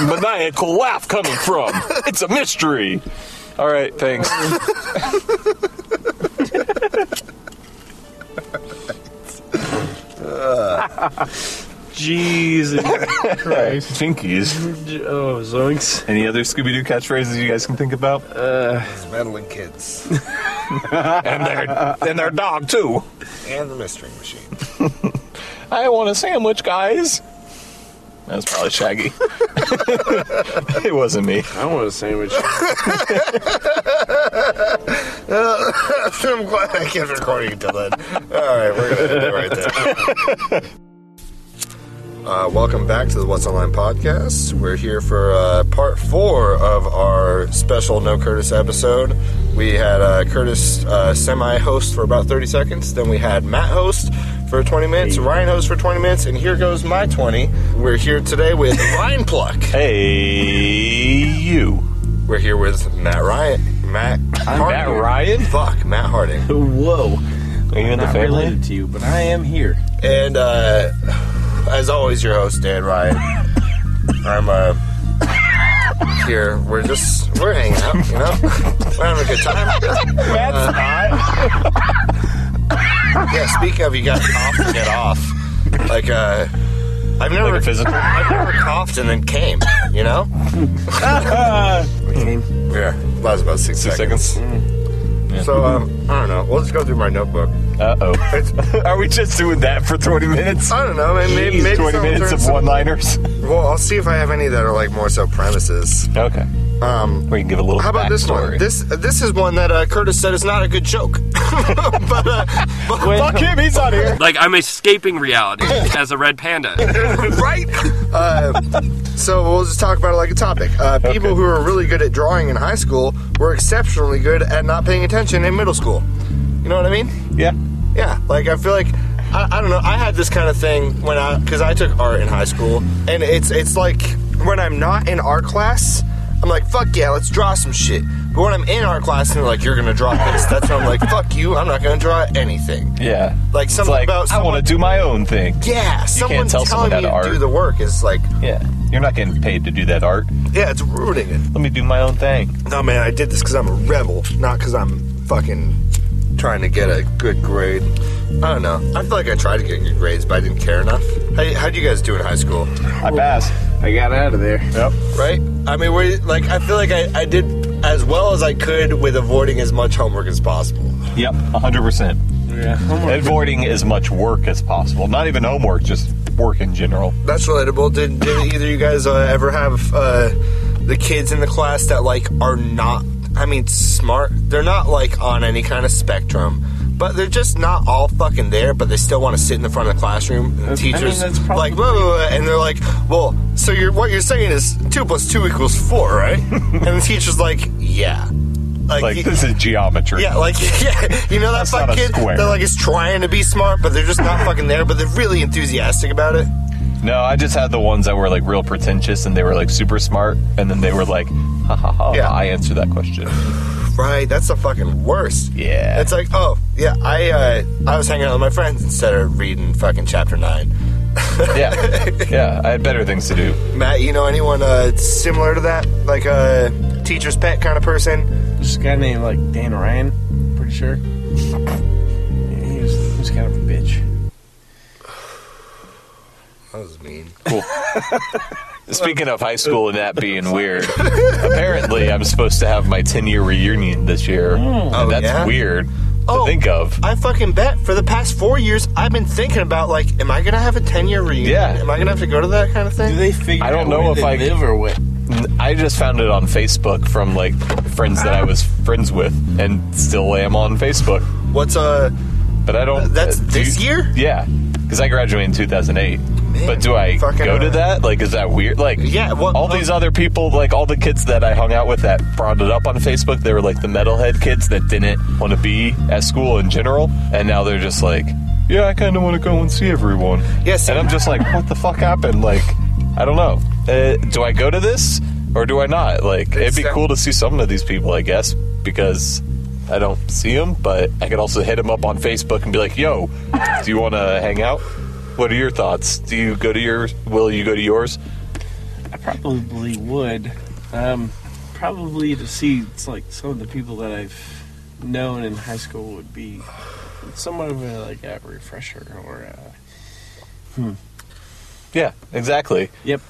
[SPEAKER 1] maniacal laugh coming from? It's a mystery. All right, thanks.
[SPEAKER 2] Jesus [LAUGHS] Christ.
[SPEAKER 1] Jinkies.
[SPEAKER 2] Oh, zoinks.
[SPEAKER 1] Any other Scooby Doo catchphrases you guys can think about?
[SPEAKER 4] It's meddling [LAUGHS] kids
[SPEAKER 1] and their and their dog too.
[SPEAKER 4] and the mystery machine.
[SPEAKER 1] I want a sandwich, guys. That was probably Shaggy. [LAUGHS] it wasn't me.
[SPEAKER 2] I want a sandwich.
[SPEAKER 4] [LAUGHS] I'm glad I kept recording until then. All right, we're gonna end it right there. [LAUGHS] Uh, welcome back to the What's Online podcast. We're here for uh, part four of our special No Curtis episode. We had uh, Curtis uh, semi host for about 30 seconds, then we had Matt host for 20 minutes, Ryan host for 20 minutes, and here goes my 20. We're here today with Ryan Pluck.
[SPEAKER 1] Hey, you.
[SPEAKER 4] We're here with Matt Ryan. Matt Harding.
[SPEAKER 1] Matt Ryan?
[SPEAKER 4] Fuck, Matt
[SPEAKER 2] [LAUGHS]
[SPEAKER 4] Harding.
[SPEAKER 2] Whoa.
[SPEAKER 1] Are you in the
[SPEAKER 2] Not
[SPEAKER 1] family?
[SPEAKER 2] related to you, but I am here.
[SPEAKER 4] And uh, as always, your host
[SPEAKER 1] [LAUGHS]
[SPEAKER 4] Dan Ryan. I'm uh, here. We're just we're hanging out. You know, we're having a good time. Uh, Yeah. Speaking of, you got coughed and get off. Like uh, I've never
[SPEAKER 1] Like a physical?
[SPEAKER 4] I've never coughed and then came.
[SPEAKER 1] [LAUGHS]
[SPEAKER 4] You know. Yeah. Last about six,
[SPEAKER 1] Six
[SPEAKER 4] seconds.
[SPEAKER 1] seconds.
[SPEAKER 4] So um, I don't know. We'll just go through my notebook.
[SPEAKER 1] Uh oh.
[SPEAKER 4] It's,
[SPEAKER 1] [LAUGHS] Are we just doing that for 20 minutes?
[SPEAKER 4] I don't know. Maybe,
[SPEAKER 1] Jeez,
[SPEAKER 4] maybe
[SPEAKER 1] 20
[SPEAKER 4] some-
[SPEAKER 1] minutes of
[SPEAKER 4] some-
[SPEAKER 1] one liners?
[SPEAKER 4] Well, I'll see if I have any that are like more so premises.
[SPEAKER 1] [LAUGHS] Okay.
[SPEAKER 4] Um,
[SPEAKER 1] We can give a little
[SPEAKER 4] How about this one?
[SPEAKER 1] backstory.
[SPEAKER 4] This this is one that uh, Curtis said is not a good joke. [LAUGHS] but, uh, but-
[SPEAKER 1] Fuck him, he's on here.
[SPEAKER 7] Like I'm escaping
[SPEAKER 4] [LAUGHS]
[SPEAKER 7] reality as a red panda.
[SPEAKER 4] right? Uh, so we'll just talk about it like a topic. Uh, people
[SPEAKER 1] Okay.
[SPEAKER 4] who are really good at drawing in high school were exceptionally good at not paying attention in middle school. You know what I mean?
[SPEAKER 1] Yeah.
[SPEAKER 4] Yeah. Like I feel like I, I don't know. I had this kind of thing when I because I took art in high school, and it's it's like when I'm not in art class, I'm like fuck yeah, let's draw some shit. But when I'm in art class and they're like, you're gonna draw this, that's when I'm like, fuck you, I'm not gonna draw anything.
[SPEAKER 1] Yeah.
[SPEAKER 4] Like
[SPEAKER 1] It's
[SPEAKER 4] something
[SPEAKER 1] like,
[SPEAKER 4] about
[SPEAKER 1] I
[SPEAKER 4] someone,
[SPEAKER 1] want to do my own thing.
[SPEAKER 4] yeah, someone
[SPEAKER 1] tell someone
[SPEAKER 4] telling me
[SPEAKER 1] how to
[SPEAKER 4] to do
[SPEAKER 1] art.
[SPEAKER 4] the work is like,
[SPEAKER 1] Yeah. You're not getting paid to do that art.
[SPEAKER 4] yeah, it's ruining it.
[SPEAKER 1] Let me do my own thing.
[SPEAKER 4] No man, I did this because I'm a rebel, not because I'm fucking trying to get a good grade. I don't know. I feel like I tried to get good grades, but I didn't care enough. How how'd you guys do in high school?
[SPEAKER 1] I passed.
[SPEAKER 2] I got out of there.
[SPEAKER 1] Yep.
[SPEAKER 4] Right? I mean, we like I feel like I, I did as well as I could with avoiding as much homework as possible.
[SPEAKER 1] Yep. 100%.
[SPEAKER 2] Yeah. homework.
[SPEAKER 1] Avoiding as much work as possible. Not even homework, just work in general.
[SPEAKER 4] That's relatable. Did, did either of you guys uh, ever have uh, the kids in the class that like are not? I mean, smart. They're not like on any kind of spectrum, but they're just not all fucking there. But they still want to sit in the front of the classroom. And the
[SPEAKER 2] I mean,
[SPEAKER 4] teachers
[SPEAKER 2] that's
[SPEAKER 4] like blah, blah, blah, and they're like, "Well, so you're what you're saying is two plus two equals four,
[SPEAKER 1] [LAUGHS]
[SPEAKER 4] right?" and the teacher's like, "Yeah."
[SPEAKER 1] Like,
[SPEAKER 4] y-
[SPEAKER 1] this is geometry.
[SPEAKER 4] yeah, like [LAUGHS] yeah, you know that
[SPEAKER 1] That's not
[SPEAKER 4] fucking
[SPEAKER 1] a
[SPEAKER 4] kid
[SPEAKER 1] square.
[SPEAKER 4] that like is trying to be smart, but they're just not fucking there. But they're really enthusiastic about it.
[SPEAKER 1] No, I just had the ones that were like real pretentious and they were like super smart, and then they were like, ha ha ha,
[SPEAKER 4] Yeah.
[SPEAKER 1] I answered that question.
[SPEAKER 4] Right, that's the fucking worst.
[SPEAKER 1] Yeah.
[SPEAKER 4] It's like, oh, yeah, I uh, I was hanging out with my friends instead of reading fucking chapter nine.
[SPEAKER 1] yeah. Yeah, I had better things to do.
[SPEAKER 4] Matt, you know anyone uh, similar to that? Like a teacher's pet kind of person?
[SPEAKER 2] This guy named like Dan Ryan, pretty sure. Yeah, he was he was kind of a bitch.
[SPEAKER 4] That was mean.
[SPEAKER 1] Speaking of high school and that being weird, apparently I'm supposed to have my 10 year reunion this year. and
[SPEAKER 4] Oh,
[SPEAKER 1] that's
[SPEAKER 4] yeah?
[SPEAKER 1] weird to
[SPEAKER 4] Oh.
[SPEAKER 1] think of.
[SPEAKER 4] I fucking bet for the past four years I've been thinking about like, am I gonna have a ten year reunion?
[SPEAKER 1] Yeah.
[SPEAKER 4] Am I gonna have to go to that kind of
[SPEAKER 2] Do
[SPEAKER 4] thing?
[SPEAKER 2] they figure?
[SPEAKER 1] I don't
[SPEAKER 2] out
[SPEAKER 1] know
[SPEAKER 2] where
[SPEAKER 1] if
[SPEAKER 2] they
[SPEAKER 1] I-
[SPEAKER 2] live or what.
[SPEAKER 1] I just found it on Facebook from like friends that I was friends with and still am on Facebook.
[SPEAKER 4] What's uh
[SPEAKER 1] But I don't. uh,
[SPEAKER 4] that's
[SPEAKER 1] do
[SPEAKER 4] this
[SPEAKER 1] you-
[SPEAKER 4] year?
[SPEAKER 1] Yeah, because I graduated in 2008.
[SPEAKER 4] Man,
[SPEAKER 1] but do I
[SPEAKER 4] fucking,
[SPEAKER 1] go to
[SPEAKER 4] uh,
[SPEAKER 1] that? Like, is that weird? Like,
[SPEAKER 4] Yeah, well,
[SPEAKER 1] all
[SPEAKER 4] well-
[SPEAKER 1] these other people, like all the kids that I hung out with that brought it up on Facebook, they were like the metalhead kids that didn't want to be at school in general, and now they're just like, yeah, I kind of want to go and see everyone.
[SPEAKER 4] Yeah, see-
[SPEAKER 1] and I'm just like, what the fuck happened? Like, I don't know. Uh, do I go to this or do I not? Like, it'd be
[SPEAKER 4] It's-
[SPEAKER 1] cool to see some of these people, I guess, because I don't see him, but I could also hit him up on Facebook and be like, "Yo, do you want to hang out? What are your thoughts? Do you go to yours? Will you go to yours?"
[SPEAKER 2] I probably would. Um, probably to see it's like some of the people that I've known in high school would be somewhat of a like a refresher or uh, a,
[SPEAKER 1] Yeah, exactly.
[SPEAKER 2] yep.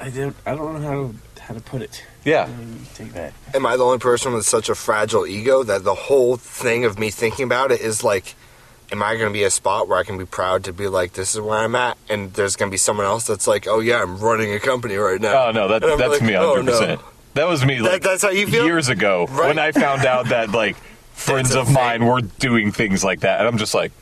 [SPEAKER 2] I don't I don't know how to, how to put it.
[SPEAKER 1] Yeah,
[SPEAKER 2] Um, Take that.
[SPEAKER 4] Am I the only person with such a fragile ego that the whole thing of me thinking about it is like, am I going to be a spot where I can be proud to be like, this is where I'm at? And there's going to be someone else that's like, oh yeah, I'm running a company right now.
[SPEAKER 1] Oh no, that,
[SPEAKER 4] And I'm
[SPEAKER 1] that's
[SPEAKER 4] like,
[SPEAKER 1] me
[SPEAKER 4] "Oh,
[SPEAKER 1] hundred
[SPEAKER 4] no."
[SPEAKER 1] percent. That was me like
[SPEAKER 4] that's how you feel?
[SPEAKER 1] years ago
[SPEAKER 4] Right.
[SPEAKER 1] when I found out that like friends
[SPEAKER 4] [LAUGHS] That's a
[SPEAKER 1] of mine were doing things like that, and I'm just like,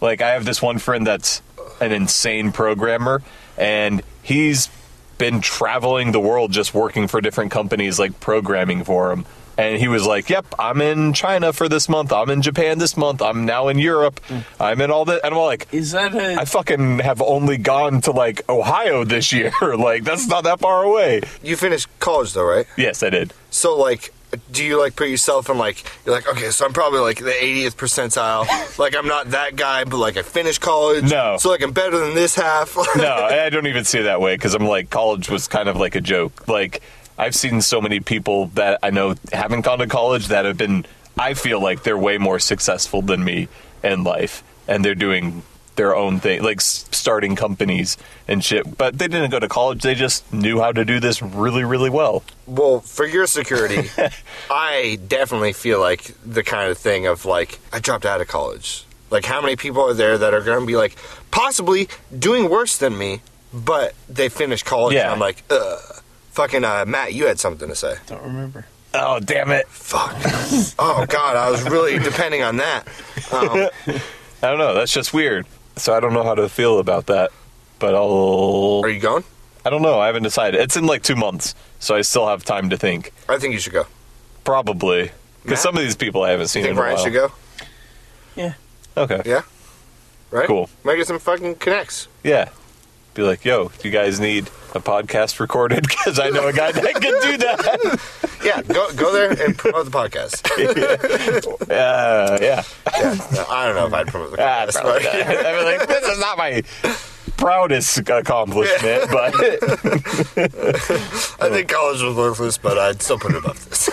[SPEAKER 1] like I have this one friend that's an insane programmer, and he's been traveling the world just working for different companies like programming for him. And he was like, "Yep, I'm in China for this month. I'm in Japan this month. I'm now in Europe.
[SPEAKER 4] Mm.
[SPEAKER 1] I'm in all that." And I'm like,
[SPEAKER 2] Is that a
[SPEAKER 1] I fucking have only gone to like Ohio this year. [LAUGHS] like that's not that far away.
[SPEAKER 4] You finished college though, right?
[SPEAKER 1] Yes, I did.
[SPEAKER 4] So like, do you like put yourself in like you're like okay, so I'm probably like the
[SPEAKER 1] [LAUGHS]
[SPEAKER 4] 80th percentile. like I'm not that guy, but like I finished college.
[SPEAKER 1] No.
[SPEAKER 4] So like I'm better than this half. [LAUGHS]
[SPEAKER 1] No, I I don't even see it that way because I'm like college was kind of like a joke. Like I've seen so many people that I know haven't gone to college that have been. I feel like they're way more successful than me in life, and they're doing their own thing, like s- starting companies and shit. But they didn't go to college; they just knew how to do this really, really well.
[SPEAKER 4] Well, for your
[SPEAKER 1] [LAUGHS]
[SPEAKER 4] security, I definitely feel like the kind of thing of like I dropped out of college. Like how many people are there that are going to be like possibly doing worse than me, but they finished college?
[SPEAKER 1] Yeah.
[SPEAKER 4] And I'm like, Ugh. fucking uh, Matt, you had something to say.
[SPEAKER 2] don't remember.
[SPEAKER 1] Oh damn it!
[SPEAKER 4] Fuck. oh God, I was really depending on that. Um,
[SPEAKER 1] I don't know. That's just weird. So I don't know how to feel about that. But I'll.
[SPEAKER 4] are you going?
[SPEAKER 1] I don't know. I haven't decided. It's in like two months, so I still have time to think.
[SPEAKER 4] I think you should go.
[SPEAKER 1] Probably
[SPEAKER 4] Matt?
[SPEAKER 1] because some of these people I haven't seen
[SPEAKER 4] You think
[SPEAKER 1] in a
[SPEAKER 4] Ryan
[SPEAKER 1] while.
[SPEAKER 4] should go?
[SPEAKER 1] Okay.
[SPEAKER 4] Yeah. Right.
[SPEAKER 1] Cool.
[SPEAKER 4] Might get some fucking connects.
[SPEAKER 1] Yeah. Be like, yo, do you guys need a podcast recorded? [LAUGHS] Because I know a guy that can do
[SPEAKER 4] [LAUGHS]
[SPEAKER 1] that.
[SPEAKER 4] Yeah. Go go there and promote
[SPEAKER 1] [LAUGHS]
[SPEAKER 4] the podcast.
[SPEAKER 1] Uh, yeah.
[SPEAKER 4] No, I don't know if I'd promote the
[SPEAKER 1] Ah,
[SPEAKER 4] podcast.
[SPEAKER 1] probably
[SPEAKER 4] but-
[SPEAKER 1] not. I mean, like, this is not my proudest accomplishment, but [LAUGHS]
[SPEAKER 4] I think college was worthless, but I'd still put it above this.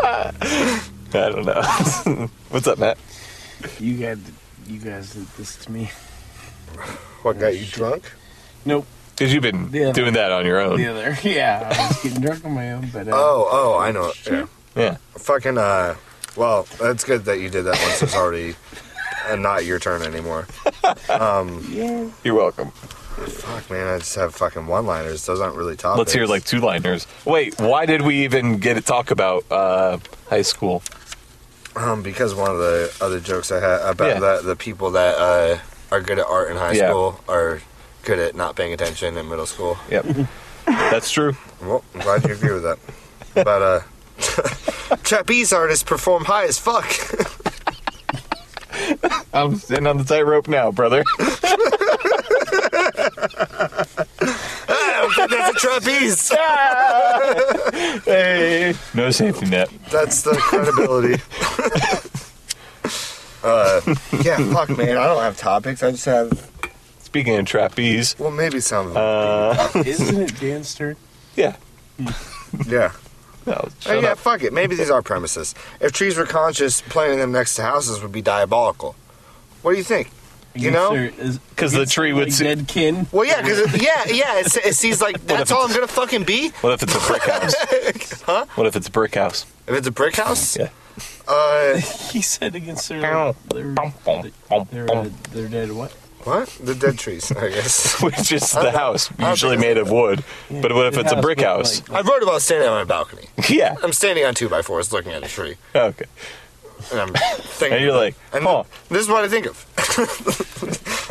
[SPEAKER 1] I don't know. [LAUGHS] What's up, Matt?
[SPEAKER 2] You got you guys did this to me.
[SPEAKER 4] [LAUGHS] what got you drunk?
[SPEAKER 2] Nope.
[SPEAKER 1] Because you've been
[SPEAKER 2] Yeah.
[SPEAKER 1] doing that on your own.
[SPEAKER 2] The other. [LAUGHS] Yeah. I was getting drunk on my own, but uh,
[SPEAKER 4] Oh, oh, I know. Yeah.
[SPEAKER 1] yeah.
[SPEAKER 4] Fucking. Uh, well, that's good that you did that once. It's already uh, not your turn anymore.
[SPEAKER 1] You're welcome.
[SPEAKER 4] Fuck, man. I just have fucking one-liners. Those aren't really topics.
[SPEAKER 1] Let's hear like two liners. Wait, why did we even get to talk about uh, high school?
[SPEAKER 4] Um, because one of the other jokes I had about
[SPEAKER 1] Yeah.
[SPEAKER 4] the, the people that uh, are good at art in high
[SPEAKER 1] Yeah.
[SPEAKER 4] school are good at not paying attention in middle school.
[SPEAKER 1] Yep. [LAUGHS] That's true.
[SPEAKER 4] Well, I'm glad you agree with that. But uh, [LAUGHS] trapeze artists perform high as fuck. [LAUGHS]
[SPEAKER 1] I'm sitting on the tightrope now, brother.
[SPEAKER 4] That's a trapeze.
[SPEAKER 1] [LAUGHS] hey. No safety net.
[SPEAKER 4] That's the credibility. [LAUGHS] uh, yeah, fuck, man. I don't have topics. I just have
[SPEAKER 1] Speaking of trapeze,
[SPEAKER 4] well, maybe some. Of them.
[SPEAKER 1] uh,
[SPEAKER 4] Oh.
[SPEAKER 2] [LAUGHS] isn't it Dan's turn?
[SPEAKER 1] yeah.
[SPEAKER 4] yeah.
[SPEAKER 1] No,
[SPEAKER 4] Oh,
[SPEAKER 1] shut
[SPEAKER 4] yeah,
[SPEAKER 1] up.
[SPEAKER 4] fuck it. Maybe these are premises. If trees were conscious, planting them next to houses would be diabolical. What do you think? You know?
[SPEAKER 1] Because the tree would see.
[SPEAKER 2] dead kin. [LAUGHS]
[SPEAKER 4] Well, yeah, because yeah, yeah, it, it sees like that's all I'm gonna fucking be.
[SPEAKER 1] What if it's a brick house? huh? What if it's a brick house? [LAUGHS]
[SPEAKER 4] If it's a brick house,
[SPEAKER 1] Yeah.
[SPEAKER 4] uh,
[SPEAKER 2] He said against their their,
[SPEAKER 1] Bum, bum, bum,
[SPEAKER 2] their, uh,
[SPEAKER 1] bum.
[SPEAKER 2] their dead what?
[SPEAKER 4] what? The dead trees, I guess.
[SPEAKER 1] Which is the house, usually made
[SPEAKER 4] think
[SPEAKER 1] of wood. But what if
[SPEAKER 2] The
[SPEAKER 1] it's a
[SPEAKER 2] house
[SPEAKER 1] brick
[SPEAKER 2] looked
[SPEAKER 1] house?
[SPEAKER 2] like-
[SPEAKER 4] I wrote about standing on my balcony.
[SPEAKER 1] [LAUGHS] Yeah.
[SPEAKER 4] I'm standing on two by fours, looking at a tree,
[SPEAKER 1] Okay.
[SPEAKER 4] and I'm thinking.
[SPEAKER 1] And you're like,
[SPEAKER 4] and
[SPEAKER 1] huh.
[SPEAKER 4] this is what I think of. [LAUGHS]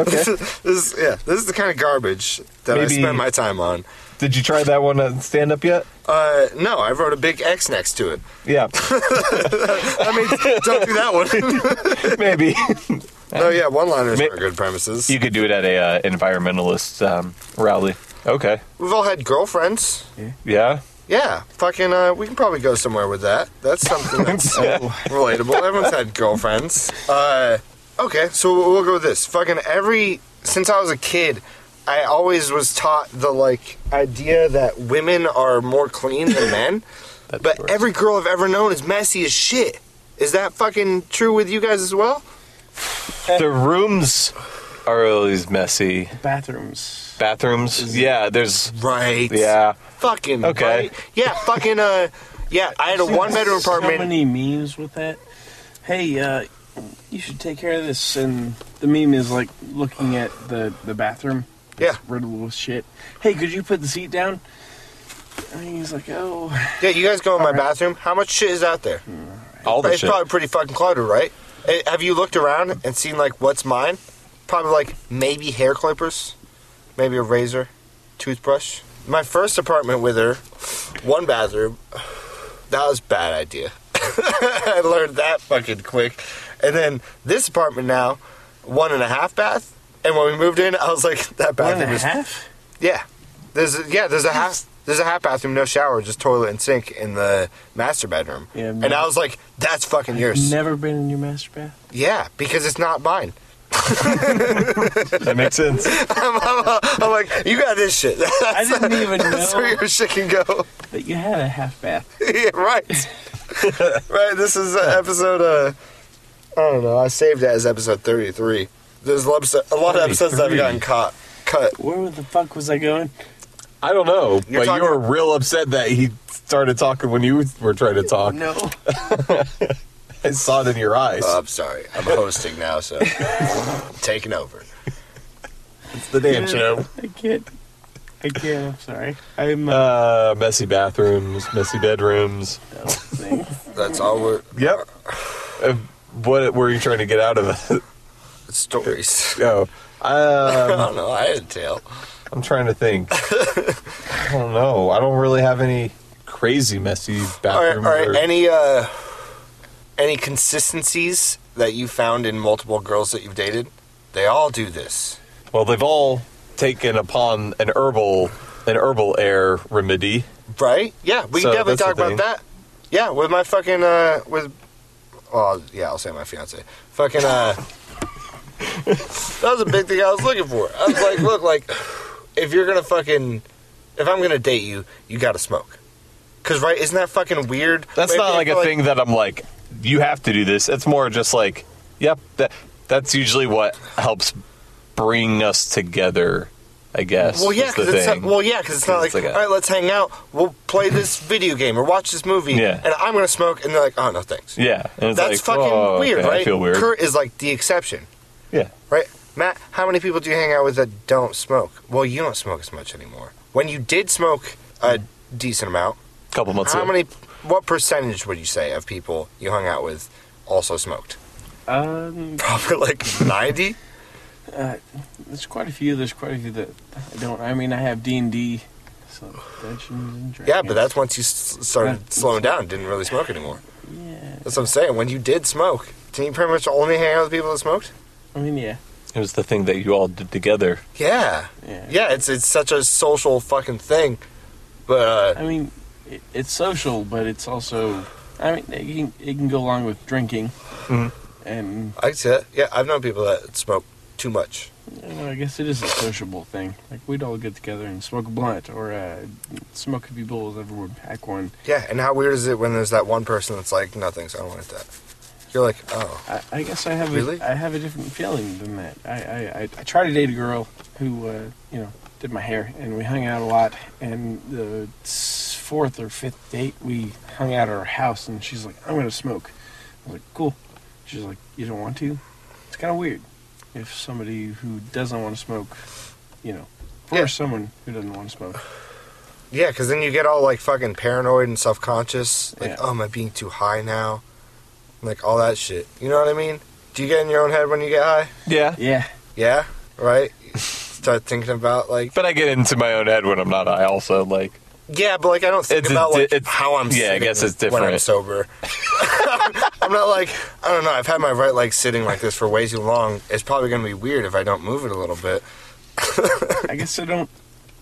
[SPEAKER 4] this, is, this is yeah, this is the kind of garbage that
[SPEAKER 1] Maybe-
[SPEAKER 4] I spend my time on.
[SPEAKER 1] Did you try that one on stand up yet?
[SPEAKER 4] Uh, no, I wrote a big X next to it.
[SPEAKER 1] Yeah.
[SPEAKER 4] I mean, don't do that
[SPEAKER 1] [LAUGHS]
[SPEAKER 4] one.
[SPEAKER 1] Maybe.
[SPEAKER 4] no, yeah, one-liners
[SPEAKER 1] Ma-
[SPEAKER 4] aren't good premises.
[SPEAKER 1] You could do it at a uh, environmentalist um, rally. Okay.
[SPEAKER 4] We've all had girlfriends.
[SPEAKER 1] Yeah.
[SPEAKER 4] Yeah, fucking. Uh, we can probably go somewhere with that.
[SPEAKER 1] [LAUGHS]
[SPEAKER 4] That's something that's uh, relatable. Everyone's had girlfriends. Uh, okay, so we'll we'll go with this. Fucking every since I was a kid, I always was taught the like idea that women are more clean than men.
[SPEAKER 1] That's
[SPEAKER 4] but
[SPEAKER 1] yours.
[SPEAKER 4] every girl I've ever known is messy as shit. Is that fucking true with you guys as well?
[SPEAKER 1] the rooms are always messy.
[SPEAKER 2] Bathrooms.
[SPEAKER 1] Bathrooms, yeah. There's
[SPEAKER 4] Right.
[SPEAKER 1] yeah.
[SPEAKER 4] Fucking.
[SPEAKER 1] Okay.
[SPEAKER 4] Right? Yeah. Fucking. Uh. Yeah.
[SPEAKER 2] [LAUGHS]
[SPEAKER 4] I had a one bedroom
[SPEAKER 2] So
[SPEAKER 4] apartment.
[SPEAKER 2] many memes with that. Hey, uh, you should take care of this. And the meme is like looking at the the bathroom.
[SPEAKER 4] Yeah.
[SPEAKER 2] It's riddled with shit. Hey, could you put the seat down? And he's like, oh,
[SPEAKER 4] Yeah. You guys go in my bathroom. How much shit is out there?
[SPEAKER 1] All the
[SPEAKER 4] it's
[SPEAKER 1] shit.
[SPEAKER 4] probably pretty fucking cluttered, right? Eh, have you looked around and seen like what's mine? Probably like maybe hair clippers, maybe a razor, toothbrush. My first apartment with her, one bathroom. [SIGHS] That was a bad idea. [LAUGHS] I learned that fucking quick. And then this apartment now, one and a half bath. And when we moved in, I was like, that
[SPEAKER 2] one and
[SPEAKER 4] bathroom
[SPEAKER 2] a
[SPEAKER 4] is
[SPEAKER 2] half?
[SPEAKER 4] yeah. There's a, yeah, there's a half there's a half bathroom, no shower, just toilet and sink in the master bedroom.
[SPEAKER 2] Yeah,
[SPEAKER 4] and
[SPEAKER 2] no.
[SPEAKER 4] I was like, that's fucking yours.
[SPEAKER 2] Never been in your master bath?
[SPEAKER 4] yeah, because it's not mine.
[SPEAKER 1] That makes sense.
[SPEAKER 4] I'm like, you got this shit.
[SPEAKER 2] [LAUGHS]
[SPEAKER 4] [LAUGHS]
[SPEAKER 2] I didn't even
[SPEAKER 4] that's where
[SPEAKER 2] know
[SPEAKER 4] your shit can go. [LAUGHS]
[SPEAKER 2] that you had a half bath.
[SPEAKER 4] yeah, right. right, this is uh, episode uh I don't know, I saved that as episode 33. There's a lot of- a lot of episodes that
[SPEAKER 1] 33.
[SPEAKER 4] have gotten caught cut.
[SPEAKER 2] Where the fuck was I going?
[SPEAKER 1] [LAUGHS] I don't know,
[SPEAKER 4] You're
[SPEAKER 1] but you
[SPEAKER 4] talking
[SPEAKER 1] were
[SPEAKER 4] about-
[SPEAKER 1] real upset that he started talking when you were trying to talk.
[SPEAKER 2] No.
[SPEAKER 1] I saw it in your eyes.
[SPEAKER 4] Oh, I'm sorry. I'm hosting now, so I'm taking over.
[SPEAKER 1] it's the damn show.
[SPEAKER 2] [LAUGHS] I can't. I can't. I'm sorry. I'm. Uh,
[SPEAKER 1] Uh, messy bathrooms, messy bedrooms.
[SPEAKER 2] [LAUGHS]
[SPEAKER 4] That's all we're
[SPEAKER 1] Yep. Uh, what were you trying to get out of it? [LAUGHS]
[SPEAKER 4] stories. [LAUGHS]
[SPEAKER 1] oh,
[SPEAKER 4] I
[SPEAKER 1] um,
[SPEAKER 4] don't know. I had a tail.
[SPEAKER 1] I'm trying to
[SPEAKER 4] [LAUGHS]
[SPEAKER 1] think. I don't know. I don't really have any crazy messy
[SPEAKER 4] All right, all
[SPEAKER 1] bathrooms.
[SPEAKER 4] right.
[SPEAKER 1] or-
[SPEAKER 4] Any uh, any consistencies that you found in multiple girls that you've dated? They all do this.
[SPEAKER 1] well, they've all taken upon an herbal, an herbal air remedy.
[SPEAKER 4] Right? Yeah, we
[SPEAKER 1] So
[SPEAKER 4] can definitely
[SPEAKER 1] that's the
[SPEAKER 4] talk about
[SPEAKER 1] thing.
[SPEAKER 4] that. Yeah, with my fucking uh with well yeah, I'll say my fiance. Fucking uh That was a big thing I was looking for. I was like, look, like if you're gonna fucking if I'm gonna date you, you gotta smoke. Cause right, isn't that fucking weird?
[SPEAKER 1] That's
[SPEAKER 4] Wait,
[SPEAKER 1] not like a
[SPEAKER 4] people,
[SPEAKER 1] thing that I'm like, you have to do this. It's more just like, yep, that that's usually what helps bring us together, I guess.
[SPEAKER 4] Well, yeah,
[SPEAKER 1] is the
[SPEAKER 4] because it's not,
[SPEAKER 1] thing.
[SPEAKER 4] well, yeah, 'cause it's not
[SPEAKER 1] 'Cause
[SPEAKER 4] like,
[SPEAKER 1] it's like a-
[SPEAKER 4] all right, let's hang out. We'll
[SPEAKER 1] [LAUGHS]
[SPEAKER 4] play this video game or watch this movie,
[SPEAKER 1] Yeah.
[SPEAKER 4] and I'm gonna smoke, and they're like, oh no, thanks.
[SPEAKER 1] yeah, and it's
[SPEAKER 4] That's
[SPEAKER 1] like,
[SPEAKER 4] fucking
[SPEAKER 1] whoa,
[SPEAKER 4] weird,
[SPEAKER 1] okay,
[SPEAKER 4] right?
[SPEAKER 1] I feel weird.
[SPEAKER 4] Kurt is like the exception,
[SPEAKER 1] yeah,
[SPEAKER 4] right? Matt, how many people do you hang out with that don't smoke? Well, you don't smoke as much anymore. When you did smoke a decent amount,
[SPEAKER 1] a couple months.
[SPEAKER 4] how
[SPEAKER 1] in.
[SPEAKER 4] many? What percentage would you say of people you hung out with also smoked? [LAUGHS]
[SPEAKER 2] um.
[SPEAKER 4] Probably like ninety.
[SPEAKER 2] There's quite a few. There's quite a few that I don't. I mean, I have D and D, so Dungeons and Dragons.
[SPEAKER 4] Yeah, but that's once you s- started slowing down, didn't really smoke anymore.
[SPEAKER 2] Yeah.
[SPEAKER 4] That's what I'm saying. When you did smoke, did you pretty much only hang out with people that smoked?
[SPEAKER 2] I mean, yeah.
[SPEAKER 1] It was the thing that you all did together.
[SPEAKER 4] Yeah,
[SPEAKER 2] Yeah.
[SPEAKER 4] yeah. It's it's such a social fucking thing. But uh,
[SPEAKER 2] I mean, it, it's social, but it's also. I mean, it can, it can go along with drinking.
[SPEAKER 4] Mm-hmm.
[SPEAKER 2] And
[SPEAKER 4] I can see that. Yeah, I've known people that smoke too much.
[SPEAKER 2] you know, I guess it is a sociable thing. Like we'd all get together and smoke a blunt or uh, smoke a few bowls. Everyone would pack one.
[SPEAKER 4] Yeah, and how weird is it when there's that one person that's like, no thanks, I don't want that. You're like, oh,
[SPEAKER 2] I, I guess I have
[SPEAKER 4] Really?
[SPEAKER 2] a, I have a different feeling than that. I, I, I, I tried to date a girl who uh, you know did my hair, and we hung out a lot. And the s- fourth or fifth date, we hung out at her house, and she's like, "I'm gonna smoke." I was like, "Cool." She's like, "You don't want to?" It's kind of weird if somebody who doesn't want to smoke, you know, or
[SPEAKER 4] Yeah.
[SPEAKER 2] someone who doesn't want to
[SPEAKER 4] [LAUGHS]
[SPEAKER 2] smoke.
[SPEAKER 4] yeah, because then you get all like fucking paranoid and self conscious. Like,
[SPEAKER 2] Yeah.
[SPEAKER 4] oh, am I being too high now? Like all that shit. You know what I mean? Do you get in your own head when you get high?
[SPEAKER 1] Yeah,
[SPEAKER 2] Yeah,
[SPEAKER 4] Yeah, right. [LAUGHS] Start thinking about like
[SPEAKER 1] but I get into my own head when I'm not high. Also, like
[SPEAKER 4] Yeah, but like I don't think
[SPEAKER 1] It's a
[SPEAKER 4] about
[SPEAKER 1] di-
[SPEAKER 4] like
[SPEAKER 1] it's-
[SPEAKER 4] how I'm.
[SPEAKER 1] yeah, I
[SPEAKER 4] sitting
[SPEAKER 1] guess it's
[SPEAKER 4] when I'm
[SPEAKER 1] different.
[SPEAKER 4] sober. [LAUGHS] I'm not like I don't know. I've had my right leg sitting like this for way too long. It's probably gonna be weird if I don't move it a little bit.
[SPEAKER 2] I guess I don't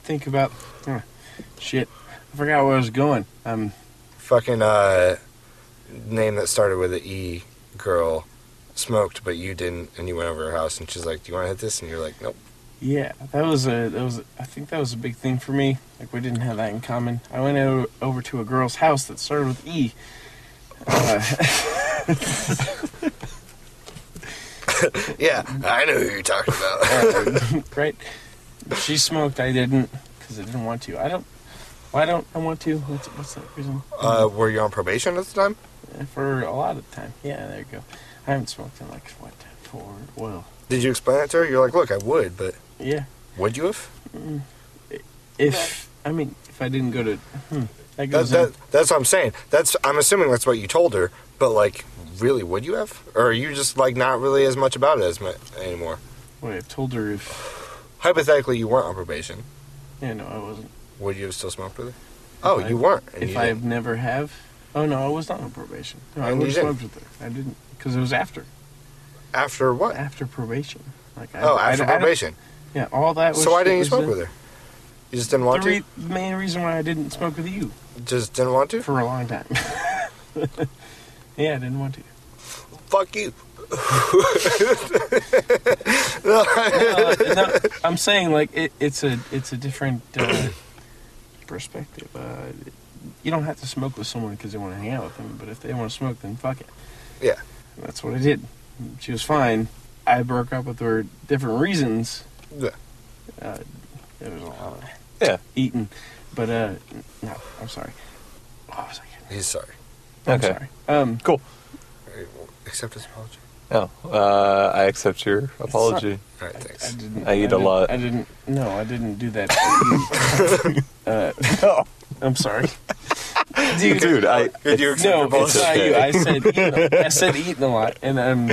[SPEAKER 2] think about huh, shit. I forgot where I was going. Um,
[SPEAKER 4] Fucking uh, name that started with an E girl smoked, but you didn't, and you went over to her house, and she's like, "Do you want to hit this?" And you're like, "Nope."
[SPEAKER 2] yeah, that was a that was I think that was a big thing for me. Like we didn't have that in common. I went over, over to a girl's house that started with E. Uh, [LAUGHS]
[SPEAKER 4] Yeah, I know who you're talking about.
[SPEAKER 2] right? She smoked. I didn't because I didn't want to. I don't. Why don't I want to? What's, what's that reason?
[SPEAKER 4] [LAUGHS] uh, were you on probation at the time?
[SPEAKER 2] For a lot of time. Yeah, there you go. I haven't smoked in like what four? Well,
[SPEAKER 4] Did you explain it to her? You're like, "Look, I would, but
[SPEAKER 2] yeah.
[SPEAKER 4] would you have?"
[SPEAKER 2] If I mean, if I didn't go to, hmm, that
[SPEAKER 4] That,
[SPEAKER 2] goes. in.
[SPEAKER 4] that, that's what I'm saying. That's I'm assuming that's what you told her, but like, really, would you have? Or are you just like not really as much about it as much anymore?
[SPEAKER 2] Wait, I told her if
[SPEAKER 4] Hypothetically, you weren't on probation.
[SPEAKER 2] yeah, no, I wasn't.
[SPEAKER 4] Would you have still smoked with her? Oh,
[SPEAKER 2] I-
[SPEAKER 4] you weren't. and
[SPEAKER 2] if
[SPEAKER 4] you
[SPEAKER 2] I
[SPEAKER 4] didn't.
[SPEAKER 2] never have, oh no, I was not on probation. No, I
[SPEAKER 4] And
[SPEAKER 2] would
[SPEAKER 4] you
[SPEAKER 2] have
[SPEAKER 4] didn't.
[SPEAKER 2] smoked with her. I didn't because it was after
[SPEAKER 4] after what?
[SPEAKER 2] after probation. Like I,
[SPEAKER 4] oh,
[SPEAKER 2] I-
[SPEAKER 4] after
[SPEAKER 2] I don't-
[SPEAKER 4] probation.
[SPEAKER 2] yeah, all that. was
[SPEAKER 4] so why didn't you
[SPEAKER 2] was
[SPEAKER 4] smoke
[SPEAKER 2] the-
[SPEAKER 4] with her? You just didn't want
[SPEAKER 2] The re- main reason why I didn't smoke with you
[SPEAKER 4] to. Just didn't want to.
[SPEAKER 2] for a long time. [LAUGHS] yeah, I didn't want to.
[SPEAKER 4] Fuck you.
[SPEAKER 2] no, I'm saying like it, it's a it's a different uh, [COUGHS] perspective. Uh, you don't have to smoke with someone because they want to hang out with them, but if they want to smoke, then fuck it.
[SPEAKER 4] Yeah.
[SPEAKER 2] And that's what I did. She was fine. I broke up with her different reasons.
[SPEAKER 4] Yeah.
[SPEAKER 2] Uh, it was a lot of
[SPEAKER 1] Yeah.
[SPEAKER 2] eating, but uh, no, I'm sorry. What was I getting?
[SPEAKER 4] He's sorry.
[SPEAKER 2] I'm
[SPEAKER 1] Okay.
[SPEAKER 2] sorry. Um,
[SPEAKER 1] Cool.
[SPEAKER 4] Accept his apology.
[SPEAKER 1] Oh, uh, I accept your apology.
[SPEAKER 4] All right,
[SPEAKER 2] I
[SPEAKER 4] thanks.
[SPEAKER 2] didn't.
[SPEAKER 1] I eat a
[SPEAKER 2] didn't-
[SPEAKER 1] lot.
[SPEAKER 2] I didn't. No, I didn't do that. to you. [LAUGHS] uh,
[SPEAKER 1] [LAUGHS] No.
[SPEAKER 2] I'm sorry.
[SPEAKER 1] Dude, I
[SPEAKER 4] Could you accept your
[SPEAKER 2] No, it's
[SPEAKER 4] apology?
[SPEAKER 2] not
[SPEAKER 1] okay.
[SPEAKER 2] you. I said eating, I said eating a lot, and um,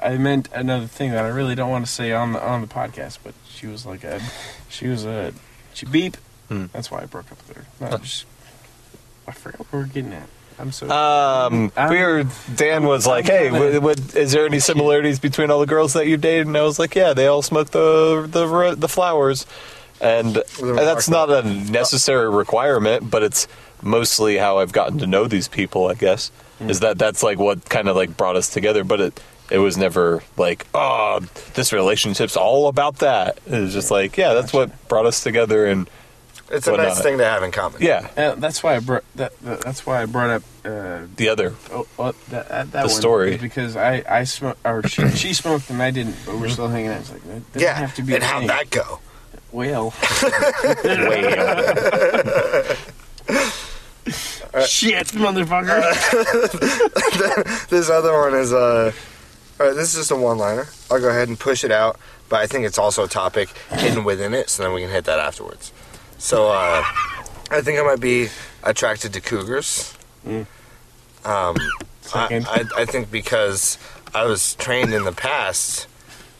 [SPEAKER 2] I meant another thing that I really don't want to say on the on the podcast. But she was like a, she was a, she beep.
[SPEAKER 1] Hmm.
[SPEAKER 2] That's why I broke up with her. No, just, I forgot what we were getting at. I'm so.
[SPEAKER 1] Um,
[SPEAKER 2] I'm-
[SPEAKER 1] we were. Dan was like, "Hey, what, what, is there any similarities between all the girls that you dated?" And I was like, "Yeah, they all smoke the the ro- the flowers," and that's not a necessary requirement, but it's mostly how I've gotten to know these people. I guess is that that's like what kind of like brought us together, but it. It was never like, oh, this relationship's all about that. It was just like, yeah, that's what brought us together, and
[SPEAKER 4] It's a
[SPEAKER 1] Why
[SPEAKER 4] nice
[SPEAKER 1] not?
[SPEAKER 4] thing to have in common.
[SPEAKER 1] yeah,
[SPEAKER 2] Uh, that's why I brought that, that. That's why I brought up uh,
[SPEAKER 1] the other.
[SPEAKER 2] oh, oh, that, that, that
[SPEAKER 1] The
[SPEAKER 2] one
[SPEAKER 1] story.
[SPEAKER 2] is because I I smoked or she, she smoked and I didn't, but we're still hanging out. It's like that doesn't
[SPEAKER 4] Yeah.
[SPEAKER 2] have to be.
[SPEAKER 4] and
[SPEAKER 2] a
[SPEAKER 4] how'd
[SPEAKER 2] thing.
[SPEAKER 4] that go?
[SPEAKER 2] Well,
[SPEAKER 3] Shit, motherfucker.
[SPEAKER 4] this other one is uh, all right, this is just a one-liner. I'll go ahead and push it out, but I think it's also a topic hidden within it, so then we can hit that afterwards. So uh, I think I might be attracted to cougars. Um,
[SPEAKER 2] Second.
[SPEAKER 4] I, I, I think because I was trained in the past,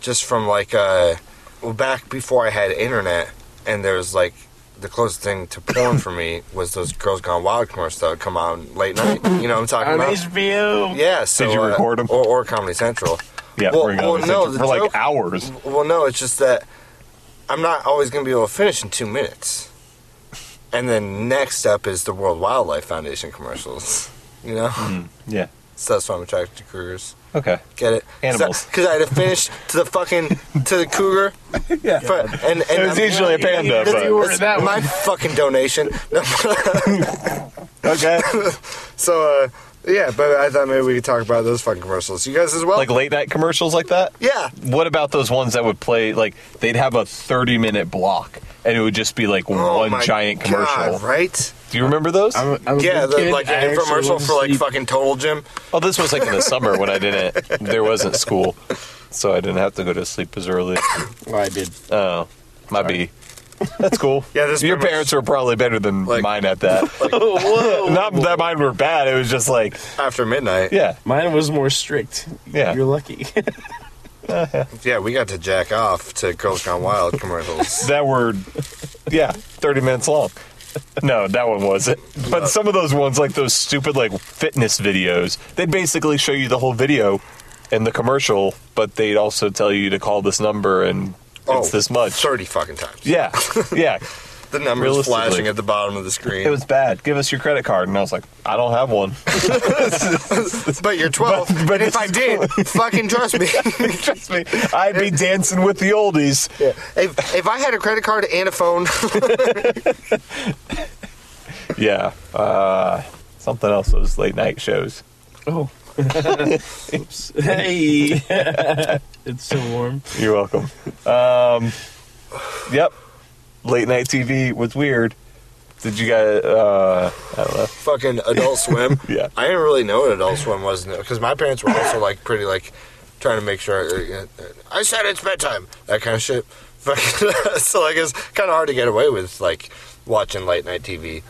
[SPEAKER 4] just from like uh, well, back before I had internet, and there was like the closest thing to porn for me was those Girls Gone Wild commercials that would come on late night. You know what I'm talking
[SPEAKER 2] on
[SPEAKER 4] about?
[SPEAKER 2] HBO.
[SPEAKER 4] Yeah. So,
[SPEAKER 1] Did you
[SPEAKER 4] uh,
[SPEAKER 1] record 'em?
[SPEAKER 4] Or, or Comedy Central?
[SPEAKER 1] [LAUGHS] Yeah,
[SPEAKER 4] Well-
[SPEAKER 1] we're gonna
[SPEAKER 4] well,
[SPEAKER 1] listen
[SPEAKER 4] no,
[SPEAKER 1] to-
[SPEAKER 4] the
[SPEAKER 1] for like
[SPEAKER 4] joke-
[SPEAKER 1] hours.
[SPEAKER 4] Well, no. It's just that I'm not always going to be able to finish in two minutes. And then next up is the World Wildlife Foundation commercials. You know,
[SPEAKER 1] Hmm. Yeah.
[SPEAKER 4] so that's why I'm attracted to cougars.
[SPEAKER 1] Okay.
[SPEAKER 4] Get it?
[SPEAKER 1] Animals.
[SPEAKER 4] Because I had to finish to the fucking to the cougar.
[SPEAKER 1] [LAUGHS] Yeah.
[SPEAKER 4] Fu- and, and
[SPEAKER 1] It was
[SPEAKER 4] I'm-
[SPEAKER 1] usually a panda,
[SPEAKER 4] That's-
[SPEAKER 1] but
[SPEAKER 4] that's my fucking donation. [LAUGHS]
[SPEAKER 1] okay.
[SPEAKER 4] so uh, yeah, but I thought maybe we could talk about those fucking commercials. You guys as
[SPEAKER 1] [LAUGHS]
[SPEAKER 4] well.
[SPEAKER 1] Like late night commercials like that.
[SPEAKER 4] yeah,
[SPEAKER 1] What about those ones that would play like they'd have a thirty minute block and it would just be like one
[SPEAKER 4] Oh my
[SPEAKER 1] giant commercial?
[SPEAKER 4] God, right?
[SPEAKER 1] Do you remember those?
[SPEAKER 2] I'm, a- I'm a
[SPEAKER 4] Yeah,
[SPEAKER 2] good
[SPEAKER 4] the,
[SPEAKER 2] kid.
[SPEAKER 4] like
[SPEAKER 2] I
[SPEAKER 4] an
[SPEAKER 2] actually
[SPEAKER 4] infomercial
[SPEAKER 2] went to
[SPEAKER 4] for like
[SPEAKER 2] sleep.
[SPEAKER 4] fucking Total Gym.
[SPEAKER 1] oh, this was like in the summer when I didn't. There wasn't school, so I didn't have to go to sleep as early.
[SPEAKER 2] Well, I did.
[SPEAKER 1] Oh, my B. That's cool.
[SPEAKER 4] Yeah, this
[SPEAKER 1] your
[SPEAKER 4] pretty much-
[SPEAKER 1] parents were probably better than
[SPEAKER 4] [LAUGHS] Like-
[SPEAKER 1] mine at that. [LAUGHS] Not that mine were bad. It was just like,
[SPEAKER 4] After midnight.
[SPEAKER 1] yeah,
[SPEAKER 2] Mine was more strict.
[SPEAKER 1] Yeah.
[SPEAKER 2] You're lucky. [LAUGHS]
[SPEAKER 4] Yeah, we got to jack off to Girls Gone
[SPEAKER 1] [LAUGHS]
[SPEAKER 4] Wild commercials.
[SPEAKER 1] that were yeah 30 minutes long no that one wasn't but some of those ones like those stupid like fitness videos they'd basically show you the whole video and the commercial but they'd also tell you to call this number and it's this much
[SPEAKER 4] Thirty fucking times.
[SPEAKER 1] yeah yeah
[SPEAKER 4] The numbers
[SPEAKER 1] Realistically.
[SPEAKER 4] flashing at the bottom of the screen.
[SPEAKER 1] It was bad. Give us your credit card. And I was like, I don't have one. [LAUGHS]
[SPEAKER 4] [LAUGHS] but you're 12. But, if I did, fucking trust me.
[SPEAKER 1] Trust me, I'd be dancing with the oldies.
[SPEAKER 4] if, if I had a credit card and a phone,
[SPEAKER 1] Yeah. Uh, something else, those late night shows.
[SPEAKER 2] Oh. Oops. [LAUGHS] Hey. it's so warm.
[SPEAKER 1] You're welcome. Um, yep. Late night TV was weird. Did you guys? Uh, I don't know.
[SPEAKER 4] fucking Adult Swim.
[SPEAKER 1] Yeah.
[SPEAKER 4] I didn't really know what Adult Swim was because my parents were also like pretty like trying to make sure. uh, uh, I said it's bedtime. That kind of shit. [LAUGHS] Fucking so like it's kind of hard to get away with like watching late night TV.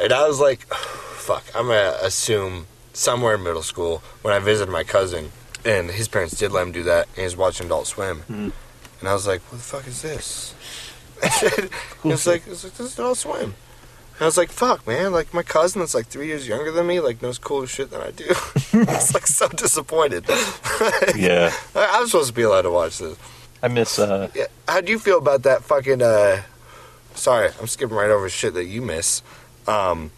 [SPEAKER 4] And I was like, fuck. I'm gonna assume somewhere in middle school when I visited my cousin and his parents did let him do that and he was watching Adult Swim. And I was like, what the fuck is this? He was like, it's like, this is Adult Swim. And I was like, fuck, man. Like, my cousin that's like three years younger than me, like, knows cooler shit than I do. [LAUGHS] I was like so disappointed. I
[SPEAKER 1] Yeah.
[SPEAKER 4] [LAUGHS] I was supposed to be allowed to watch this.
[SPEAKER 1] I miss. Uh,
[SPEAKER 4] Yeah. How do you feel about that fucking, uh, sorry, I'm skipping right over shit that you miss. Um,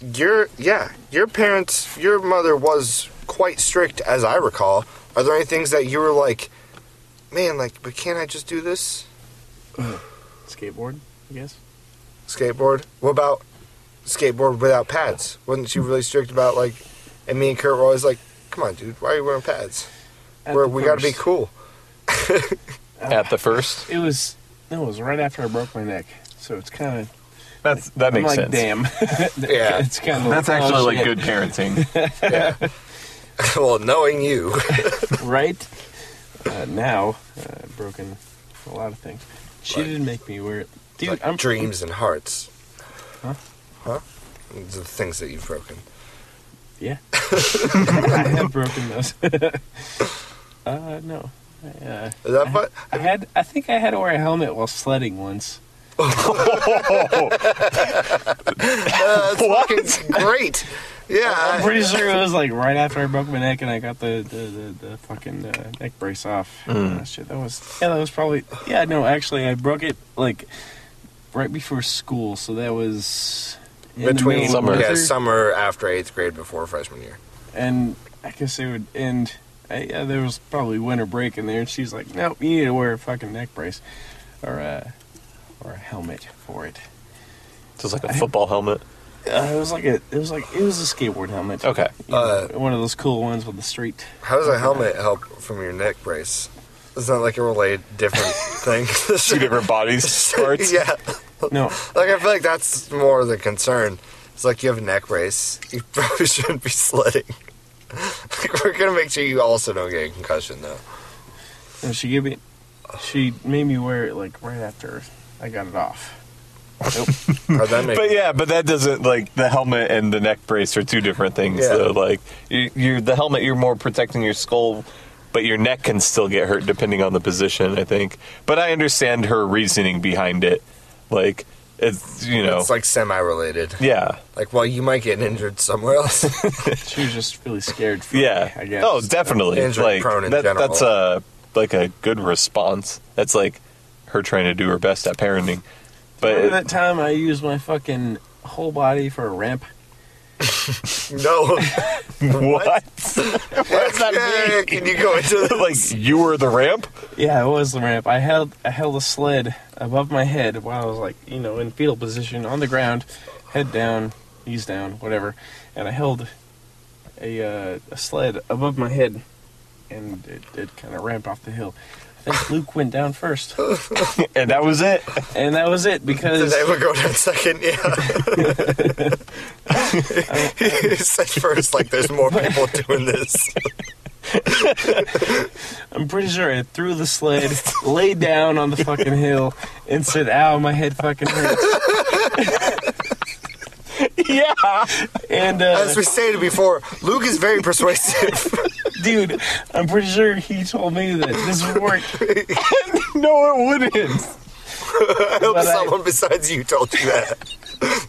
[SPEAKER 4] your, yeah, your parents, your mother was quite strict, as I recall. Are there any things that you were like, man, like, but can't I just do this?
[SPEAKER 2] Skateboard, I guess.
[SPEAKER 4] skateboard. What about skateboard without pads? Wasn't she really strict about like? And me and Kurt were always like, "Come on, dude, why are you wearing pads?
[SPEAKER 2] At
[SPEAKER 4] We're,
[SPEAKER 2] the
[SPEAKER 4] we got to be
[SPEAKER 2] first.
[SPEAKER 4] cool." [LAUGHS]
[SPEAKER 1] at the first,
[SPEAKER 2] It was no, it was right after I broke my neck. So it's kind of
[SPEAKER 1] that's that
[SPEAKER 2] I'm
[SPEAKER 1] makes sense.
[SPEAKER 2] like damn. [LAUGHS] Oh,
[SPEAKER 4] Yeah.
[SPEAKER 2] it's kind of
[SPEAKER 1] That's actually like good parenting.
[SPEAKER 4] well, knowing you,
[SPEAKER 2] right uh, now uh, I've broken a lot of things. She
[SPEAKER 4] Like-
[SPEAKER 2] didn't make me wear it, dude.
[SPEAKER 4] like
[SPEAKER 2] I'm
[SPEAKER 4] dreams and hearts.
[SPEAKER 2] Huh?
[SPEAKER 4] Huh? The things that you've broken.
[SPEAKER 2] Yeah, I have broken those. [LAUGHS] uh, no, I, uh,
[SPEAKER 4] Is that but
[SPEAKER 2] I had. I think I had to wear a helmet while sledding once.
[SPEAKER 4] uh,
[SPEAKER 2] [LAUGHS]
[SPEAKER 4] that's fucking great. Yeah,
[SPEAKER 2] I'm
[SPEAKER 4] I-
[SPEAKER 2] pretty sure it was like right after I broke my neck and I got the the, the, the fucking uh, neck brace off. Uh, shit, that was yeah, that was probably yeah. No, actually, I broke it like right before school, so that was in the middle
[SPEAKER 4] between
[SPEAKER 2] of
[SPEAKER 1] summer.
[SPEAKER 4] yeah
[SPEAKER 2] winter,
[SPEAKER 4] summer after eighth grade before freshman year.
[SPEAKER 2] and I guess it would end. I, yeah, there was probably winter break in there, and she's like, "No, you need to wear a fucking neck brace or a or a helmet for it."
[SPEAKER 1] Just like a football helmet.
[SPEAKER 2] Uh, it was like a it was like it was a skateboard helmet.
[SPEAKER 1] Okay.
[SPEAKER 2] You know,
[SPEAKER 4] Uh,
[SPEAKER 2] one of those cool ones with the street.
[SPEAKER 4] How does a helmet help from your neck brace? Is that like a related
[SPEAKER 2] [LAUGHS]
[SPEAKER 4] different thing?
[SPEAKER 1] Two
[SPEAKER 4] [LAUGHS]
[SPEAKER 1] different bodies parts.
[SPEAKER 4] yeah.
[SPEAKER 2] No,
[SPEAKER 4] Like I feel like that's more the concern. It's like you have a neck brace. You [LAUGHS] probably shouldn't be sledding. like [LAUGHS] we're gonna make sure you also don't get a concussion though.
[SPEAKER 2] And she gave me, she made me wear it like right after I got it off. Hmm.
[SPEAKER 4] Or that make,
[SPEAKER 1] But yeah, but that doesn't like the helmet and the neck brace are two different things.
[SPEAKER 4] Yeah.
[SPEAKER 1] Though. Like you, you're the helmet, you're more protecting your skull, but your neck can still get hurt depending on the position. I think. But I understand her reasoning behind it. Like it's you know
[SPEAKER 4] it's like semi-related.
[SPEAKER 1] yeah
[SPEAKER 4] Like well, you might get injured
[SPEAKER 1] [LAUGHS]
[SPEAKER 4] somewhere else.
[SPEAKER 2] She was just really scared for
[SPEAKER 1] yeah
[SPEAKER 2] me, I guess.
[SPEAKER 1] oh definitely
[SPEAKER 4] Injury
[SPEAKER 1] like
[SPEAKER 4] prone in
[SPEAKER 1] that,
[SPEAKER 4] general.
[SPEAKER 1] that's a like a good response. That's like her trying to do her best at parenting.
[SPEAKER 2] Remember
[SPEAKER 1] But
[SPEAKER 2] that time I used my fucking whole body for a ramp?
[SPEAKER 4] [LAUGHS] no.
[SPEAKER 1] [LAUGHS]
[SPEAKER 4] [LAUGHS]
[SPEAKER 1] what?
[SPEAKER 4] That's
[SPEAKER 1] not me.
[SPEAKER 4] Can you go into the
[SPEAKER 1] like you were the ramp?
[SPEAKER 2] Yeah, it was the ramp. I held I held a sled above my head while I was like, you know, in fetal position on the ground, head down, knees down, whatever. And I held a uh, a sled above my head and it, it kind of ramped off the hill. I think Luke went down first.
[SPEAKER 1] And that was it.
[SPEAKER 2] And that was it because
[SPEAKER 4] Today we'll go down second.
[SPEAKER 1] [LAUGHS]
[SPEAKER 4] Yeah. you said first like there's more people doing this.
[SPEAKER 2] I'm pretty sure I threw the sled, laid down on the fucking hill, and said, "Ow, my head fucking hurts." [LAUGHS]
[SPEAKER 1] yeah.
[SPEAKER 2] And uh,
[SPEAKER 4] As we stated before, Luke is very persuasive. [LAUGHS]
[SPEAKER 2] dude, I'm pretty sure he told me that this would work.
[SPEAKER 1] [LAUGHS] No, it wouldn't.
[SPEAKER 4] I hope
[SPEAKER 2] But I-
[SPEAKER 4] someone besides you told you that.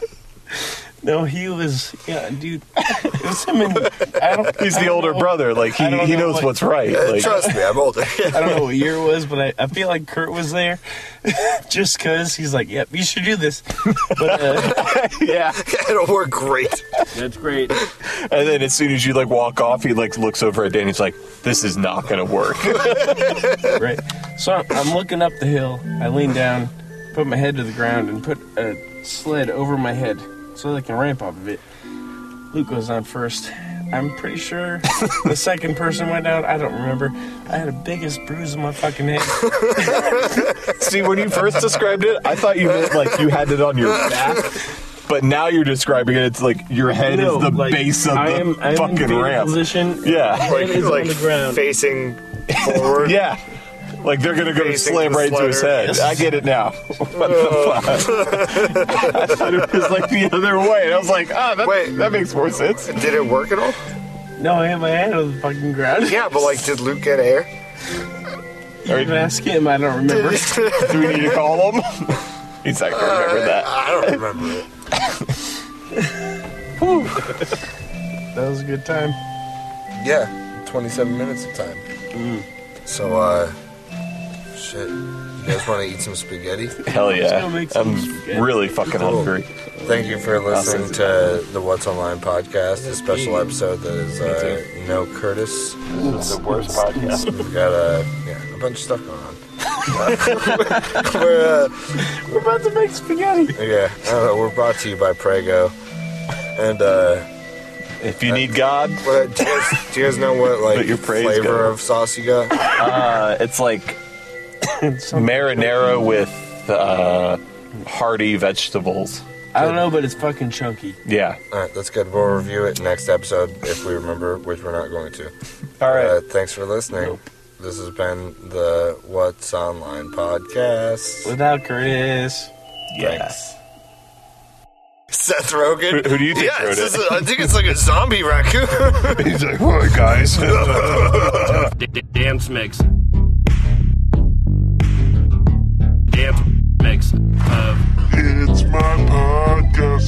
[SPEAKER 2] No, he was. Yeah, dude. It was him and I don't.
[SPEAKER 1] He's
[SPEAKER 2] I
[SPEAKER 1] the
[SPEAKER 2] don't
[SPEAKER 1] older
[SPEAKER 2] know-
[SPEAKER 1] brother. Like he,
[SPEAKER 2] I don't
[SPEAKER 1] he
[SPEAKER 2] know
[SPEAKER 1] knows
[SPEAKER 2] what-
[SPEAKER 1] what's right.
[SPEAKER 4] Uh,
[SPEAKER 1] Like,
[SPEAKER 4] Trust me, I'm older. [LAUGHS]
[SPEAKER 2] I don't know what year it was, but I, I feel like Kurt was there, [LAUGHS] just cause he's like, "Yep, you should do this." But uh,
[SPEAKER 1] yeah.
[SPEAKER 4] It'll work great.
[SPEAKER 3] That's great.
[SPEAKER 1] And then as soon as you like walk off, he like looks over at Danny. He's like, "This is not gonna work."
[SPEAKER 2] right, so I'm, I'm looking up the hill. I lean down, put my head to the ground, and put a sled over my head so they can ramp off of it. Luke goes on first. I'm pretty sure
[SPEAKER 1] [LAUGHS]
[SPEAKER 2] the second person went down. I don't remember. I had a biggest bruise on my fucking
[SPEAKER 1] [LAUGHS]
[SPEAKER 2] head.
[SPEAKER 1] [LAUGHS] See, when you first described it, I thought you meant like you had it on your back. But now you're describing it. It's like your head
[SPEAKER 2] No,
[SPEAKER 1] is the
[SPEAKER 2] like,
[SPEAKER 1] base of
[SPEAKER 2] I
[SPEAKER 1] the
[SPEAKER 2] am, I am in
[SPEAKER 1] fucking
[SPEAKER 2] fetal
[SPEAKER 1] ramp.
[SPEAKER 2] Position.
[SPEAKER 1] Yeah,
[SPEAKER 4] Like,
[SPEAKER 6] is on
[SPEAKER 4] like
[SPEAKER 6] the ground.
[SPEAKER 4] facing
[SPEAKER 1] [LAUGHS]
[SPEAKER 4] forward.
[SPEAKER 1] yeah. Like they're gonna go
[SPEAKER 4] Facing
[SPEAKER 1] slam
[SPEAKER 4] the
[SPEAKER 1] right into his
[SPEAKER 4] slider.
[SPEAKER 1] head. I get it now. [LAUGHS] What the fuck? [LAUGHS] I thought it was like the other way. And I was like, ah, that,
[SPEAKER 4] Wait.
[SPEAKER 1] that makes more sense.
[SPEAKER 4] Did it work at all?
[SPEAKER 2] No, I had my head on the fucking ground. [LAUGHS]
[SPEAKER 4] Yeah, but like, did Luke get air?
[SPEAKER 2] You can ask him. I
[SPEAKER 1] [LAUGHS]
[SPEAKER 2] don't remember.
[SPEAKER 1] Do we need to call him? [LAUGHS] He's not gonna remember that.
[SPEAKER 4] I don't remember it.
[SPEAKER 2] That was a good time.
[SPEAKER 4] Yeah, 27 minutes of time.
[SPEAKER 1] Mm-hmm.
[SPEAKER 4] So, uh, shit. You guys want to eat some spaghetti?
[SPEAKER 1] Hell
[SPEAKER 2] go
[SPEAKER 1] yeah.
[SPEAKER 2] make some spaghetti.
[SPEAKER 1] I'm really fucking hungry.
[SPEAKER 4] Thank you for listening to the What's Online podcast, a special episode that is uh, no Curtis. It's the worst podcast. We've got uh, yeah, a bunch of stuff going on.
[SPEAKER 1] [LAUGHS]
[SPEAKER 4] we're, uh,
[SPEAKER 2] We're about to make [LAUGHS] spaghetti.
[SPEAKER 4] yeah, I don't know, we're brought to you by Prego. And uh,
[SPEAKER 1] If you need God,
[SPEAKER 4] what, do, you guys, do you guys know what like
[SPEAKER 1] Let your praise
[SPEAKER 4] flavor
[SPEAKER 1] go.
[SPEAKER 4] of sauce you got?
[SPEAKER 1] uh, it's like marinara with uh, hearty vegetables.
[SPEAKER 2] I don't know, but it's fucking chunky.
[SPEAKER 1] Yeah.
[SPEAKER 4] All right, that's good. We'll review it next episode if we remember, which we're not going to.
[SPEAKER 1] All right.
[SPEAKER 4] Uh, thanks for listening. This has been the What's Online podcast.
[SPEAKER 2] Without Chris.
[SPEAKER 1] yes.
[SPEAKER 4] Seth Rogen.
[SPEAKER 1] Who- who do you think
[SPEAKER 4] Yeah,
[SPEAKER 1] wrote
[SPEAKER 4] it's
[SPEAKER 1] it?
[SPEAKER 4] just- I think it's like a zombie raccoon.
[SPEAKER 1] [LAUGHS] He's like, all right, guys.
[SPEAKER 7] D- d- damn smicks. Damn smicks. Of
[SPEAKER 8] It's my podcast.